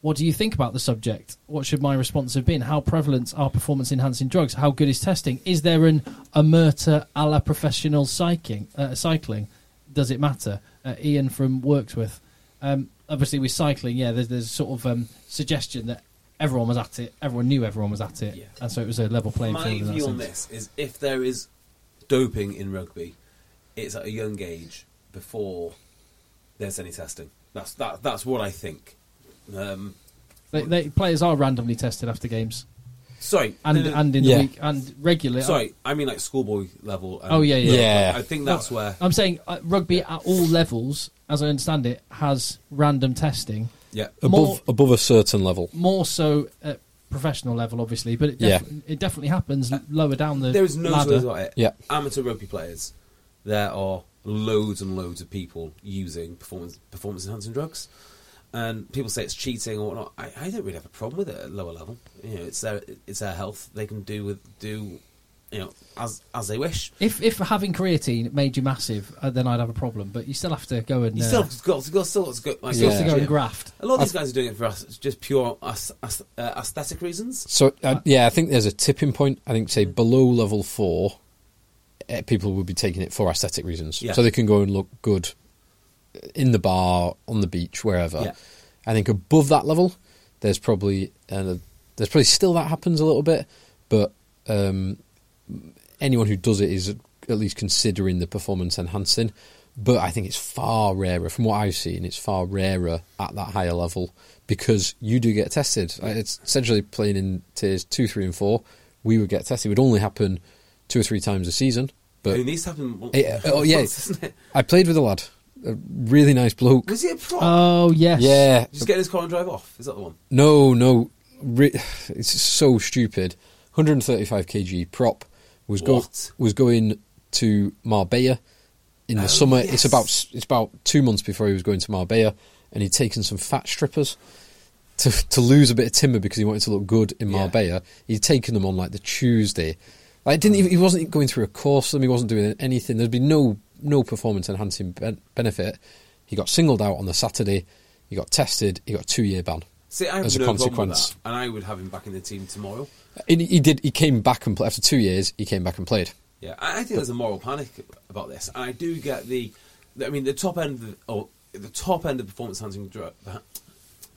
Speaker 1: What do you think about the subject? What should my response have been? How prevalent are performance enhancing drugs? How good is testing? Is there an amerta a la professional cycling? Uh, cycling? Does it matter? Uh, Ian from Worksworth. Um, obviously, with cycling, yeah, there's, there's sort of um, suggestion that everyone was at it, everyone knew everyone was at it,
Speaker 2: Yeah.
Speaker 1: and so it was a level playing
Speaker 2: My
Speaker 1: field. in that
Speaker 2: view on
Speaker 1: sense.
Speaker 2: this is if there is doping in rugby, it's at a young age before there's any testing. That's that. That's what I think. Um,
Speaker 1: They, they, players are randomly tested after games
Speaker 2: sorry,
Speaker 1: and
Speaker 2: no, no,
Speaker 1: and in
Speaker 3: Yeah.
Speaker 1: the week and regularly.
Speaker 2: sorry, I mean like schoolboy level. and-
Speaker 1: Oh, yeah, yeah.
Speaker 3: Yeah.
Speaker 2: I think that's where.
Speaker 1: I'm saying uh, rugby at all levels, as I understand it, has random testing
Speaker 2: Yeah,
Speaker 3: Above
Speaker 1: More-
Speaker 3: above a certain level,
Speaker 1: more so at professional level, obviously, but it, def-
Speaker 3: Yeah.
Speaker 1: it definitely happens l- lower down the
Speaker 2: Uh, there is no two
Speaker 1: ladder.
Speaker 2: ways about it.
Speaker 3: Yeah.
Speaker 2: amateur rugby players. There are loads and loads of people using performance performance enhancing drugs, and people say it's cheating or whatnot. I, I don't really have a problem with it at lower level. You know, it's their it's their health. They can do with do, you know, as as they wish.
Speaker 1: If if having creatine made you massive, uh, then I'd have a problem. But you still have to go and
Speaker 2: You
Speaker 1: uh,
Speaker 2: still have got, got still got to go. Like,
Speaker 1: still have
Speaker 3: Yeah.
Speaker 1: to go
Speaker 2: Yeah.
Speaker 1: and graft.
Speaker 2: A lot of these guys are doing it for us, just pure as, as, uh, aesthetic reasons.
Speaker 3: so uh, yeah, I think there's a tipping point. I think say below level four, eh, people would be taking it for aesthetic reasons,
Speaker 2: Yeah.
Speaker 3: so they can go and look good in the bar, on the beach, wherever.
Speaker 2: Yeah.
Speaker 3: I think above that level, there's probably uh, there's probably still that happens a little bit, but um, anyone who does it is at least considering the performance enhancing. But I think it's far rarer, from what I've seen, it's far rarer at that higher level because you do get tested. Uh, It's essentially playing in tiers two, three, and four. We would get tested. It would only happen two or three times a season.
Speaker 2: I
Speaker 3: But
Speaker 2: mean, these happen. once-
Speaker 3: Eh, oh yeah,
Speaker 2: once, isn't it?
Speaker 3: I played with a lad, a really nice bloke.
Speaker 2: Was he a prop?
Speaker 1: Oh yes,
Speaker 3: Yeah,
Speaker 2: just get in his car and drive off. Is that the one?
Speaker 3: No, no. Re- it's so stupid. 135 kg prop was go-
Speaker 2: What? Oh,
Speaker 3: was going to Marbella in the summer.
Speaker 2: yes.
Speaker 3: It's about it's about two months before he was going to Marbella, and he'd taken some fat strippers to to lose a bit of timber because he wanted to look good in
Speaker 2: Yeah.
Speaker 3: Marbella. He'd taken them on like the Tuesday. Like it didn't even, he wasn't going through a course with them. He wasn't doing anything. There'd be no no performance enhancing ben- benefit. He got singled out on the Saturday. He got tested. He got a two year ban.
Speaker 2: See, I have
Speaker 3: as a
Speaker 2: no problem with
Speaker 3: consequence,
Speaker 2: that, and I would have him back in the team tomorrow.
Speaker 3: and he did. He came back and played after two years. He came back and played.
Speaker 2: Yeah, I I think there's a moral panic about this, and I do get the. I mean, the top end, of the, or the top end of performance enhancing drug.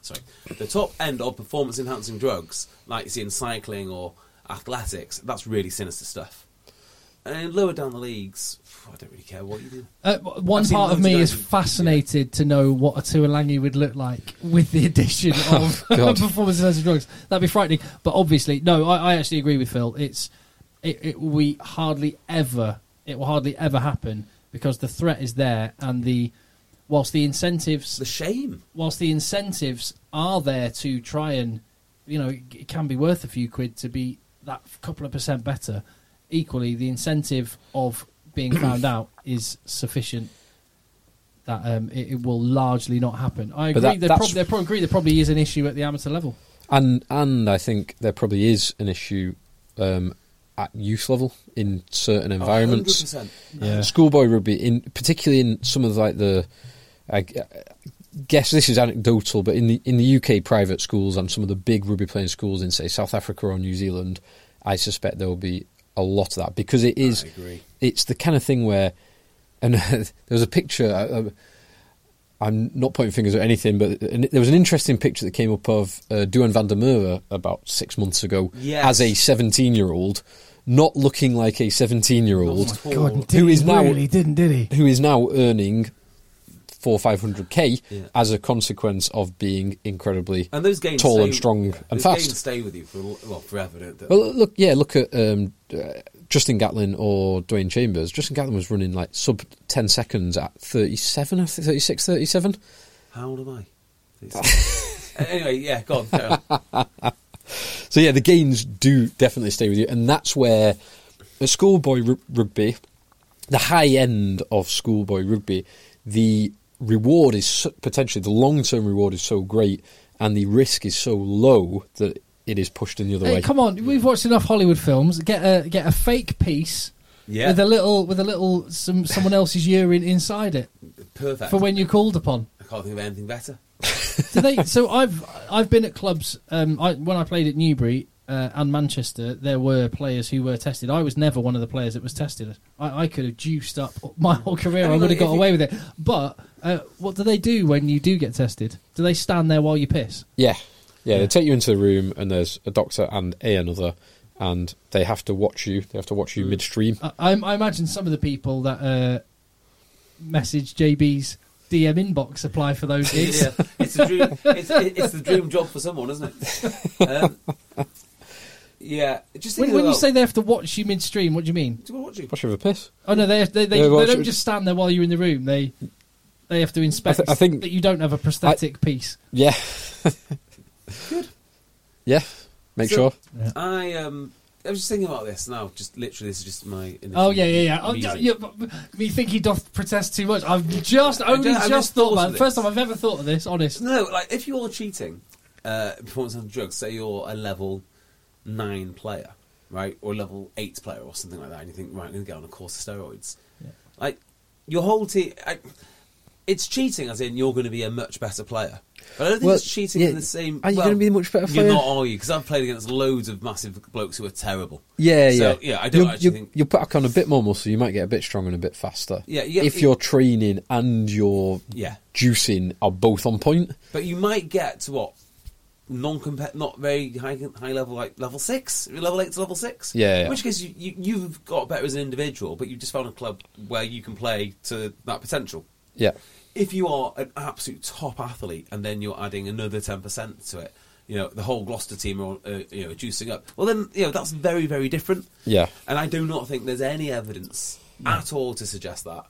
Speaker 2: Sorry, the top end of performance enhancing drugs, like you see in cycling or athletics, that's really sinister stuff. And lower down the leagues, I don't really care what you do.
Speaker 1: Uh, w- one
Speaker 2: I've seen
Speaker 1: part of
Speaker 2: loads of
Speaker 1: me is
Speaker 2: guys who-
Speaker 1: fascinated to know what a Tuolangi would look like with the addition
Speaker 2: Oh,
Speaker 1: of
Speaker 3: God.
Speaker 1: performance enhancing drugs. That'd be frightening. But obviously, no, I, I actually agree with Phil. It's it, it we hardly ever it will hardly ever happen because the threat is there and the whilst the incentives
Speaker 2: the shame.
Speaker 1: whilst the incentives are there to try and, you know, it, it can be worth a few quid to be that couple of percent better. Equally, the incentive of being found out is sufficient that um, it, it will largely not happen. I
Speaker 3: But
Speaker 1: agree.
Speaker 3: that-
Speaker 1: they,
Speaker 3: that's-
Speaker 1: prob- they probably agree. There probably is an issue at the amateur level.
Speaker 3: And and I think there probably is an issue um, at youth level in
Speaker 2: Oh,
Speaker 3: certain environments.
Speaker 2: 100%.
Speaker 1: Yeah.
Speaker 3: Schoolboy rugby, in particularly in some of like the, I g- guess this is anecdotal, but in the in the UK private schools and some of the big rugby playing schools in say South Africa or New Zealand, I suspect there will be a lot of that because it is.
Speaker 2: I agree.
Speaker 3: It's the kind of thing where, and there was a picture. I, I- I'm not pointing fingers at anything, but an- there was an interesting picture that came up of uh, Duan van der Merwe about six months ago
Speaker 2: Yes.
Speaker 3: as a 17 year old, not looking like a 17 year old
Speaker 2: Who
Speaker 6: God, did
Speaker 3: is
Speaker 6: he
Speaker 3: now-
Speaker 6: really didn't, did he?
Speaker 3: who is now earning four five hundred k
Speaker 2: Yeah.
Speaker 3: as a consequence of being incredibly
Speaker 2: And those games
Speaker 3: tall
Speaker 2: stay-
Speaker 3: and strong
Speaker 2: yeah,
Speaker 3: and
Speaker 2: those Games
Speaker 3: fast.
Speaker 2: stay with you for a l- well forever, don't they?
Speaker 3: Well, look, yeah, look at um, uh, Justin Gatlin or Dwayne Chambers. Justin Gatlin was running like sub ten seconds at thirty seven, I think 36, 37.
Speaker 2: How old am I? anyway, yeah, go on. carry on.
Speaker 3: So yeah, the gains do definitely stay with you, and that's where the schoolboy ru- rugby, the high end of schoolboy rugby, the reward is so- potentially the long term reward is so great, and the risk is so low that it is pushed in the other
Speaker 1: Hey,
Speaker 3: way.
Speaker 1: come on! We've watched enough Hollywood films. Get a get a fake piece
Speaker 2: Yeah.
Speaker 1: with a little with a little some someone else's urine inside it
Speaker 2: Perfect.
Speaker 1: for when you're called upon.
Speaker 2: I can't think of anything better.
Speaker 1: Do they? So I've I've been at clubs. Um, I, when I played at Newbury uh, and Manchester, there were players who were tested. I was never one of the players that was tested. I, I could have juiced up my whole career. I
Speaker 2: Hang on,
Speaker 1: would have
Speaker 2: if
Speaker 1: got
Speaker 2: you-
Speaker 1: away with it. But uh, what do they do when you do get tested? Do they stand there while you piss?
Speaker 3: Yeah. yeah, They take you into the room, and there's a doctor and a another, and they have to watch you. They have to watch you midstream.
Speaker 1: I, I, I imagine some of the people that uh, message JB's DM inbox apply for those gigs.
Speaker 2: Yeah, it's a dream. It's, it's the dream job for someone, isn't it? Um, yeah. Just
Speaker 1: When,
Speaker 2: thinking
Speaker 1: when you
Speaker 2: about-
Speaker 1: say they have to watch you midstream, what do you mean?
Speaker 2: do you want to watch it?
Speaker 3: Watch over piss.
Speaker 1: Oh no, they they, they,
Speaker 3: Yeah, well,
Speaker 1: they
Speaker 3: should-
Speaker 1: don't just stand there while you're in the room. They they have to inspect
Speaker 3: I think-
Speaker 1: that you don't have a prosthetic piece.
Speaker 3: Yeah. Yeah. Make
Speaker 2: So-
Speaker 3: sure.
Speaker 2: I um, I was just thinking about this now. Just literally, this is just my. initial
Speaker 1: Oh yeah, yeah, yeah. Oh, yeah,
Speaker 2: musing.
Speaker 1: yeah but me think he doth protest too much. I've just only
Speaker 2: don't- I've
Speaker 1: just,
Speaker 2: just
Speaker 1: thought
Speaker 2: thought
Speaker 1: about
Speaker 2: of
Speaker 1: it. First
Speaker 2: this.
Speaker 1: time I've ever thought of this. Honest.
Speaker 2: No, like if you're cheating, uh, performance on drugs. Say you're a level nine player, right, or a level eight player, or something like that, and you think, right, I'm going to get on a course of steroids. Like your whole team, I, it's cheating. As in, you're going to be a much better player. But I don't think
Speaker 3: Well,
Speaker 2: it's cheating
Speaker 3: yeah,
Speaker 2: in the same.
Speaker 3: are you
Speaker 2: well,
Speaker 3: gonna be a much better player?
Speaker 2: You're not, are you? Because I've played against loads of massive blokes who are terrible.
Speaker 3: Yeah,
Speaker 2: So,
Speaker 3: yeah,
Speaker 2: yeah, I don't
Speaker 3: you'll,
Speaker 2: actually
Speaker 3: you'll,
Speaker 2: think-
Speaker 3: you'll put back on a bit more muscle. You might get a bit stronger and a bit faster.
Speaker 2: Yeah, yeah,
Speaker 3: if
Speaker 2: it-
Speaker 3: your training and your
Speaker 2: Yeah.
Speaker 3: juicing are both on point.
Speaker 2: But you might get to what non compet not very high high level like level six, level eight to level six.
Speaker 3: Yeah, yeah.
Speaker 2: In which case you, you you've got better as an individual, but you've just found a club where you can play to that potential.
Speaker 3: Yeah,
Speaker 2: If you are an absolute top athlete and then you're adding another ten percent to it, you know the whole Gloucester team are uh, you know juicing up. Well, then you know that's very very different.
Speaker 3: Yeah.
Speaker 2: And I do not think there's any evidence at all to suggest that.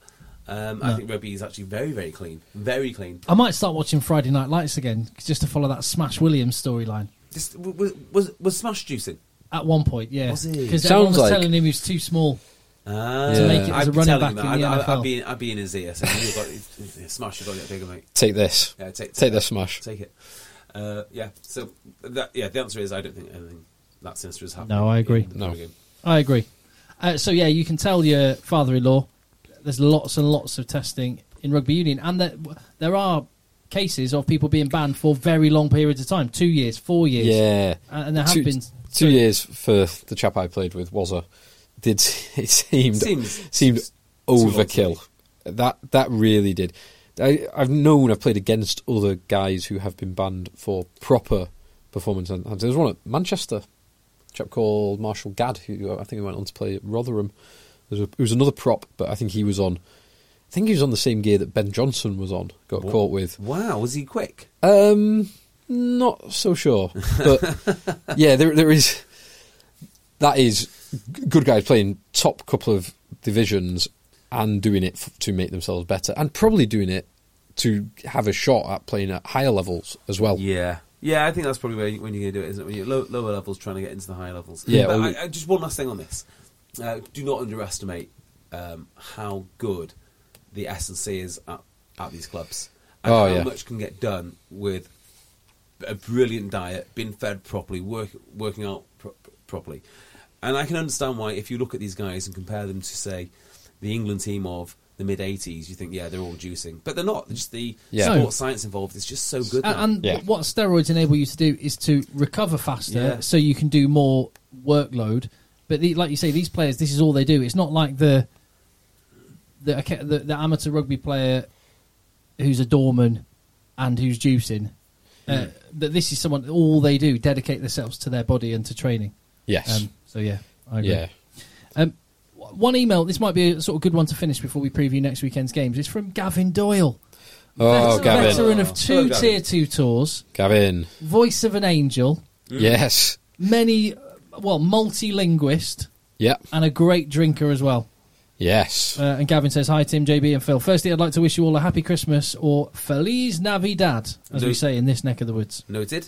Speaker 2: Um, I think rugby is actually very very clean, very clean.
Speaker 1: I might start watching Friday Night Lights again just to follow that Smash Williams storyline.
Speaker 2: Just w- was was, was smash juicing.
Speaker 1: At one point, yeah,
Speaker 2: Was he?
Speaker 1: because
Speaker 3: Sounds
Speaker 1: everyone was
Speaker 3: like-
Speaker 1: telling him he was too small.
Speaker 2: Ah,
Speaker 3: To make it as
Speaker 2: I'd
Speaker 1: a
Speaker 2: be
Speaker 1: running
Speaker 2: telling
Speaker 1: back
Speaker 2: him
Speaker 1: in the
Speaker 2: that. I'd, I'd-
Speaker 1: NFL.
Speaker 2: I'd be in, I'd be in his ear saying, "You've got it's- it's- smash. You've got to get bigger, mate.
Speaker 3: take this,
Speaker 2: Yeah, take,
Speaker 3: take
Speaker 2: that.
Speaker 3: this smash.
Speaker 2: Take it." Uh, yeah. So that, yeah, the answer is I don't think anything that sinister has happened.
Speaker 1: No, I agree.
Speaker 3: No.
Speaker 1: I agree. Uh, so yeah, you can tell your father-in-law. There's lots and lots of testing in rugby union, and there, there are cases of people being banned for very long periods of time two years, four years.
Speaker 3: Yeah,
Speaker 1: And- and there have
Speaker 3: two,
Speaker 1: been-
Speaker 3: two years for the chap I played with was a did it seemed
Speaker 2: Seems-
Speaker 3: seemed
Speaker 2: seems too long to me.
Speaker 3: overkill. That that really did. I, I've known I've played against other guys who have been banned for proper performance. And and there was one at Manchester, a chap called Marshall Gadd, who I think he went on to play at Rotherham. There was, a, it was another prop, but I think he was on. I think he was on the same gear that Ben Johnson was on. Got
Speaker 2: What?
Speaker 3: caught with.
Speaker 2: Wow, was he quick?
Speaker 3: Um, not so sure, but yeah, there there is that is g- good guys playing top couple of divisions and doing it f- to make themselves better, and probably doing it to have a shot at playing at higher levels as well.
Speaker 2: Yeah. Yeah, I think that's probably where you, when you're going to do it, isn't it? When you're low, lower levels trying to get into the higher levels.
Speaker 3: Yeah,
Speaker 2: But
Speaker 3: well, we-
Speaker 2: I, I, just one last thing on this. Uh, do not underestimate um, how good the S&C is at, at these clubs. And
Speaker 3: Oh,
Speaker 2: how
Speaker 3: yeah.
Speaker 2: much can get done with a brilliant diet, being fed properly, work, working out pro- properly. And I can understand why, if you look at these guys and compare them to, say, the England team of the mid 80s, you think, yeah, they're all juicing. But they're not. Just the
Speaker 3: Yeah.
Speaker 2: sports science involved is just so good.
Speaker 1: A-
Speaker 2: now.
Speaker 1: And
Speaker 3: Yeah.
Speaker 1: what steroids enable you to do is to recover faster,
Speaker 2: Yeah.
Speaker 1: so you can do more workload. But the, like you say, these players, this is all they do. It's not like the the, okay, the the amateur rugby player who's a doorman and who's juicing. Uh,
Speaker 2: Hmm.
Speaker 1: That this is someone all they do dedicate themselves to their body and to training.
Speaker 3: Yes.
Speaker 1: Um, so yeah, I agree.
Speaker 3: yeah.
Speaker 1: Um, w- one email. This might be a sort of good one to finish before we preview next weekend's games. It's from Gavin Doyle,
Speaker 3: Oh,
Speaker 1: veteran,
Speaker 3: Gavin.
Speaker 1: veteran of
Speaker 2: Hello,
Speaker 1: two
Speaker 2: Gavin.
Speaker 1: tier two tours,
Speaker 3: Gavin.
Speaker 1: voice of an angel,
Speaker 3: Yes.
Speaker 1: many, well, multi-linguist,
Speaker 3: Yeah.
Speaker 1: and a great drinker as well.
Speaker 3: Yes.
Speaker 1: Uh, and Gavin says, "Hi, Tim, JB, and Phil. Firstly, I'd like to wish you all a happy Christmas or Feliz Navidad, as we
Speaker 2: Do-
Speaker 1: say in this neck of the woods."
Speaker 2: Noted.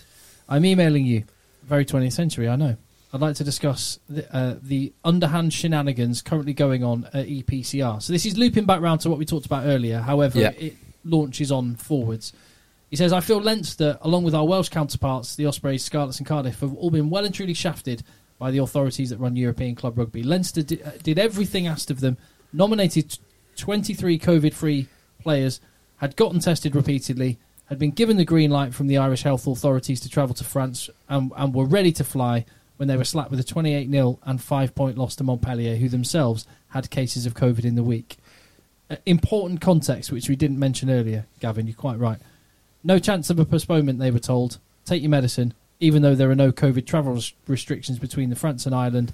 Speaker 1: I'm emailing you. Very 20th century, I know. I'd like to discuss the, uh, the underhand shenanigans currently going on at E EPCR. So this is looping back round to what we talked about earlier. However,
Speaker 3: Yeah.
Speaker 1: it launches on forwards. He says, I feel Leinster, along with our Welsh counterparts, the Ospreys, Scarlets, and Cardiff, have all been well and truly shafted by the authorities that run European club rugby. Leinster di- uh, did everything asked of them, nominated t- 23 COVID free players, had gotten tested repeatedly, had been given the green light from the Irish health authorities to travel to France, and, and were ready to fly when they were slapped with a 28 0 and five point loss to Montpellier, who themselves had cases of COVID in the week uh, important context which we didn't mention earlier, Gavin. You're quite right. No chance of a postponement, they were told. Take your medicine, even though there are no COVID travel res- restrictions between the France and Ireland,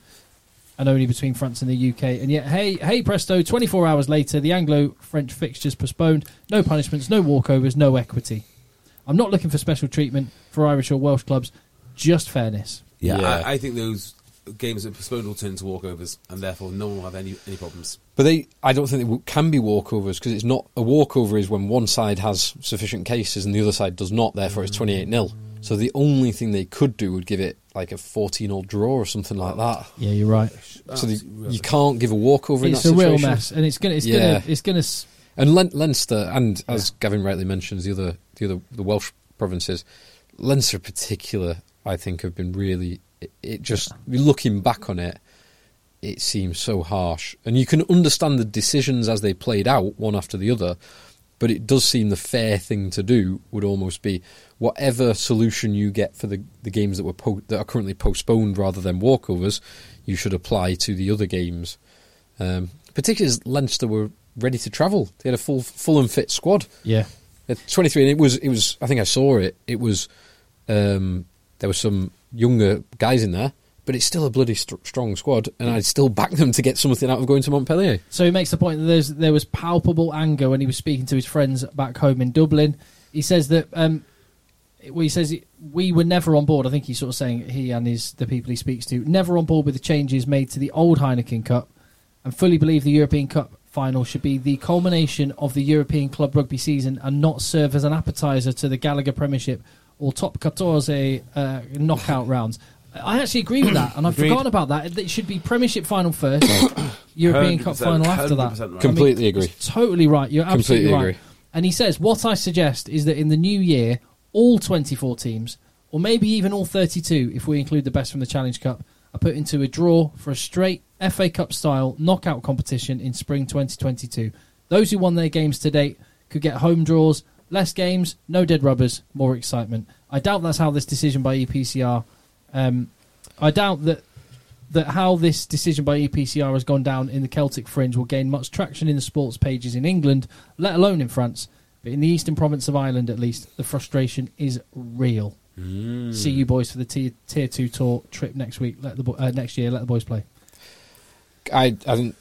Speaker 1: and only between France and the UK. And yet, hey, hey, presto! 24 hours later, the Anglo-French fixtures postponed. No punishments, no walkovers, no equity. I'm not looking for special treatment for Irish or Welsh clubs, just fairness.
Speaker 2: Yeah,
Speaker 3: Yeah.
Speaker 2: I, I think those games that are postponed will turn into walkovers, and therefore no one will have any any problems.
Speaker 3: But they, I don't think they w- can be walkovers because it's not a walkover is when one side has sufficient cases and the other side does not. Therefore,
Speaker 1: Mm.
Speaker 3: it's twenty eight 0 So the only thing they could do would give it like a fourteen all draw or something like that.
Speaker 1: Yeah, you're right.
Speaker 3: So the,
Speaker 2: Absolute
Speaker 3: you
Speaker 2: rubbish.
Speaker 3: can't give a walkover in that
Speaker 1: It's a real
Speaker 3: situation.
Speaker 1: mess, and it's gonna, it's
Speaker 3: Yeah.
Speaker 1: gonna, it's gonna. s-
Speaker 3: And Len- Leinster, and as Gavin rightly mentions, the other, the other, the Welsh provinces, Leinster in particular, I think, have been really. It, it just looking back on it, it seems so harsh, and you can understand the decisions as they played out one after the other. But it does seem the fair thing to do would almost be whatever solution you get for the, the games that were po- that are currently postponed rather than walkovers, you should apply to the other games um, particularly as Leinster were ready to travel. They had a full full and fit squad.
Speaker 1: Yeah,
Speaker 3: At 23, and it was it was. I think I saw it. It was um, there were some younger guys in there, but it's still a bloody st- strong squad, and I'd still back them to get something out of going to Montpellier.
Speaker 1: So he makes the point that there's, there was palpable anger when he was speaking to his friends back home in Dublin. He says that um, well, he says we were never on board. I think he's sort of saying he and his the people he speaks to never on board with the changes made to the old Heineken Cup, and fully believe the European Cup final should be the culmination of the European club rugby season and not serve as an appetizer to the Gallagher Premiership or top 14 uh, knockout rounds. I actually agree with that, and I've
Speaker 2: Agreed.
Speaker 1: forgotten about that. It should be Premiership final first, European Cup
Speaker 2: 100%,
Speaker 1: final after that.
Speaker 2: 100% right.
Speaker 1: I mean,
Speaker 3: Completely agree.
Speaker 1: it's Totally right. You're absolutely
Speaker 3: Completely
Speaker 1: right.
Speaker 3: agree.
Speaker 1: And he says, What I suggest is that in the new year, all 24 teams, or maybe even all 32, if we include the best from the Challenge Cup, are put into a draw for a straight FA Cup style knockout competition in spring 2022. Those who won their games to date could get home draws, less games, no dead rubbers, more excitement. I doubt that's how this decision by E EPCR. Um, I doubt that that how this decision by E EPCR has gone down in the Celtic fringe will gain much traction in the sports pages in England, let alone in France. But in the eastern province of Ireland, at least, the frustration is real.
Speaker 3: Hmm.
Speaker 1: See you boys for the tier, tier two tour trip next week. Let the bo- uh, next year, let the boys play.
Speaker 3: I, I think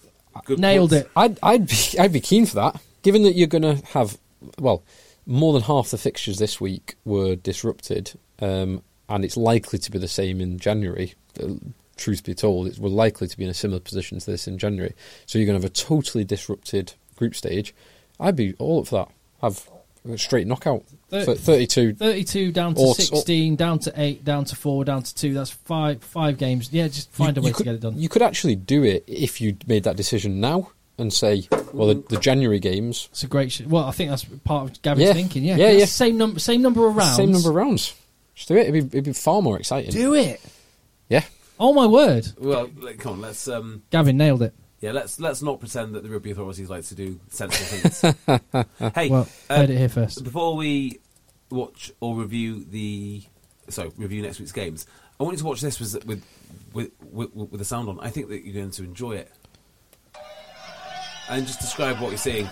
Speaker 2: Good
Speaker 1: Nailed
Speaker 2: points.
Speaker 1: it.
Speaker 3: I'd I'd be I'd be keen for that. Given that you're going to have well, more than half the fixtures this week were disrupted, um, and it's likely to be the same in January. uh, Truth be told, it's, we're likely to be in a similar position to this in January. So you're going to have a totally disrupted group stage. I'd be all up for that. Have straight knockout.
Speaker 1: Thir-
Speaker 3: Thir- 32.
Speaker 1: 32 down to
Speaker 3: Or- or-
Speaker 1: 16, down to 8, down to 4, down to 2. That's five five games. Yeah, just find a
Speaker 3: You-
Speaker 1: way
Speaker 3: you
Speaker 1: to
Speaker 3: could,
Speaker 1: get it done.
Speaker 3: You could actually do it if you made that decision now and say, well, the, the January games,
Speaker 1: It's a great. Sh- well, I think that's part of Gavin's
Speaker 3: Yeah.
Speaker 1: thinking. Yeah,
Speaker 3: Yeah,
Speaker 1: That's
Speaker 3: yeah.
Speaker 1: Same number, same number of rounds.
Speaker 3: same number of rounds. Just do it. It'd be, it'd be far more exciting.
Speaker 1: Do it.
Speaker 3: Yeah.
Speaker 1: Oh my word,
Speaker 2: Well, like, come on, let's um,
Speaker 1: Gavin nailed it.
Speaker 2: yeah, let's let's not pretend that the rugby authorities like to do sensible things. hey,
Speaker 1: Well,
Speaker 2: uh,
Speaker 1: heard it here first.
Speaker 2: before we watch or review the so review next week's games, I want you to watch this with with with, with, with the sound on. I think that you're going to enjoy it, and just describe what you're seeing.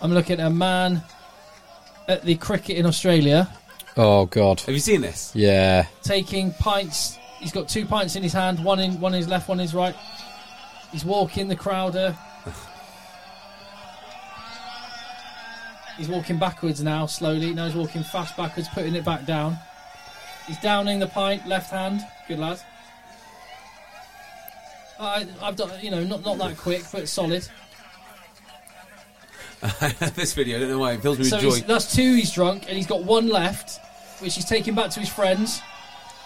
Speaker 1: I'm looking at a man at the cricket in Australia
Speaker 3: Oh, God.
Speaker 2: Have you seen this?
Speaker 3: Yeah.
Speaker 1: taking pints. He's got two pints in his hand, one in one in his left, one in his right. He's walking the crowder. he's walking backwards now, slowly. Now he's walking fast backwards, putting it back down. He's downing the pint, left hand. Good lad. I, I've done, you know, not not that quick, but solid.
Speaker 2: this video, I don't know why it fills me
Speaker 1: So
Speaker 2: with
Speaker 1: he's,
Speaker 2: joy.
Speaker 1: that's two he's drunk, and he's got one left, which he's taking back to his friends.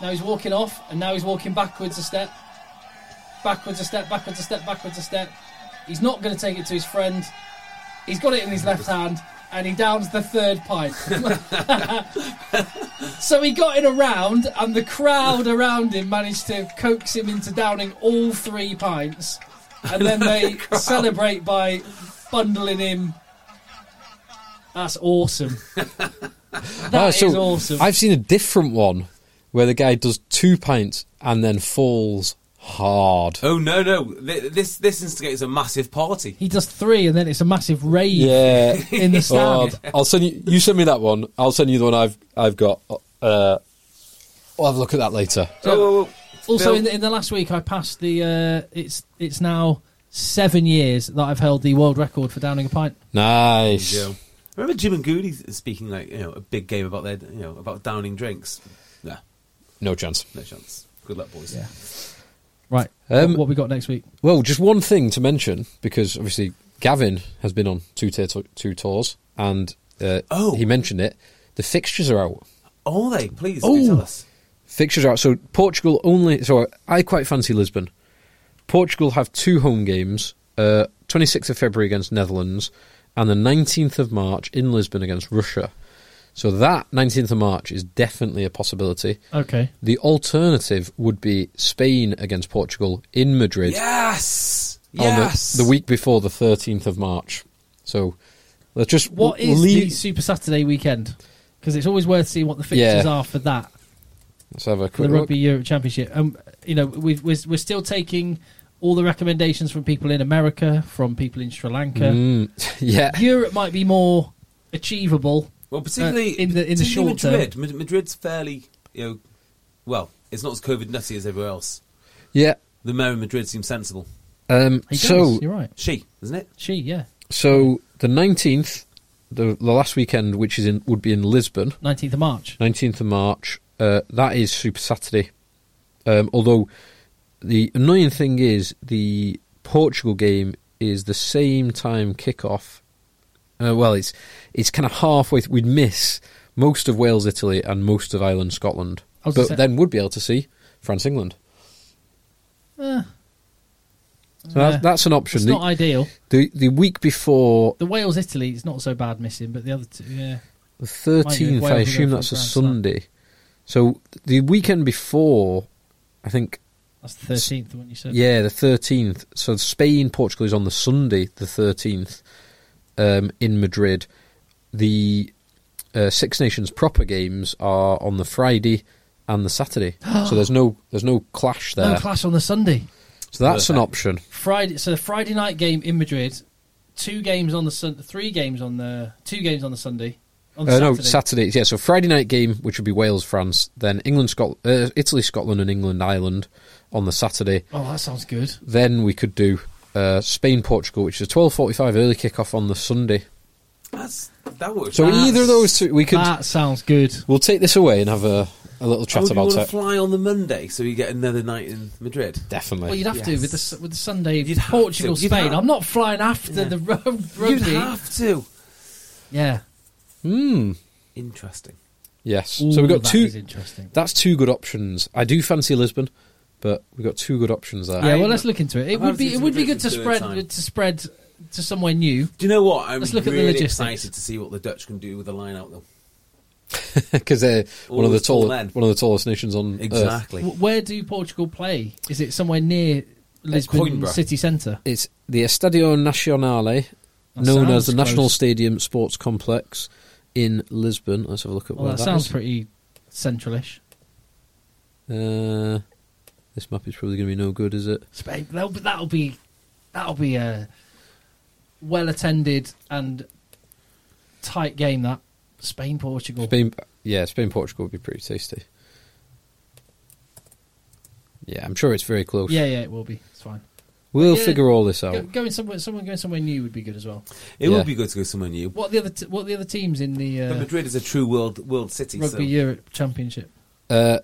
Speaker 1: Now he's walking off, and now he's walking backwards a step. Backwards a step, backwards a step, backwards a step. He's not going to take it to his friend. He's got it in his left hand, and he downs the third pint. so he got in a round, and the crowd around him managed to coax him into downing all three pints. And then they celebrate by bundling him that's awesome.
Speaker 3: Ah,
Speaker 1: That is awesome.
Speaker 3: I've seen a different one where the guy does two pints and then falls hard.
Speaker 2: Oh no, no! Th- This this instigates a massive party.
Speaker 1: He does three, and then it's a massive rave
Speaker 3: Yeah.
Speaker 1: in the
Speaker 3: Oh,
Speaker 1: stand.
Speaker 3: I'll send you. You send me that one. I'll send you the one I've I've got. Uh, we'll have a look at that later.
Speaker 2: Oh, oh, oh.
Speaker 1: also,
Speaker 2: Phil?
Speaker 1: in the, in the last week, I passed the. Uh, it's it's now seven years that I've held the world record for downing a pint.
Speaker 3: Nice.
Speaker 2: Yeah. Remember Jim and Goody speaking like you know a big game about their you know about downing drinks. Nah,
Speaker 3: No chance.
Speaker 2: no chance. Good luck, boys.
Speaker 1: Yeah. Right.
Speaker 3: Um,
Speaker 1: what, what we got next week?
Speaker 3: Well, just one thing to mention because obviously Gavin has been on two ta- two tours and uh,
Speaker 2: Oh.
Speaker 3: he mentioned it. The fixtures are out.
Speaker 2: Are they? Please
Speaker 3: Oh.
Speaker 2: do tell us.
Speaker 3: Fixtures are out. So Portugal only. So I quite fancy Lisbon. Portugal have two home games: uh, 26th of February against Netherlands, and the 19th of March in Lisbon against Russia. So that 19th of March is definitely a possibility.
Speaker 1: Okay.
Speaker 3: The alternative would be Spain against Portugal in Madrid
Speaker 2: Yes.
Speaker 3: on the-
Speaker 2: Yes.
Speaker 3: the, week before the 13th of March. So let's just
Speaker 1: What is the
Speaker 3: leave-
Speaker 1: Super Saturday weekend? Because it's always worth seeing what the fixtures
Speaker 3: Yeah.
Speaker 1: are for that.
Speaker 3: let's have a
Speaker 1: for
Speaker 3: quick
Speaker 1: the
Speaker 3: look.
Speaker 1: Rugby Europe Championship. Um, you know, we've, we're, we're still taking all the recommendations from people in America, from people in Sri Lanka.
Speaker 3: Mm, yeah,
Speaker 1: Europe might be more achievable.
Speaker 2: Well, particularly
Speaker 1: uh, in the in the
Speaker 2: particularly
Speaker 1: short term.
Speaker 2: Madrid. Mad- Madrid's fairly you know, well, it's not as COVID nutty as everywhere else.
Speaker 3: yeah.
Speaker 2: The mayor of Madrid seems sensible.
Speaker 3: Um,
Speaker 1: He does,
Speaker 3: so
Speaker 1: you're right.
Speaker 2: She, isn't it?
Speaker 1: She, yeah,
Speaker 3: So the nineteenth, the, the last weekend, which is in would be in Lisbon,
Speaker 1: nineteenth of March.
Speaker 3: nineteenth of March. Uh, that is Super Saturday. Um, although the annoying thing is the Portugal game is the same time kickoff. Uh, well, it's it's kind of halfway. Th- we'd miss most of Wales, Italy, and most of Ireland, Scotland.
Speaker 1: I was
Speaker 3: But
Speaker 1: gonna say-
Speaker 3: then would be able to see France, England.
Speaker 1: Eh,
Speaker 3: So
Speaker 1: Yeah.
Speaker 3: that, that's an option.
Speaker 1: it's
Speaker 3: the,
Speaker 1: not ideal.
Speaker 3: the the week before
Speaker 1: The Wales Italy is not so bad missing, but the other two, yeah. Mind
Speaker 3: The
Speaker 1: you, if
Speaker 3: thirteenth,
Speaker 1: Wales
Speaker 3: I
Speaker 1: are
Speaker 3: assume
Speaker 1: going
Speaker 3: that's
Speaker 1: for
Speaker 3: a
Speaker 1: a Grand Slam.
Speaker 3: Sunday. So the weekend before, I think,
Speaker 1: That's the thirteenth, the one you said.
Speaker 3: yeah, the thirteenth. So Spain, Portugal is on the Sunday, the thirteenth, um, in Madrid. The uh, Six Nations proper games are on the Friday and the Saturday. so there's no there's no clash there.
Speaker 1: No clash on the Sunday.
Speaker 3: so that's an
Speaker 2: Perfect.
Speaker 3: option.
Speaker 1: Friday, so the Friday night game in Madrid. Two games on the sun, three games on the two games on the Sunday. On the
Speaker 3: Uh, no,
Speaker 1: Saturday.
Speaker 3: Saturday. Yeah, so Friday night game, which would be Wales, France, then England, Scotland, uh, Italy, Scotland, and England, Ireland on the Saturday.
Speaker 1: Oh, that sounds good.
Speaker 3: then we could do uh, Spain Portugal, which is twelve forty five early kickoff on the Sunday.
Speaker 2: That's that works. Ah,
Speaker 3: So
Speaker 2: That's-
Speaker 3: either of those two, we could
Speaker 1: that sounds good.
Speaker 3: we'll take this away and have a, a little
Speaker 2: Oh,
Speaker 3: chat
Speaker 2: do you
Speaker 3: about
Speaker 2: want to
Speaker 3: it.
Speaker 2: fly on the Monday so you get another night in Madrid?
Speaker 3: Definitely.
Speaker 1: Well, you'd have to
Speaker 2: Yes.
Speaker 1: with the s- with the Sunday
Speaker 2: You'd have
Speaker 1: Portugal
Speaker 2: to, you'd
Speaker 1: Spain.
Speaker 2: have-
Speaker 1: I'm not flying after the ro-
Speaker 2: You'd
Speaker 1: rugby.
Speaker 2: have to.
Speaker 1: Yeah,
Speaker 3: Hmm.
Speaker 2: Interesting.
Speaker 3: Yes. so we've
Speaker 1: Ooh,
Speaker 3: got
Speaker 1: that
Speaker 3: two.
Speaker 1: is interesting.
Speaker 3: That's two good options. I do fancy Lisbon, but we've got two good options there.
Speaker 1: yeah, well, let's look into it. It
Speaker 2: I've
Speaker 1: would be
Speaker 2: obviously
Speaker 1: it would be good
Speaker 2: been
Speaker 1: to
Speaker 2: through
Speaker 1: spread
Speaker 2: time.
Speaker 1: to spread to somewhere new.
Speaker 2: Do you know what? I'm
Speaker 1: Let's look at the
Speaker 2: really
Speaker 1: logistics.
Speaker 2: excited to see what the Dutch can do with the line out, though.
Speaker 3: because they're
Speaker 2: All
Speaker 3: one of the
Speaker 2: those tall
Speaker 3: tall,
Speaker 2: men.
Speaker 3: one of the tallest nations on earth.
Speaker 2: Exactly.
Speaker 1: W- Where do Portugal play? Is it somewhere near Lisbon
Speaker 2: Coimbra.
Speaker 1: city centre?
Speaker 3: It's the Estadio Nacionale,
Speaker 1: That
Speaker 3: known
Speaker 1: sounds
Speaker 3: as the National
Speaker 1: close.
Speaker 3: Stadium Sports Complex in Lisbon. Let's have a look at
Speaker 1: Well,
Speaker 3: where
Speaker 1: that
Speaker 3: that
Speaker 1: sounds
Speaker 3: is.
Speaker 1: pretty centralish.
Speaker 3: Uh, this map is probably going to be no good, is it?
Speaker 1: Spain. That'll be that'll be, that'll be a well attended and tight game. That Spain Portugal.
Speaker 3: Spain, yeah, Spain Portugal would be pretty tasty. Yeah, I'm sure it's very close.
Speaker 1: Yeah, yeah, it will be. It's fine.
Speaker 3: we'll
Speaker 1: Yeah.
Speaker 3: figure all this out.
Speaker 1: Go, going somewhere, someone going somewhere new would be good as well.
Speaker 2: It
Speaker 3: Yeah.
Speaker 2: would be good to go somewhere new.
Speaker 1: What are the other t- what are the other teams in the
Speaker 2: But
Speaker 1: uh,
Speaker 2: Madrid is a true world world city.
Speaker 1: Rugby
Speaker 2: so.
Speaker 1: Europe Championship?
Speaker 3: Uh,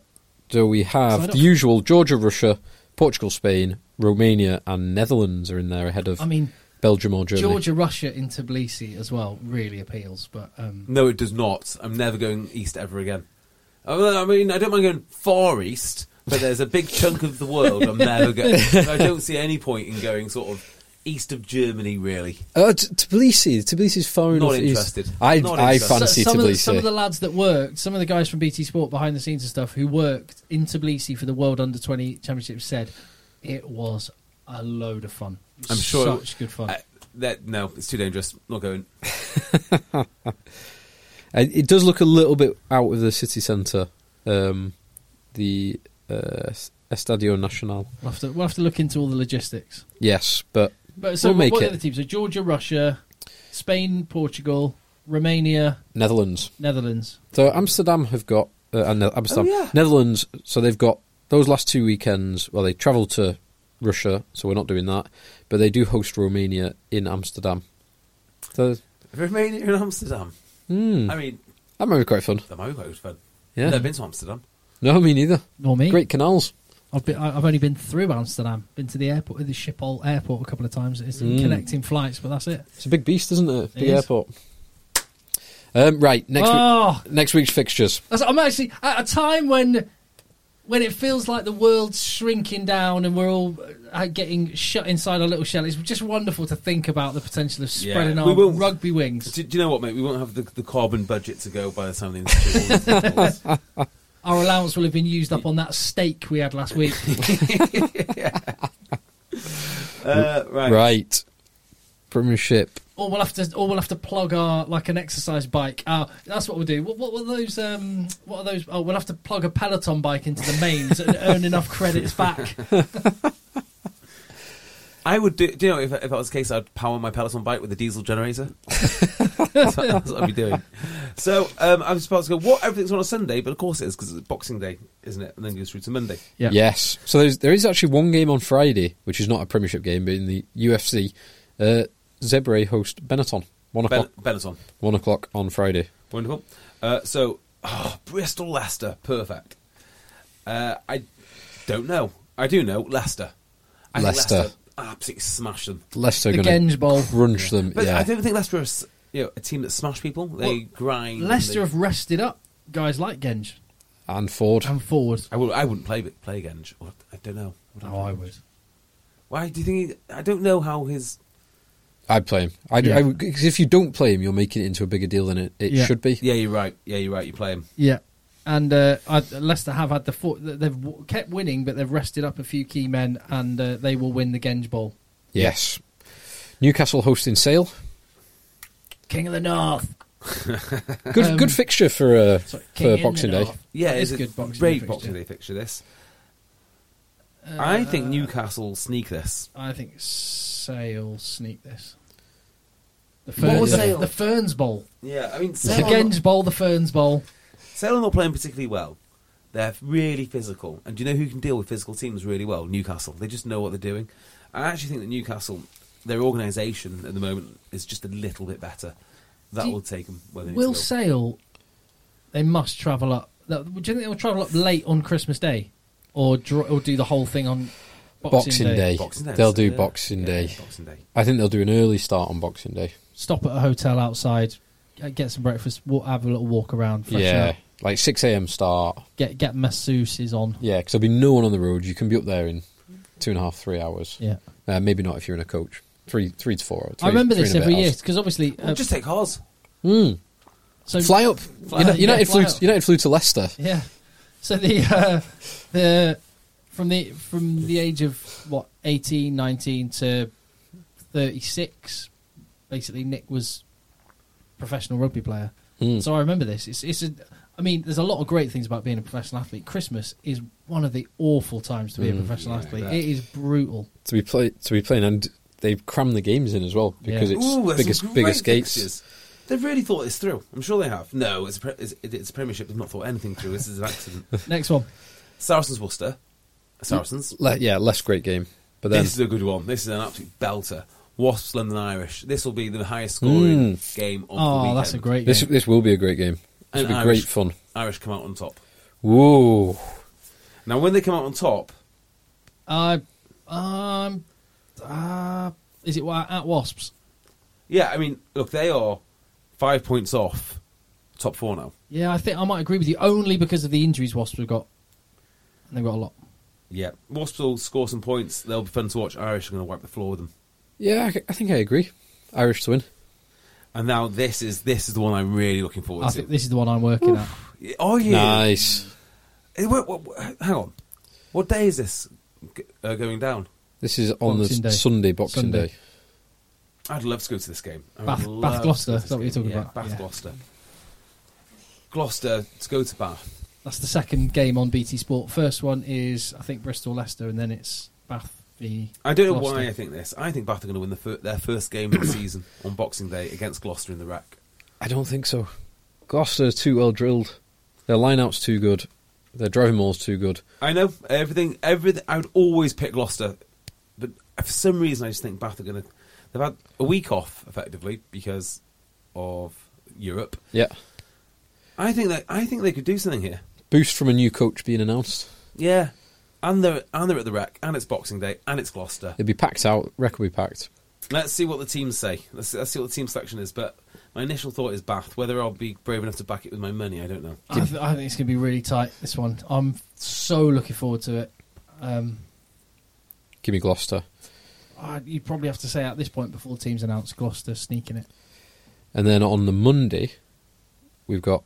Speaker 3: so we
Speaker 1: So I
Speaker 3: have
Speaker 1: don't-
Speaker 3: the usual Georgia, Russia, Portugal, Spain, Romania, and Netherlands are in there ahead of
Speaker 1: I mean,
Speaker 3: Belgium or Germany.
Speaker 1: Georgia Russia in Tbilisi as well really appeals, but um,
Speaker 2: No, it does not. I'm never going east ever again. I mean, I mean, I don't mind going far east, but there's a big chunk of the world I'm never going. I don't see any point in going sort of east of Germany, really.
Speaker 3: Uh, T- Tbilisi. Tbilisi's far
Speaker 2: Not
Speaker 3: enough east.
Speaker 2: interested.
Speaker 3: I,
Speaker 2: Not
Speaker 3: I
Speaker 2: interested.
Speaker 3: fancy
Speaker 1: some, of the,
Speaker 3: Tbilisi.
Speaker 1: some of the lads that worked, some of the guys from BT Sport behind the scenes and stuff who worked in Tbilisi for the World Under Twenty Championship said it was a load of fun. It was
Speaker 2: I'm sure.
Speaker 1: such good fun.
Speaker 2: Uh, that no, it's too dangerous. Not going.
Speaker 3: Uh, It does look a little bit out of the city centre, um, the uh, Estadio Nacional.
Speaker 1: we'll, have to, we'll have to look into all the logistics.
Speaker 3: Yes, but
Speaker 1: But so
Speaker 3: We'll make
Speaker 1: what are
Speaker 3: it.
Speaker 1: the other teams? So Georgia Russia, Spain Portugal, Romania,
Speaker 3: Netherlands.
Speaker 1: Netherlands.
Speaker 3: So Amsterdam have got uh, and Ne- Amsterdam,
Speaker 2: Oh, yeah.
Speaker 3: Netherlands. So they've got those last two weekends. Well, they travelled to Russia, so we're not doing that. But they do host Romania in Amsterdam. So
Speaker 2: Romania and Amsterdam.
Speaker 3: mm,
Speaker 2: I mean,
Speaker 3: that might be quite fun.
Speaker 2: that might be quite fun.
Speaker 3: Yeah.
Speaker 2: never been to Amsterdam.
Speaker 3: No, me neither.
Speaker 1: Nor me.
Speaker 3: Great canals.
Speaker 1: I've been, I- I've only been through Amsterdam, been to the airport, the Schiphol airport a couple of times. It's
Speaker 3: Mm.
Speaker 1: connecting flights, but that's it.
Speaker 3: It's a big beast, isn't it? Big
Speaker 1: is.
Speaker 3: airport. Um, right next
Speaker 1: oh,
Speaker 3: week, next week's fixtures.
Speaker 1: that's- I'm actually at a time when when it feels like the world's shrinking down and we're all uh, getting shut inside our little shell. It's just wonderful to think about the potential of
Speaker 2: Yeah.
Speaker 1: spreading
Speaker 2: We
Speaker 1: our
Speaker 2: will-
Speaker 1: rugby wings,
Speaker 2: Do, do you know what, mate? We won't have the, the carbon budget to go by the time the institute. all these footballs.
Speaker 1: our allowance will have been used up on that steak we had last week.
Speaker 2: uh, right.
Speaker 3: Right, Premiership.
Speaker 1: or we'll have to, or we'll have to plug our like an exercise bike. Uh, that's what we'll do. What, what were those? Um, what are those? Oh, we'll have to plug a Peloton bike into the mains and earn enough credits back.
Speaker 2: I would do. Do you know if, if that was the case, I'd power my Peloton bike with a diesel generator. that's, what, that's what I'd be doing. So um, I was supposed to go. What everything's on a Sunday, but of course it is because it's Boxing Day, isn't it? And then it goes through to Monday.
Speaker 1: Yeah.
Speaker 3: Yes. So there's, there is actually one game on Friday, which is not a Premiership game, but in the UFC, uh, Zebre host Benetton. One
Speaker 2: Ben,
Speaker 3: o'clock.
Speaker 2: Benetton,
Speaker 3: one o'clock on Friday.
Speaker 2: wonderful. Uh, so oh, Bristol Leicester, perfect. Uh, I don't know. I do know Leicester. I think
Speaker 3: Leicester.
Speaker 2: Leicester absolutely smash them.
Speaker 3: Leicester
Speaker 1: The
Speaker 3: going
Speaker 1: Genge
Speaker 3: to
Speaker 1: Bowl.
Speaker 3: crunch them.
Speaker 2: But
Speaker 3: yeah.
Speaker 2: I don't think Leicester are s- you know, a team that smash people. They
Speaker 1: Well,
Speaker 2: grind. and
Speaker 1: Leicester
Speaker 2: they-
Speaker 1: have rested up guys like Genge
Speaker 3: and Ford.
Speaker 2: Um,
Speaker 1: and Forward.
Speaker 2: I, would, I wouldn't play play Genge. Or- I don't know.
Speaker 1: Oh, I would.
Speaker 2: Why do you think? He, I don't know how his.
Speaker 3: I'd play him. I'd,
Speaker 1: Yeah.
Speaker 3: I would, cause if you don't play him, you're making it into a bigger deal than it, it
Speaker 1: Yeah.
Speaker 3: should be.
Speaker 2: Yeah, you're right. Yeah, you're right. You play him.
Speaker 1: Yeah, and uh, I, Leicester have had the four, they've w- kept winning, but they've rested up a few key men, and uh, they will win the Genge Bowl.
Speaker 3: Yes. Newcastle hosting Sale.
Speaker 1: King of the North.
Speaker 3: Good,
Speaker 1: Um,
Speaker 3: good fixture for uh,
Speaker 1: Sorry, King
Speaker 3: for
Speaker 1: in the
Speaker 3: Boxing Day.
Speaker 1: North.
Speaker 2: Yeah,
Speaker 1: That
Speaker 2: it's
Speaker 1: is
Speaker 2: a
Speaker 1: good boxing
Speaker 2: great
Speaker 1: day fixture.
Speaker 2: boxing
Speaker 1: Uh,
Speaker 2: day fixture. This. I think Newcastle sneak this.
Speaker 1: I think Sale sneak this. The,
Speaker 2: What
Speaker 1: Fern-
Speaker 2: was
Speaker 1: the-
Speaker 2: Sale?
Speaker 1: the Ferns Bowl.
Speaker 2: Yeah, I mean,
Speaker 1: The
Speaker 2: Sale are,
Speaker 1: Genge
Speaker 2: not,
Speaker 1: Bowl, the Ferns Bowl.
Speaker 2: Sale are not playing particularly well. They're really physical, and do you know who can deal with physical teams really well? Newcastle. They just know what they're doing. I actually think that Newcastle, their organisation at the moment is just a little bit better. That
Speaker 1: Do you-
Speaker 2: will take them. Where they need
Speaker 1: Will
Speaker 2: to go.
Speaker 1: Sale, they must travel up. that- Do you think they'll travel up late on Christmas Day, or dr- or do the whole thing on Oh, Boxing,
Speaker 3: Boxing
Speaker 1: Day?
Speaker 3: Day.
Speaker 2: Boxing Day.
Speaker 3: They'll do
Speaker 2: yeah.
Speaker 3: Boxing
Speaker 2: Yeah,
Speaker 3: Day.
Speaker 2: Boxing Day.
Speaker 3: I think they'll do an early start on Boxing Day.
Speaker 1: Stop at a hotel outside, uh, get some breakfast, walk, have a little walk around, fresh
Speaker 3: yeah,
Speaker 1: out,
Speaker 3: like six a.m. start.
Speaker 1: get get masseuses on.
Speaker 3: Yeah, because there'll be no one on the road. You can be up there in two and a half, three hours.
Speaker 1: Yeah,
Speaker 3: Uh, maybe not if you're in a coach. Three, three to four hours.
Speaker 1: I remember this every year
Speaker 3: year.
Speaker 1: because obviously, uh,
Speaker 2: Well, just take Oz.
Speaker 1: so
Speaker 3: Fly up.
Speaker 1: Fly-
Speaker 3: United,
Speaker 1: yeah,
Speaker 3: United
Speaker 1: fly
Speaker 3: flew.
Speaker 1: up.
Speaker 3: United flew to Leicester.
Speaker 1: Yeah. So the uh, the from the from the age of what 18, 19 to thirty six, basically Nick was a professional rugby player.
Speaker 3: Hmm.
Speaker 1: So I remember this. It's it's a. I mean, there's a lot of great things about being a professional athlete. Christmas is one of the awful times
Speaker 3: Hmm.
Speaker 1: to be a professional athlete. It is brutal.
Speaker 3: to be play to be playing, and they've crammed the games in as well because
Speaker 1: Yeah.
Speaker 3: it's
Speaker 2: Ooh, there's
Speaker 3: biggest
Speaker 2: some great
Speaker 3: biggest gates.
Speaker 2: fixtures. They've really thought this through. I'm sure they have. No, it's a, pre- it's, it's a premiership. They've not thought anything through. This is an accident.
Speaker 1: Next one.
Speaker 2: Saracens Worcester. Saracens.
Speaker 3: Le- yeah, less great game, but then
Speaker 2: This is a good one. This is an absolute belter. Wasps London Irish. This will be the highest
Speaker 3: Hmm.
Speaker 2: scoring game of the
Speaker 1: Oh,
Speaker 2: weekend.
Speaker 1: that's a great.
Speaker 3: this
Speaker 1: game.
Speaker 3: this will be a great game. It'll
Speaker 2: And
Speaker 3: be
Speaker 2: Irish-
Speaker 3: great fun.
Speaker 2: Irish come out on top.
Speaker 3: Whoa,
Speaker 2: Now, when they come out on top,
Speaker 1: I um, uh, is it wa- at Wasps?
Speaker 2: yeah, I mean, look, they are five points off top four now.
Speaker 1: Yeah, I think I might agree with you only because of the injuries Wasps have got, and they've got a lot.
Speaker 2: Yeah, Wasps will score some points. They'll be fun to watch. Irish are going to wipe the floor with them.
Speaker 3: yeah, I, I think I agree. Irish to win.
Speaker 2: And now this is this is the one I'm really looking forward
Speaker 1: I
Speaker 2: to.
Speaker 1: think this is the one I'm working at.
Speaker 2: Oh yeah.
Speaker 3: Nice.
Speaker 2: Eh, wait, wait, wait, hang on. What day is this g- uh, going down?
Speaker 3: This is on the
Speaker 1: Boxing Day.
Speaker 3: s- Sunday Boxing
Speaker 1: Sunday.
Speaker 3: Day.
Speaker 2: I'd love to go to this game. I would
Speaker 1: Bath-
Speaker 2: love
Speaker 1: Bath
Speaker 2: to
Speaker 1: Gloucester,
Speaker 2: go to
Speaker 1: is that what
Speaker 2: this
Speaker 1: you're talking
Speaker 2: game. Yeah,
Speaker 1: about?
Speaker 2: Bath
Speaker 1: Yeah.
Speaker 2: Gloucester. Gloucester to go to Bath.
Speaker 1: That's the second game on BT Sport. First one is I think Bristol Leicester, and then it's Bath v.
Speaker 2: I don't know
Speaker 1: Gloucester.
Speaker 2: why I think this. I think Bath are going to win the fir- their first game of the season on Boxing Day against Gloucester in the rack.
Speaker 3: I don't think so. Gloucester's too well drilled. Their lineout's too good. Their driving mall's too good.
Speaker 2: I know everything. Everything. I would always pick Gloucester, but for some reason, I just think Bath are going to. They've had a week off effectively because of Europe.
Speaker 3: Yeah,
Speaker 2: I think that I think they could do something here.
Speaker 3: boost from a new coach being announced.
Speaker 2: Yeah, and they're and they're at the rack, and it's Boxing Day, and it's Gloucester.
Speaker 3: It'd be packed out. Record will be packed.
Speaker 2: Let's see what the teams say. Let's, let's see what the team selection is. But my initial thought is Bath. Whether I'll be brave enough to back it with my money, I don't know.
Speaker 1: I, th- I think it's going to be really tight. This one, I'm so looking forward to it. Um,
Speaker 3: Give me Gloucester.
Speaker 1: I, you'd probably have to say at this point before the teams announce Gloucester sneaking it.
Speaker 3: And then on the Monday, we've got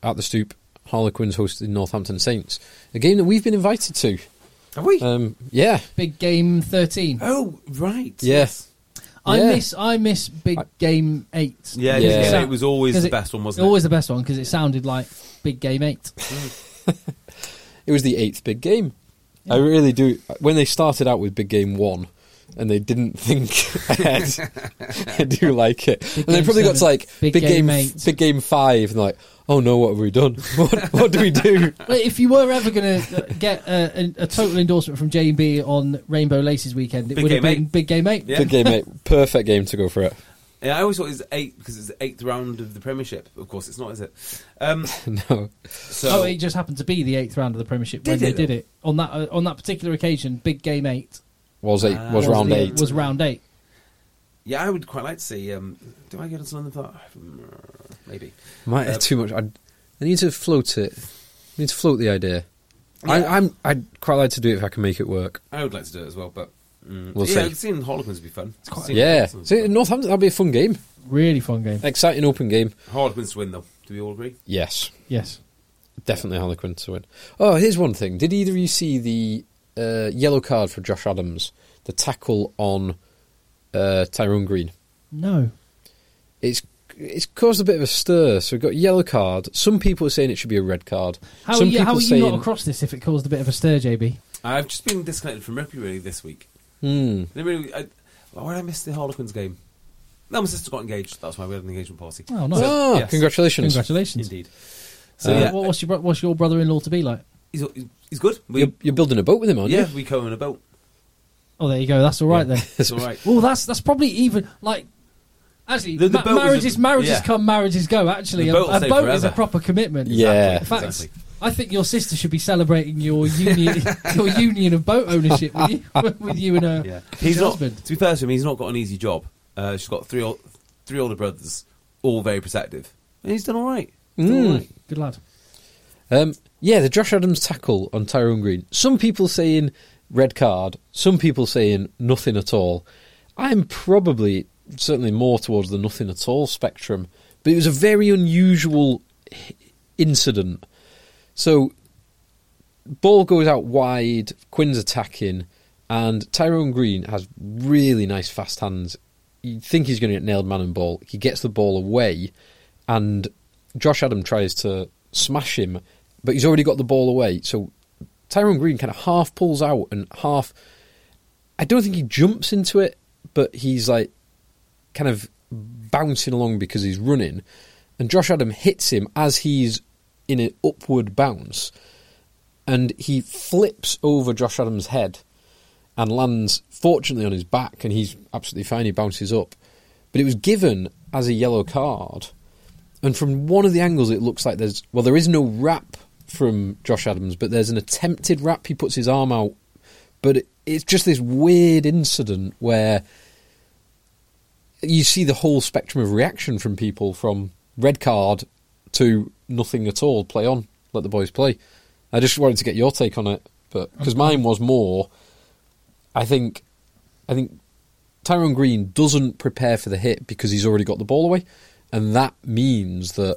Speaker 3: at the Stoop Harlequins hosting Northampton Saints, a game that we've been invited to.
Speaker 2: Have we?
Speaker 3: Um, yeah,
Speaker 1: Big game thirteen.
Speaker 2: oh right.
Speaker 3: yes,
Speaker 1: I
Speaker 3: yeah.
Speaker 1: miss I miss big game eight.
Speaker 2: Yeah,
Speaker 3: Yeah.
Speaker 2: yeah.
Speaker 3: Yeah.
Speaker 2: it was always
Speaker 1: 'Cause
Speaker 2: the
Speaker 1: it-
Speaker 2: best one, wasn't it?
Speaker 1: Always the best one because it sounded like big game eight.
Speaker 3: it was the eighth big game. I really do. When they started out with big game one, and they didn't think ahead, I do like it. and they
Speaker 1: game
Speaker 3: probably got to
Speaker 1: seven,
Speaker 3: like
Speaker 1: big
Speaker 3: big,
Speaker 1: game
Speaker 3: game,
Speaker 1: eight.
Speaker 3: big game five, and like, oh no, what have we done? What, what do we do?
Speaker 1: Well, if you were ever going to get a, a, a total endorsement from J and B on Rainbow Laces weekend, it
Speaker 2: Big
Speaker 1: would have
Speaker 2: game
Speaker 1: been
Speaker 2: eight.
Speaker 1: Big Game Eight.
Speaker 2: Yeah.
Speaker 3: Big game eight, perfect game to go for it.
Speaker 2: Yeah, I always thought it was eight because it's the eighth round of the Premiership. Of course, it's not, is it? Um,
Speaker 3: No,
Speaker 2: so
Speaker 1: Oh, it just happened to be the eighth round of the Premiership when
Speaker 2: Did
Speaker 1: they
Speaker 2: it?
Speaker 1: did it on that uh, on that particular occasion. Big Game Eight
Speaker 3: was eight Uh, was
Speaker 1: the-
Speaker 3: round
Speaker 2: the-
Speaker 3: eight.
Speaker 1: Uh, Was round eight.
Speaker 2: yeah, I would quite like to see. Um, do I get into London? for that? Mm, Maybe.
Speaker 3: Might
Speaker 2: Uh,
Speaker 3: too much. I, I need to float it. I need to float the idea. I, I'm. I'd quite like to do it if I can make it work.
Speaker 2: I would like to do it as well, but mm,
Speaker 3: We'll
Speaker 2: yeah,
Speaker 3: see.
Speaker 2: seeing Harlequins would be fun. It's
Speaker 3: yeah. See, Northampton. That'd be a fun game.
Speaker 1: Really fun game.
Speaker 3: Exciting open game.
Speaker 2: Harlequins to win though. Do we all agree?
Speaker 3: Yes,
Speaker 1: Yes.
Speaker 3: definitely Harlequin to win. Oh, here's one thing. Did either of you see the uh, yellow card for Josh Adams? The tackle on uh, Tyrone Green.
Speaker 1: No.
Speaker 3: It's it's caused a bit of a stir. So we've got yellow card. Some people are saying it should be a red card.
Speaker 1: How
Speaker 3: Some
Speaker 1: are you, how
Speaker 3: people
Speaker 1: are you
Speaker 3: saying,
Speaker 1: not across this if it caused a bit of a stir, JB?
Speaker 2: I've just been disconnected from rugby really this week.
Speaker 3: Hmm.
Speaker 2: I didn't really, I, well, when I missed the Harlequins game, no, my sister got engaged. That's why we had an engagement party.
Speaker 1: Oh, nice.
Speaker 3: Ah,
Speaker 2: yes.
Speaker 3: congratulations.
Speaker 1: Congratulations.
Speaker 2: Indeed.
Speaker 1: So,
Speaker 2: So
Speaker 3: Uh,
Speaker 2: yeah,
Speaker 1: what, what's your bro- what's your brother-in-law to be like?
Speaker 2: he's, he's good. We,
Speaker 3: You're, you're building a boat with him, aren't
Speaker 2: yeah,
Speaker 3: you?
Speaker 2: we co own a boat.
Speaker 1: Oh, there you go. That's all right then.
Speaker 2: It's all right.
Speaker 1: Well, that's that's probably even like actually
Speaker 2: The- the
Speaker 1: ma-
Speaker 2: boat was a-
Speaker 1: marriages marriages
Speaker 2: yeah.
Speaker 1: come marriages go. Actually,
Speaker 2: The
Speaker 1: a,
Speaker 2: boat will
Speaker 1: a
Speaker 2: stay
Speaker 1: boat is a
Speaker 2: forever.
Speaker 1: proper commitment.
Speaker 3: Yeah.
Speaker 1: In fact,
Speaker 2: Exactly.
Speaker 1: I think your sister should be celebrating your union your union of boat ownership with you, with you and her,
Speaker 2: Yeah,
Speaker 1: with
Speaker 2: he's
Speaker 1: your
Speaker 2: not.
Speaker 1: husband.
Speaker 2: To be fair to him, he's not got an easy job. Uh, she's got three ol- three older brothers, all very protective. He's done all right.
Speaker 3: Mm.
Speaker 1: Good lad.
Speaker 3: Um, yeah, the Josh Adams tackle on Tyrone Green. Some people saying red card, some people saying nothing at all. I'm probably certainly more towards the nothing at all spectrum, but it was a very unusual h- incident. So, ball goes out wide, Quinn's attacking, and Tyrone Green has really nice fast hands. You think he's going to get nailed man and ball. He gets the ball away, and Josh Adam tries to smash him, but he's already got the ball away. So Tyrone Green kind of half pulls out and half. I don't think he jumps into it, but he's like kind of bouncing along because he's running. And Josh Adam hits him as he's in an upward bounce. And he flips over Josh Adams' head and lands, fortunately, on his back. And he's absolutely fine. He bounces up. But it was given as a yellow card. And from one of the angles, it looks like there's well, there is no wrap from Josh Adams, but there's an attempted wrap. He puts his arm out, but it, it's just this weird incident where you see the whole spectrum of reaction from people, from red card to nothing at all. Play on, let the boys play. I just wanted to get your take on it, but because mine was more, I think, I think Tyrone Green doesn't prepare for the hit because he's already got the ball away, and that means that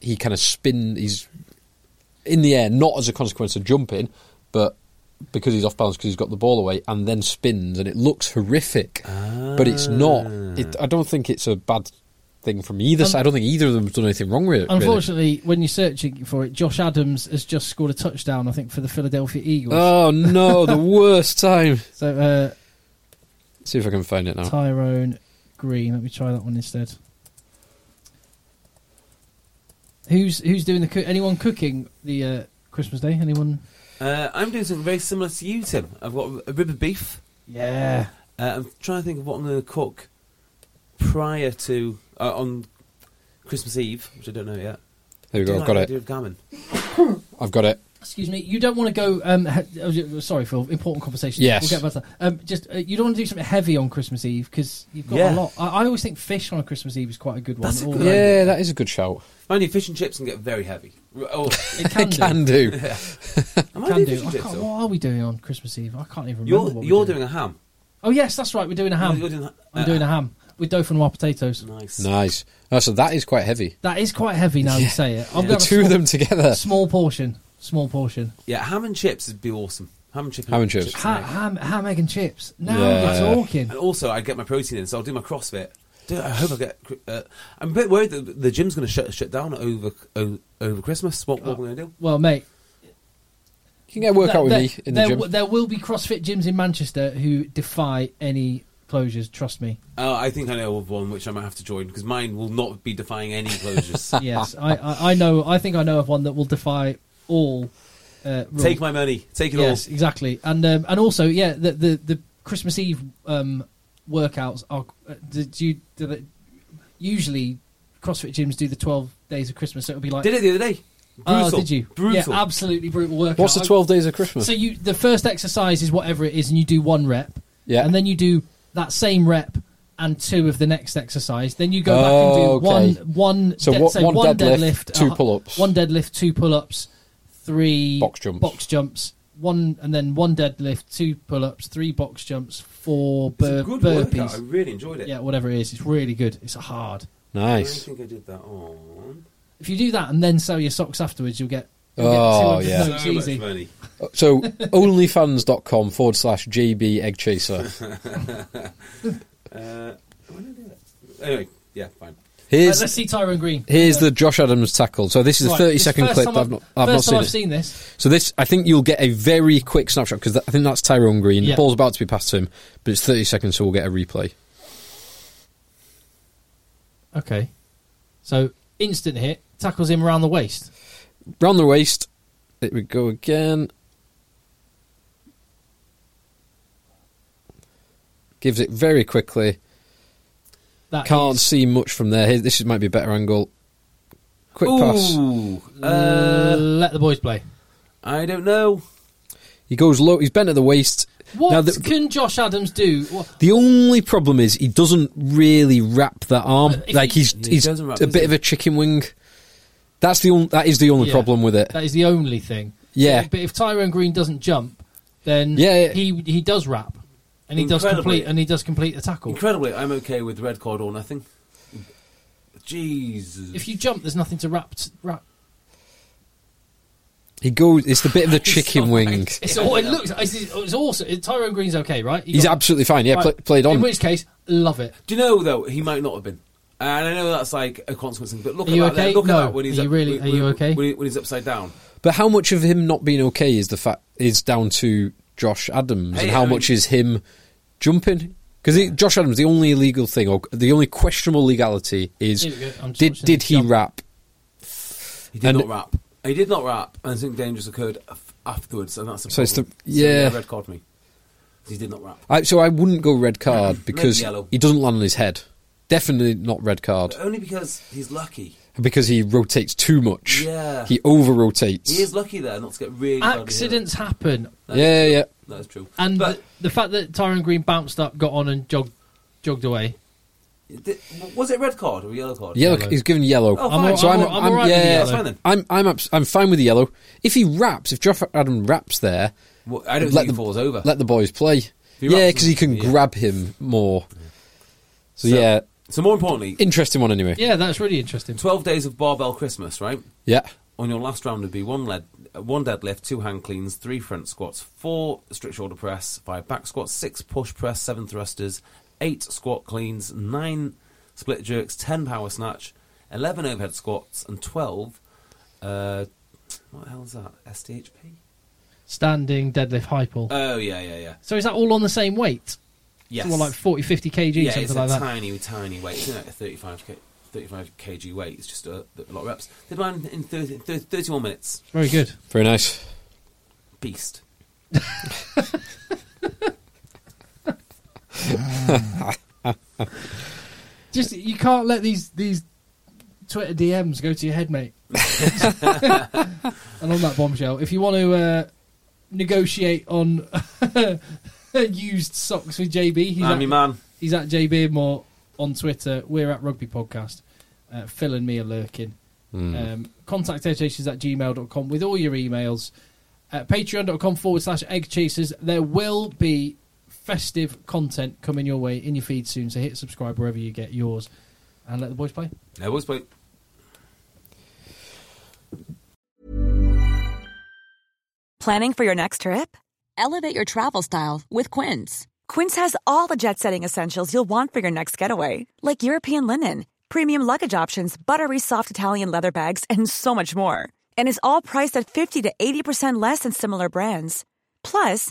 Speaker 3: he kind of spin. He's in the air, not as a consequence of jumping, but because he's off balance because he's got the ball away, and then spins, and it looks horrific. But it's not. It, I don't think it's a bad thing from either side. I don't think either of them's done anything wrong with it. really.
Speaker 1: Unfortunately, when you're searching for it, Josh Adams has just scored a touchdown, I think, for the Philadelphia Eagles.
Speaker 3: Oh no, the worst time.
Speaker 1: so uh,
Speaker 3: See if I can find it now.
Speaker 1: Tyrone Green. Let me try that one instead. Who's who's doing the cook? Anyone cooking the uh, Christmas Day? Anyone?
Speaker 2: Uh, I'm doing something very similar to you, Tim. I've got a rib of beef.
Speaker 1: Yeah.
Speaker 2: Uh, I'm trying to think of what I'm going to cook prior to uh, on Christmas Eve, which I don't know yet.
Speaker 3: There we
Speaker 2: Do
Speaker 3: go.
Speaker 2: you like
Speaker 3: I've got
Speaker 2: the
Speaker 3: it.
Speaker 2: idea of gammon.
Speaker 3: I've got it.
Speaker 1: Excuse me. You don't want to go. Um, he- oh, y- sorry, Phil. Important conversation.
Speaker 3: Yes.
Speaker 1: We'll get back to that. Um, just uh, you don't want to do something heavy on Christmas Eve because you've got
Speaker 2: Yeah.
Speaker 1: a lot. I, I always think fish on a Christmas Eve is quite a good one.
Speaker 2: That's a
Speaker 1: Or- um,
Speaker 2: good
Speaker 3: yeah,
Speaker 2: idea.
Speaker 3: that is a good shout.
Speaker 2: Mind you, fish and chips can get very heavy. R- Oh,
Speaker 1: It can, do.
Speaker 3: Can do.
Speaker 2: am
Speaker 1: Can do.
Speaker 2: I doing fish
Speaker 1: I
Speaker 2: and chips?
Speaker 1: can't,
Speaker 2: though?
Speaker 1: what are we doing on Christmas Eve? I can't even remember.
Speaker 2: You're,
Speaker 1: what we're
Speaker 2: you're doing a ham.
Speaker 1: Oh yes, that's right. We're doing a ham.
Speaker 2: You're doing a-
Speaker 1: I'm
Speaker 2: uh,
Speaker 1: doing a ham with dough and wild potatoes.
Speaker 2: Nice.
Speaker 3: Nice. Oh, so that is quite heavy.
Speaker 1: That is quite heavy now you say it. I've
Speaker 3: The
Speaker 1: got
Speaker 3: two of them together.
Speaker 1: Small portion. Small portion.
Speaker 2: Yeah, ham and chips would be awesome. Ham and chips.
Speaker 3: Ham and chips.
Speaker 1: Ha- ham, ham, egg, and chips. Now
Speaker 3: Yeah.
Speaker 1: you're talking.
Speaker 2: And also, I get my protein in, so I'll do my CrossFit. Do- I hope I get. cr- Uh, I'm a bit worried that the gym's going to shut shut down over o- over Christmas. What,
Speaker 1: Oh.
Speaker 2: what am I going to do?
Speaker 1: Well, mate.
Speaker 3: You can get a workout with
Speaker 1: there,
Speaker 3: me in
Speaker 1: there
Speaker 3: the gym.
Speaker 1: w- there will be CrossFit gyms in Manchester who defy any closures. Trust me.
Speaker 2: Uh, I think I know of one which I might have to join because mine will not be defying any closures.
Speaker 1: Yes, I, I, I know. I think I know of one that will defy all. Uh, rules.
Speaker 2: Take my money. Take it
Speaker 1: yes,
Speaker 2: all.
Speaker 1: exactly. And um, and also, yeah, the the, the Christmas Eve um, workouts are. Uh, do, do you do they, usually CrossFit gyms do the twelve days of Christmas? So it'll be like.
Speaker 2: Did it the other day. Brutal.
Speaker 1: Oh, did you?
Speaker 2: Brutal.
Speaker 1: Yeah, absolutely brutal workout.
Speaker 3: What's the
Speaker 1: I-
Speaker 3: 12 days of Christmas?
Speaker 1: So you the first exercise is whatever it is, and you do one rep.
Speaker 3: Yeah.
Speaker 1: And then you do that same rep and two of the next exercise. Then you go
Speaker 3: Oh,
Speaker 1: back and
Speaker 3: okay.
Speaker 1: do one one
Speaker 3: So
Speaker 1: dead-
Speaker 3: what-
Speaker 1: say
Speaker 3: one deadlift, two
Speaker 1: uh,
Speaker 3: pull-ups.
Speaker 1: one deadlift, two pull ups, three
Speaker 3: Box jumps.
Speaker 1: box jumps, one and then one deadlift, two pull ups, three box jumps, four
Speaker 2: It's
Speaker 1: bur-
Speaker 2: a good workout. I
Speaker 1: burpees.
Speaker 2: really enjoyed it.
Speaker 1: Yeah, whatever it is, it's really good. It's hard.
Speaker 3: nice.
Speaker 2: I think I did that on.
Speaker 1: If you do that and then sell your socks afterwards, you'll get. You'll
Speaker 3: Oh,
Speaker 1: get 200
Speaker 3: yeah.
Speaker 2: So
Speaker 1: notes
Speaker 2: much
Speaker 1: easy.
Speaker 2: money.
Speaker 3: So onlyfans.com forward slash JB Egg Chaser.
Speaker 2: Anyway, yeah, fine.
Speaker 1: Right, let's
Speaker 3: Here's,
Speaker 1: see Tyrone Green.
Speaker 3: here's the Josh Adams tackle. So this is a
Speaker 1: Right,
Speaker 3: 30
Speaker 1: it's the
Speaker 3: second
Speaker 1: first
Speaker 3: clip.
Speaker 1: time
Speaker 3: I've not, I've not
Speaker 1: first
Speaker 3: seen
Speaker 1: time
Speaker 3: it.
Speaker 1: I've seen this.
Speaker 3: So this, I think you'll get a very quick snapshot because I think that's Tyrone Green.
Speaker 1: Yeah.
Speaker 3: Ball's about to be passed to him, but it's 30 seconds, so we'll get a replay.
Speaker 1: Okay. So instant hit tackles him around the waist.
Speaker 3: Round the waist. There we go again. Gives it very quickly.
Speaker 1: That
Speaker 3: Can't
Speaker 1: is-
Speaker 3: see much from there. Here, this is- might be a better angle. Quick pass.
Speaker 2: Ooh,
Speaker 1: Uh, let the boys play.
Speaker 2: I don't know.
Speaker 3: He goes low. He's bent at the waist.
Speaker 1: What
Speaker 3: Now, the,
Speaker 1: can Josh Adams do? Wha-
Speaker 3: the only problem is he doesn't really wrap that arm.
Speaker 1: If
Speaker 3: Like
Speaker 1: he-
Speaker 3: he's
Speaker 2: Yeah, he
Speaker 3: he's
Speaker 2: doesn't wrap,
Speaker 3: a
Speaker 2: does
Speaker 3: bit
Speaker 2: he?
Speaker 3: of a chicken wing. That's the only, that is the only
Speaker 1: Yeah.
Speaker 3: problem with it.
Speaker 1: That is the only thing.
Speaker 3: Yeah.
Speaker 1: But if Tyrone Green doesn't jump, then
Speaker 3: Yeah, yeah.
Speaker 1: he he does wrap, and he does
Speaker 2: Incredibly.
Speaker 1: complete and he does complete the tackle.
Speaker 2: Incredibly, I'm okay with red card or nothing. Jesus.
Speaker 1: If you jump, there's nothing to wrap. t- wrap.
Speaker 3: He goes. It's the bit of the chicken wing.
Speaker 1: It's all, it looks. It's, it's awesome. Tyrone Green's okay, right? He
Speaker 3: He's
Speaker 1: got-
Speaker 3: absolutely fine. Yeah,
Speaker 1: right.
Speaker 3: pla played
Speaker 1: In
Speaker 3: on.
Speaker 1: which case, love it.
Speaker 2: Do you know though he might not have been, and I know that's like a consequence thing. But look
Speaker 1: Are
Speaker 2: at
Speaker 1: you
Speaker 2: that.
Speaker 1: okay?
Speaker 2: Look
Speaker 1: No.
Speaker 2: at that when he's
Speaker 1: Are you
Speaker 2: up-
Speaker 1: really-
Speaker 2: when-
Speaker 1: are you
Speaker 2: when-
Speaker 1: okay?
Speaker 2: When, he- when he's upside down.
Speaker 3: But how much of him not being okay is the fact is down to Josh Adams,
Speaker 2: Hey,
Speaker 3: and how
Speaker 2: I mean-
Speaker 3: much is him jumping? Because Josh Adams, the only illegal thing or the only questionable legality is
Speaker 1: Here we go. I'm just
Speaker 3: did
Speaker 1: watching
Speaker 3: did
Speaker 1: him
Speaker 3: he
Speaker 1: jump.
Speaker 3: rap?
Speaker 2: He did
Speaker 3: And-
Speaker 2: not rap. He did not rap, and something dangerous occurred af- afterwards, and that's the
Speaker 3: So it's the-
Speaker 2: problem. So,
Speaker 3: yeah.
Speaker 2: red card me. He did not rap.
Speaker 3: I, so I wouldn't go red card because
Speaker 2: yellow.
Speaker 3: he doesn't land on his head. Definitely not red card
Speaker 2: Only because he's lucky.
Speaker 3: because he rotates too much.
Speaker 2: Yeah.
Speaker 3: he over rotates.
Speaker 2: He is lucky there not to get really badly hurt.
Speaker 1: Accidents happen,
Speaker 3: Yeah, yeah.
Speaker 2: That is true.
Speaker 1: and
Speaker 2: but
Speaker 1: the, the fact that Tyrone Green bounced up, got on, and jogged jogged away.
Speaker 2: Did- was it red card or yellow card?
Speaker 3: Yellow.
Speaker 1: Yellow.
Speaker 3: He's given yellow.
Speaker 2: Oh, I'm all-
Speaker 1: I'm all- I'm all right with the
Speaker 3: yeah,
Speaker 1: yellow.
Speaker 2: That's fine then.
Speaker 3: I'm I'm abs- I'm fine with the yellow. If he raps, if Josh Adam raps there,
Speaker 2: Well, I don't think he falls over.
Speaker 3: Let the boys play.
Speaker 2: he
Speaker 3: Yeah,
Speaker 2: raps,
Speaker 3: because he can
Speaker 2: yeah.
Speaker 3: grab him more. So, yeah,
Speaker 2: So more importantly,
Speaker 3: interesting one anyway.
Speaker 1: Yeah, that's really interesting.
Speaker 2: twelve days of barbell Christmas, right?
Speaker 3: Yeah.
Speaker 2: On your last round would be one lead, uh, one deadlift, two hand cleans, three front squats, four strict shoulder press, five back squats, six push press, seven thrusters, eight squat cleans, nine split jerks, ten power snatch, eleven overhead squats, and twelve. Uh, what the hell is that? SDHP?
Speaker 1: Standing deadlift high pull.
Speaker 2: Oh yeah, yeah, yeah.
Speaker 1: so is that all on the same weight?
Speaker 2: Yes.
Speaker 1: So we're like 40, 50 kg,
Speaker 2: yeah,
Speaker 1: something
Speaker 2: it's
Speaker 1: like
Speaker 2: a
Speaker 1: that.
Speaker 2: tiny, tiny weight. It's like a 35 k, 35 kg weight. It's just a, a lot of reps. Did mine in 30, 30, 31 minutes.
Speaker 1: Very good.
Speaker 3: Very nice.
Speaker 2: Beast.
Speaker 1: Just you can't let these these Twitter DMs go to your head, mate. and on that bombshell, if you want to uh, negotiate on used socks with JB, he's
Speaker 2: I'm
Speaker 1: at,
Speaker 2: your man.
Speaker 1: he's at J Beardmore on Twitter. We're at Rugby Podcast. Uh, Phil and me are lurking. Um, contact eggchasers at gmail.com with all your emails. Uh, At patreon.com forward slash eggchasers. There will be festive content coming your way in your feed soon, so hit subscribe wherever you get yours and let the boys play.
Speaker 2: I always play.
Speaker 7: Planning for your next trip?
Speaker 6: Elevate your travel style with Quince.
Speaker 7: Quince has all the jet setting essentials you'll want for your next getaway, like European linen, premium luggage options, buttery soft Italian leather bags, and so much more. And is all priced at 50 to 80% less than similar brands. Plus,